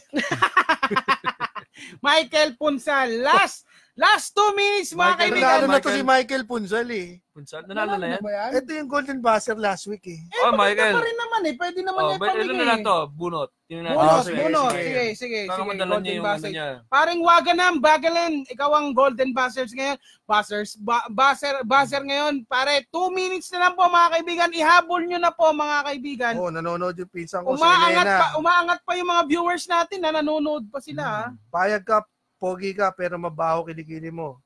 Michael Punsal, last last two minutes mga
Michael,
kaibigan.
Nanalo na to
Michael.
si Michael Punzal eh.
Punsan, nanalo na yan?
ba yan?
Ito yung Golden Buzzer last week eh.
Eh,
Eh,
oh,
Oh, Michael.
pa rin naman eh. Pwede naman
Oh,
eh.
but
panig
ano
eh.
na lang to? Bunot. Yun na.
Bunot,
Ah, sige,
bunot.
sige.
Sige, sige, sige.
Baka madala niya
Golden
yung ano
Buzzers.
niya.
Paring Waganam, Bagalan, ikaw ang Golden Buzzers ngayon. Buzzers, ba- buzzer, buzzer ngayon. Pare, two minutes na lang po mga kaibigan. Ihabol nyo na po mga kaibigan.
Oh, nanonood yung pinsan ko si
umaangat, pa,
Elena.
umaangat pa yung mga viewers natin na nanonood pa sila. ha.
Hmm.
Payag ka, pogi ka, pero mabaho kilikili mo.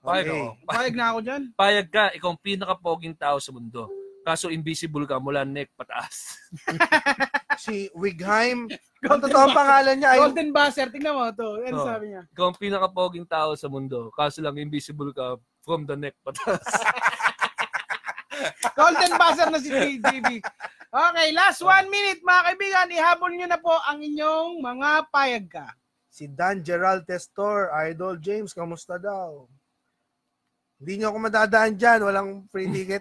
Payag
Okay.
ako.
Payag na ako dyan.
Payag ka, ikaw ang pinakapoging tao sa mundo. Kaso invisible ka mula neck pataas.
Si Wigheim, ang
Golden
totoong
Buzzer.
pangalan niya ay...
Golden Buzzer, tingnan mo to. Ano
Oh.
sabi niya?
ikaw ang pinakapoging tao sa mundo. Kaso lang invisible ka from the neck pataas.
Golden buzzer na si JB. Okay, last
Oh.
one minute mga kaibigan. Ihabol nyo na po ang inyong mga payag ka.
Si Dan Gerald Testor, Idol James, kamusta daw? Hindi niyo ako madadaan dyan. Walang free ticket.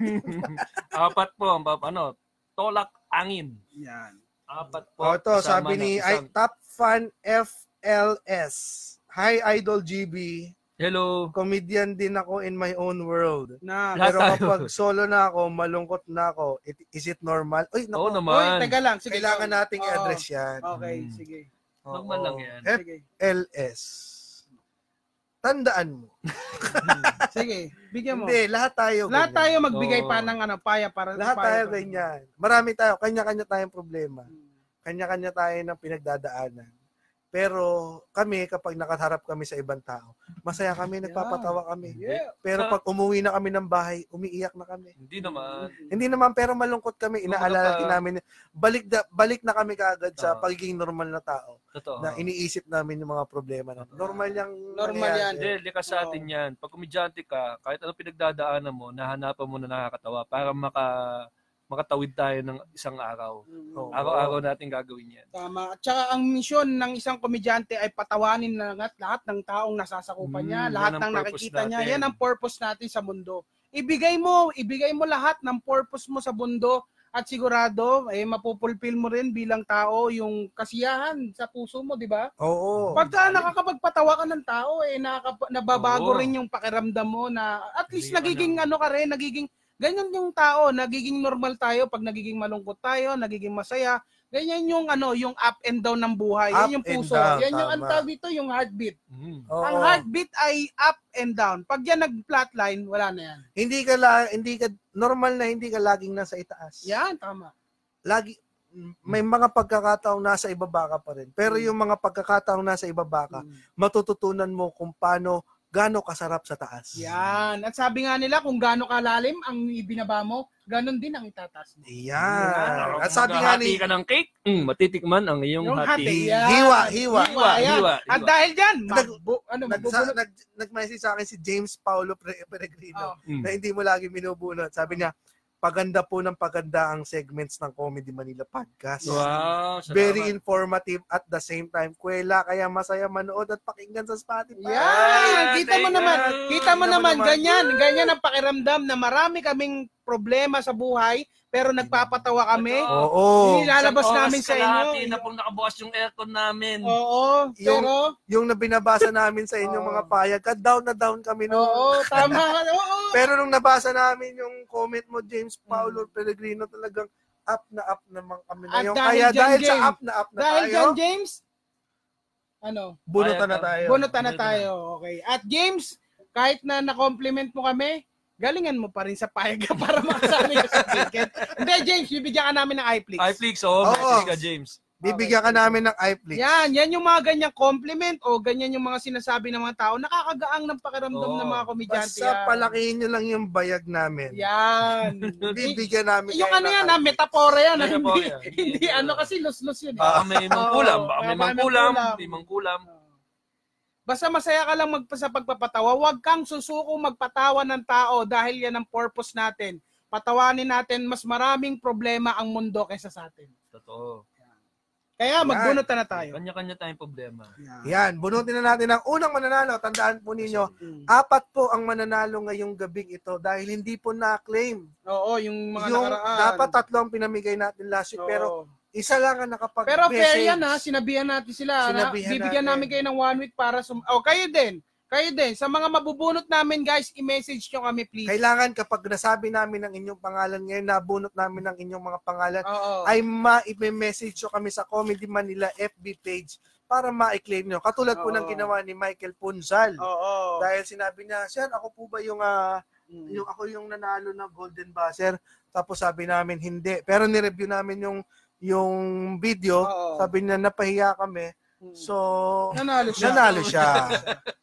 Apat po, ang bab- ano, tolak angin.
Yan.
Apat po.
o Oh, ito,
Kasama
sabi
na
ni I,
isang-
Top Fan FLS. Hi, Idol GB.
Hello.
Comedian din ako in my own world.
Na.
Lahat
Pero
tayo.
kapag solo na ako, malungkot na ako. It- is it normal? Uy,
Oo
naku,
Hoy,
naman.
teka lang. Sige,
kailangan
sorry.
nating
Oo.
i-address yan.
Okay,
Mm.
sige.
Normal
Oo.
lang yan.
Sige.
FLS. Tandaan mo.
Sige. Bigyan mo.
Hindi, lahat tayo.
Lahat
ganyan.
tayo magbigay
Oo.
pa ng ano, paya para
Lahat
paya
tayo
pa-
ganyan. Marami tayo. Kanya-kanya tayong problema. Kanya-kanya tayo ng pinagdadaanan. Pero kami, kapag nakaharap kami sa ibang tao, masaya kami, nagpapatawa kami.
Yeah.
Pero pag umuwi na kami ng bahay, umiiyak na kami.
Hindi naman.
Hindi naman, pero malungkot kami. Inaalala
Kumbaga-
din namin, balik, na, balik na kami kaagad sa
Oo.
pagiging normal na tao.
Totoo.
Na iniisip namin yung mga problema natin. Normal yung
Normal yan.
Hindi, likas sa atin yan. Pag komedyante ka, kahit ano pinagdadaanan mo, nahanapan mo na nakakatawa para maka, makatawid tayo ng isang araw.
Mm.
Araw-araw natin gagawin yan.
Tama. At saka ang misyon ng isang komedyante ay patawanin na lahat, lahat ng taong nasasakupan
Mm,
niya,
yan
lahat
ang
ng
purpose
nakikita niya.
natin.
Yan ang purpose natin sa mundo. Ibigay mo, ibigay mo lahat ng purpose mo sa mundo at sigurado eh mapupulpil mo rin bilang tao yung kasiyahan sa puso mo, di ba?
Oo.
Pagka nakakapagpatawa ka ng tao eh nakakap- nababago
Oo.
rin yung pakiramdam mo na at least
Hindi ka
nagiging
na-
ano ka rin, nagiging ganyan yung tao, nagiging normal tayo pag nagiging malungkot tayo, nagiging masaya. Ganyan yung ano, yung up and down ng buhay.
Up
Yan yung
and
puso.
down,
yan yung ang
tama.
tawag dito, yung heartbeat.
Mm.
Oo.
Ang heartbeat ay up and down. Pag yan nag-flatline, wala na yan.
Hindi ka la, hindi ka normal na hindi ka laging nasa itaas.
Yan, tama.
lagi may mga pagkakataong nasa ibaba ka pa rin. Pero yung mga pagkakataong nasa ibaba ka,
Mm.
matututunan mo kung paano gaano kasarap sa taas.
Yan. At sabi nga nila, kung gaano kalalim ang ibinaba mo, ganun din ang itataas mo.
Yan. Ah, At
Kung
sabi nga
nakahati
ni
Ano, ka ng cake, mm, matitikman ang iyong
Yung hati.
hati.
Yan.
Hiwa, hiwa.
Hiwa, yan.
Hiwa,
At
hiwa.
dahil dyan,
Diba? Nag-
magbu- ano,
nagsa,
magbubulot.
nag, nag-message sa akin si James Paulo Pre-
Oh.
Peregrino
Mm.
na hindi mo lagi minubunot. Sabi niya, paganda po ng paganda ang segments ng Comedy Manila podcast.
Wow, salamat.
Very informative at the same time. Kwela, kaya masaya manood at pakinggan sa Spotify.
Yan! Kita mo
Thank
naman,
you.
kita mo
Kita mo
naman,
naman.
ganyan, ganyan ang pakiramdam na marami kaming problema sa buhay, pero nagpapatawa kami.
Totoo.
Oo.
Nilalabas
Isang oras
namin sa inyo.
kalahati na pong nakabukas yung aircon namin.
Oo,
Yung-
pero,
yung nabinabasa namin sa inyong
Oo.
mga payag, ka, down na down kami noon.
oo, tama, oo.
Pero nung nabasa namin yung comment mo, James Paulo Pellegrino, talagang up na up naman kami
Mm. At
na yung
dahil
Kaya
dyan,
dahil sa
James,
up na up na
Dahil
tayo,
dyan, James, ano,
bunutan na
Kaya-
tayo.
bunutan na
bunutan na.
tayo. Okay. At James, kahit na na-compliment mo kami, galingan mo pa rin sa payag ka para makasali ka sa ticket. Hindi, James, bibigyan ka namin ng iFlix.
iFlix, oh,
Oo.
message ka, James.
Bibigyan ka namin ng iFlix.
Yan, yan yung mga ganyang compliment o ganyan yung mga sinasabi ng mga tao. Nakakagaang ng pakiramdam
Oo.
ng mga komedyante
Basta
yan.
palakihin nyo lang yung bayag namin.
Yan. Y-
Bibigyan namin
yung
kayo
ano
ng
yan, ha,
iFlix.
metapora yan. ha? Ano,
Metapora
hindi,
yan.
hindi ano kasi lus-lus yun. eh.
Baka
Ah.
may mangkulam,
Oo,
baka
baka
may
may
mangkulam,
mangkulam.
may mangkulam.
Basta masaya ka lang magpa sa pagpapatawa. Huwag kang susuko magpatawa ng tao dahil yan ang purpose natin. Patawanin natin mas maraming problema ang mundo kaysa sa atin.
Totoo.
Kaya
Yan.
magbunot na tayo.
Kanya-kanya tayong problema.
Yan, bunutin na natin ang unang mananalo. Tandaan po ninyo,
Mm.
apat po ang mananalo ngayong gabing ito dahil hindi po na-claim
Oo, yung mga
yung
nakaraan.
dapat tatlo ang pinamigay natin last week,
Oo.
pero isa lang ang nakapag
Pero fair yan ha, sinabihan natin sila. ha?
Sinabihan
Bibigyan
natin.
namin kayo ng one week para sum... Oh, kayo din. Kayo din. Sa mga mabubunot namin guys, i-message nyo kami please.
Kailangan kapag nasabi namin ang inyong pangalan ngayon, nabunot namin ang inyong mga pangalan,
Oo.
ay ma-message nyo kami sa Comedy Manila FB page para ma-claim nyo. Katulad po
Oo.
ng ginawa ni Michael Punzal.
Oo.
Dahil sinabi niya, Sir, ako po ba yung, ah,
Mm.
yung ako yung nanalo ng Golden Buzzer? Tapos sabi namin, hindi. Pero nireview namin yung yung video,
Oo.
sabi niya, napahiya kami.
Mm.
So,
nanalo siya.
nanalo siya.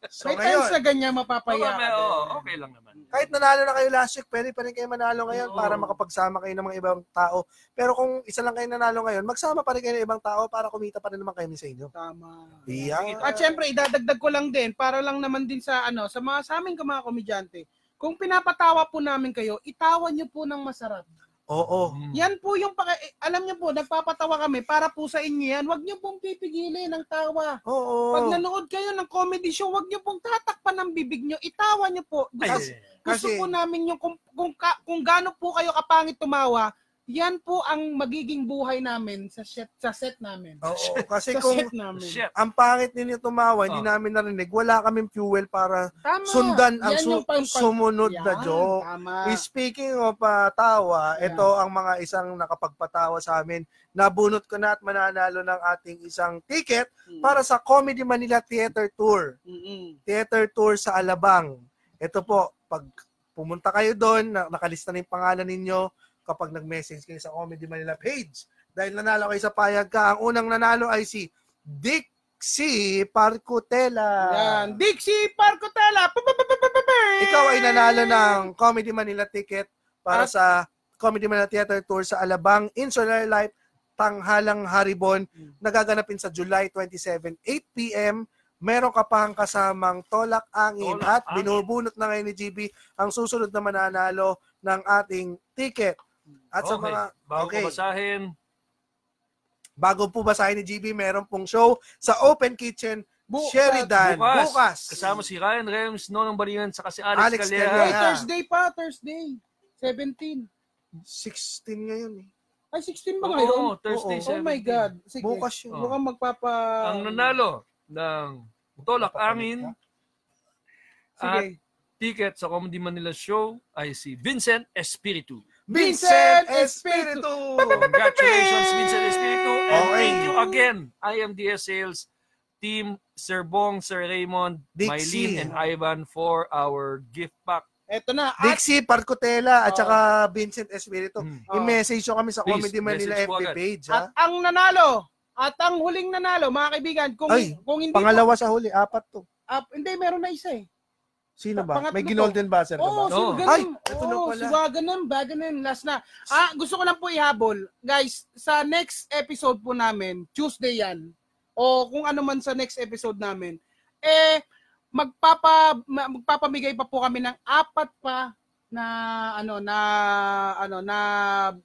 So,
May
ngayon,
times na ganyan mapapaya.
Oo,
ka
may-
din.
oo, okay lang naman.
kahit nanalo na kayo last week, pwede pa rin kayo manalo ngayon
Oo.
para makapagsama kayo ng mga ibang tao. Pero kung isa lang kayo nanalo ngayon, magsama pa rin kayo ng ibang tao para kumita pa rin naman kayo sa inyo.
Tama.
Yeah.
At syempre, idadagdag ko lang din para lang naman din sa ano, sa mga sa amin ka mga komedyante. Kung pinapatawa po namin kayo, itawan niyo po ng masarap.
Oo.
Hmm.
Yan po yung paka- eh, alam niyo po, nagpapatawa kami para po sa inyo yan. Huwag niyo pong pipigilin ng tawa.
Oo.
Pag nanood kayo ng comedy show, huwag niyo pong tatakpan ng bibig niyo. Itawa niyo po. Gusto,
Ay,
gusto
kasi-
po namin yung kung kung, ka, kung gaano po kayo kapangit tumawa, yan po ang magiging buhay namin sa set, sa set namin.
Oo. Kasi
sa
kung
set namin.
Shit.
ang pangit ninyo tumawa, hindi
Oh.
namin narinig, wala kaming fuel para
Tama.
sundan ang
Yan
su-
yung pang- pang-
sumunod na
Yan,
joke.
Tama.
Speaking of ah, tawa,
Yeah.
ito ang mga isang nakapagpatawa sa amin. Nabunot ko na at mananalo ng ating isang ticket
Mm.
para sa Comedy Manila Theater Tour.
Mm-mm.
Theater Tour sa Alabang. Ito po, pag pumunta kayo doon, na, nakalista na yung pangalan ninyo kapag nag-message kayo sa Comedy Manila page. Dahil nanalo kayo sa payag ka, ang unang nanalo ay si Dixie Parcutela.
Yan. Dixie Parcotela.
Ikaw ay nanalo ng Comedy Manila ticket para sa Comedy Manila Theater Tour sa Alabang, Insular Life, Tanghalang Haribon,
Mm.
Hmm.
nagaganapin sa July 27, 8pm. Meron ka pang kasamang Tolak Angin
Tolak
at
Angin.
binubunot na ngayon ni GB ang susunod na mananalo ng ating ticket. At sa mga
Bago
okay.
ko basahin,
bago po basahin ni GB, meron pong show sa Open Kitchen
Bu-
Sheridan
bukas.
bukas.
kasama si Ryan Rems, Nonong Balingan, saka si Alex,
Alex
Calera.
Ay,
Calera.
Thursday pa, Thursday. 17.
16 ngayon eh.
Ay, 16 ba ngayon?
Oo, Thursday,
Oo.
Oh
17.
my God. Sige.
Bukas yun.
Oh.
Mukhang magpapa...
Ang nanalo ng Tolak Amin
Sige.
at ticket sa Comedy Manila Show ay si Vincent Espiritu.
Vincent
Espiritu.
Espiritu!
Congratulations, Vincent Espiritu. And
Okay.
thank you again, IMDS Sales Team, Sir Bong, Sir Raymond,
Dixie.
Mylene, and Ivan for our gift pack.
Eto na. At,
Dixie Parcotela at
Oo.
saka Vincent Espiritu.
Mm.
Oo. Ah,
I-message nyo kami sa
Please,
Comedy Manila
message po
FB
agad.
page.
at
Ha?
ang nanalo, at ang huling nanalo, mga kaibigan, kung,
Ay,
kung hindi...
Pangalawa sa huli, apat to.
ah, hindi, meron na isa eh.
Sino ba?
Pangatlo
May
to.
ginolden buzzer ka
Oo,
ba?
Oo.
oh, si
Ay,
Ay,
eto na pala.
si Waganan, Baganan, last na. Ah, gusto ko lang po ihabol. Guys, sa next episode po namin, Tuesday yan, o kung ano man sa next episode namin, eh, magpapa, ma- magpapamigay pa po kami ng apat pa na ano na ano na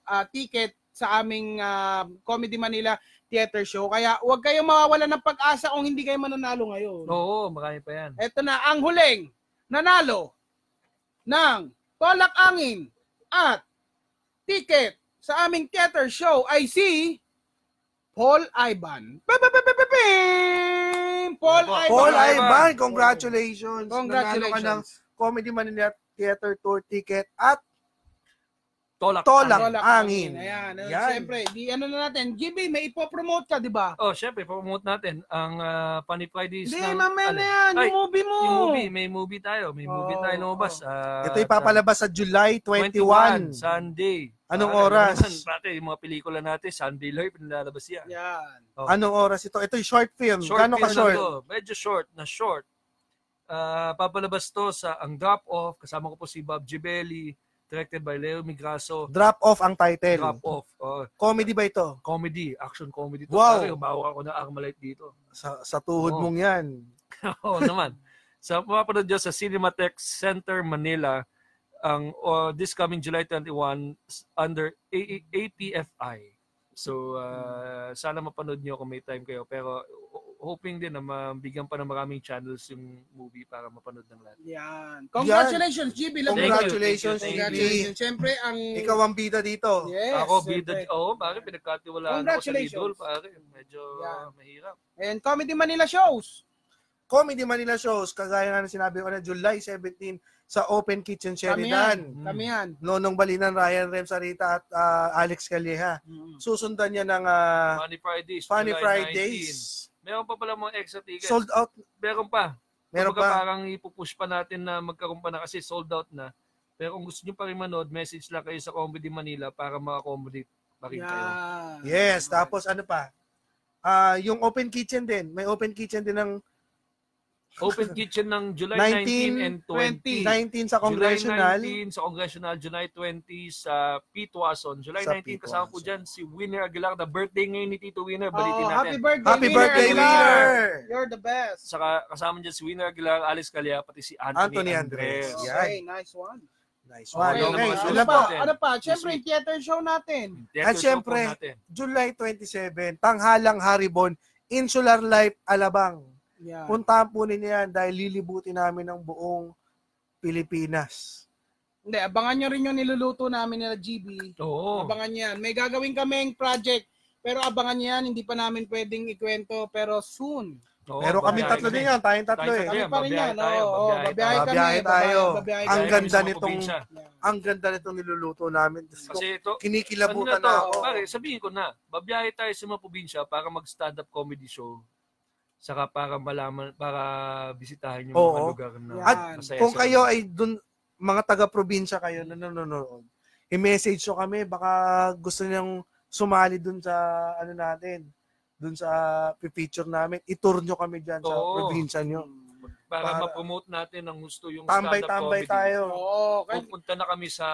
ah, ticket sa aming ah, Comedy Manila Theater Show. Kaya huwag kayong mawawala ng pag-asa kung hindi kayo mananalo ngayon.
Oo, marami pa yan.
Ito na ang huling nanalo ng Tolak Angin at ticket sa aming theater show ay si Paul Ivan. Ba-ba-ba-ba-ba-bing! Paul Ivan.
Paul
Ivan.
Ivan, congratulations! Nanalo ka ng
Congratulations.
Comedy Manila Theater Tour ticket at
Tolak. Ano?
Tolak.
Amin.
Tolak
Angin.
Angin. Ayan.
Yan.
Siyempre, di ano na natin. GB, may ipopromote ka, di ba?
Oh, syempre, papromote natin ang uh, Funny Fridays.
Hindi,
ng-
mamaya
ano,
na yan.
Ay,
Yung movie mo.
Yung movie, may movie tayo. May movie
Oo,
tayo lumabas. Ah,
ito ipapalabas sa July 21.
Sunday.
Anong
Parang
oras?
ano naman, Pati yung mga pelikula natin, Sunday live, nilalabas yan.
Yan.
Anong oras ito? Ito yung short film.
Short
Gano'n ka
film
short?
na to. Medyo short na short. Ah, papalabas to sa Ang Drop Off. Kasama ko po si Bob Gibelli, directed by Leo Migraso.
Drop off ang title.
Drop Off. Oh,
Comedy ba ito?
comedy, action comedy. To.
Wow.
Pare, humawa ako ng Armalite dito.
Sa, sa tuhod
Oo.
mong yan.
Oo naman. Sa mapapanood dyan sa Cinematech Center, Manila, ang uh, this coming July 21 s- under A- A- APFI. So, uh, sana mapanood nyo kung may time kayo. Pero ho- hoping din na mabigyan pa ng maraming channels yung movie para mapanood ng lahat.
Yan. Congratulations, GB. Love you.
Congrat-
Congratulations,
Thank you, thank
Iggy.
Congratulations. Siyempre, ang...
Ikaw ang bida dito.
Yes,
ako,
siyempre.
bida, oo, pare, pinagkatiwalaan ako sa
Congratulations.
Lidl, pare. Medyo
Yeah.
mahirap.
And Comedy Manila shows.
Comedy Manila shows, kagaya nga na sinabi ko na July 17 sa Open Kitchen
Kami
Sheridan.
Mm.
Kami yan.
Nonong Balinan, Ryan Remsarita at ah, Alex Calleja. Susundan niya ng ah,
Funny Fridays,
Funny
July
Fridays.
19. Meron pa pala mga extra tickets.
Sold out.
Meron pa.
Meron
Kumbaga,
pa.
parang ipupush pa natin na magkaroon pa na kasi sold out na. Pero kung gusto nyo pa rin manood, message lang kayo sa Comedy Manila para maka-accommodate pa rin kayo.
Yan.
Yes. Tapos ano pa? Ah, yung Open Kitchen din. May Open Kitchen din ng
Open kitchen ng July 19,
19,
and 20.
19 sa Congressional.
July 19 sa Congressional, July 20 sa Pitwason. July
Sa
19 kasama po
Pituason.
dyan si Winner Aguilar, the birthday ngayon ni Tito Winner, balitin
Oh, happy
natin.
birthday,
Happy
Winner
birthday,
Aguilar.
winner!
You're the best.
Saka kasama dyan si Winner Aguilar, Alice Calea, pati si Anthony,
Anthony
Andres.
Andres.
Okay, nice one.
Nice
Oh,
one. Okay,
yun ang
ano
mga
ano
susunod
po?
pa,
natin.
ano pa? Siyempre, yung theater show natin.
Theater
At
show
syempre,
po natin.
July 27, Tanghalang Haribon, Insular Life, Alabang.
Ah.
Yeah.
Puntahan po ninyo yan dahil lilibuti namin ang buong Pilipinas.
Hindi, abangan nyo rin yung niluluto namin nila GB.
Oh.
Oo.
Abangan nyo yan. May gagawin kaming project. Pero abangan nyo yan, hindi pa namin pwedeng ikwento. Pero soon.
Oo,
Pero kami
babayaran
tatlo
kami.
din yan, tayong tatlo
Tayong
eh.
tatlo
Kami
Ayan,
pa rin
babiyahe
yan.
tayo,
Oo,
babiyahe
babiyahe
tayo.
kami.
Babiyahe tayo.
Babiyahe
Ang
kami.
Kaya
ganda
yung mga
nitong-
probinsya.
Yeah.
Ang ganda nitong niluluto namin. Diyos ko,
Kasi ito, ano na
Kinikilabutan
to,
na ako.
pare, sabihin ko na, babiyahe tayo sa mga probinsya para mag-stand-up comedy show. Saka para malaman, para bisitahin yung mga
Oo.
lugar na
Yan.
At
masaya
Kung
sa-
kayo ay dun, mga taga-probinsya kayo na nanonood, i-message nyo kami, baka gusto niyang sumali dun sa, ano natin, dun sa picture namin, itour nyo kami dyan sa
Oo.
probinsya nyo.
para,
para-
ma-promote natin ang gusto yung stand-up
Tambay-tambay
comedy.
tayo.
Oo. kaya-
Pupunta na kami sa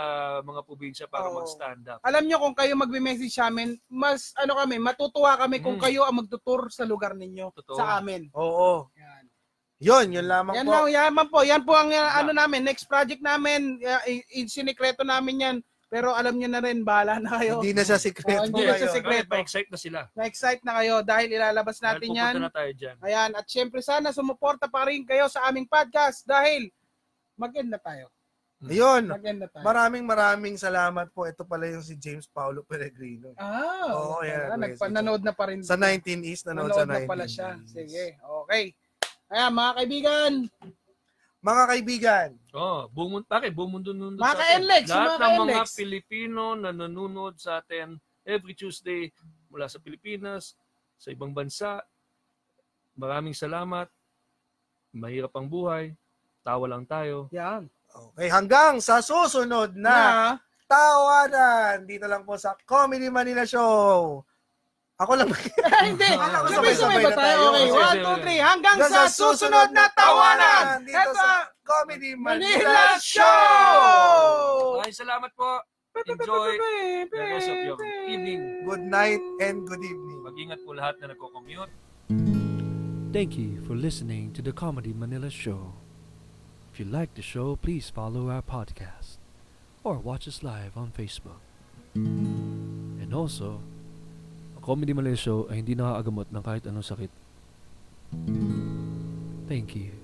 mga probinsya para
Oo.
mag-stand-up.
alam nyo kung kayo magme-message sa amin, mas ano kami, matutuwa kami kung
Mm.
kayo ang magtutur sa lugar ninyo
Totoo.
sa amin.
Oo.
Yan.
Yun, yun lamang
Yan
po.
lang, yan man po. Yan po ang uh, ano namin, next project namin, uh, i- i- sinikreto namin yan. Pero alam nyo na rin, bahala na kayo.
Hindi na siya
Oo,
sikreto
hindi na
ngayon.
siya
Kaya,
sikreto.
Pa-excite na sila.
Na-excite na kayo dahil ilalabas
Dahil
natin yan.
pupunta na tayo dyan.
Ayan, at syempre sana sumuporta pa rin kayo sa aming podcast dahil mag-end na tayo.
Mm.
Yun.
Mag-end na tayo.
Maraming maraming salamat po. Ito pala yung si James Paulo Peregrino.
ah,
Oo, yan.
wala, nagpa- nanood na pa rin.
Sa 19 East, nanood Mm. sa
Nanood
19
na pala siya.
East.
Sige, okay. Ayan, mga kaibigan,
Mga kaibigan,
Oh, bumund, pare, bumundo nun
Mga ka-NLEX, yung
Lahat
mga
ng mga
ka-NLEX.
Pilipino na nanonood sa atin every Tuesday mula sa Pilipinas, sa ibang bansa. Maraming salamat. Mahirap ang buhay. Tawa lang tayo.
yan.
okay, hanggang sa susunod
Na,
na tawanan dito lang po sa Comedy Manila Show. Ako lang.
hindi. Sabay-sabay ba
Ah,
tayo? Okay,
sabay-sabay na tayo.
one,
Sabay-sabay
two,
na.
three. Hanggang sa susunod na tawanan.
dito
Ito,
sa Comedy
Manila
Manila Show.
Show!
Maraming salamat po. Enjoy the rest of your evening.
Good night and good evening.
Mag-ingat po lahat na nagko-commute.
Thank you for listening to the Comedy Manila Show. If you like the show, please follow our podcast or watch us live on Facebook. And also, ang Comedy Manila Show ay hindi nakaagamot ng kahit anong sakit. Thank you.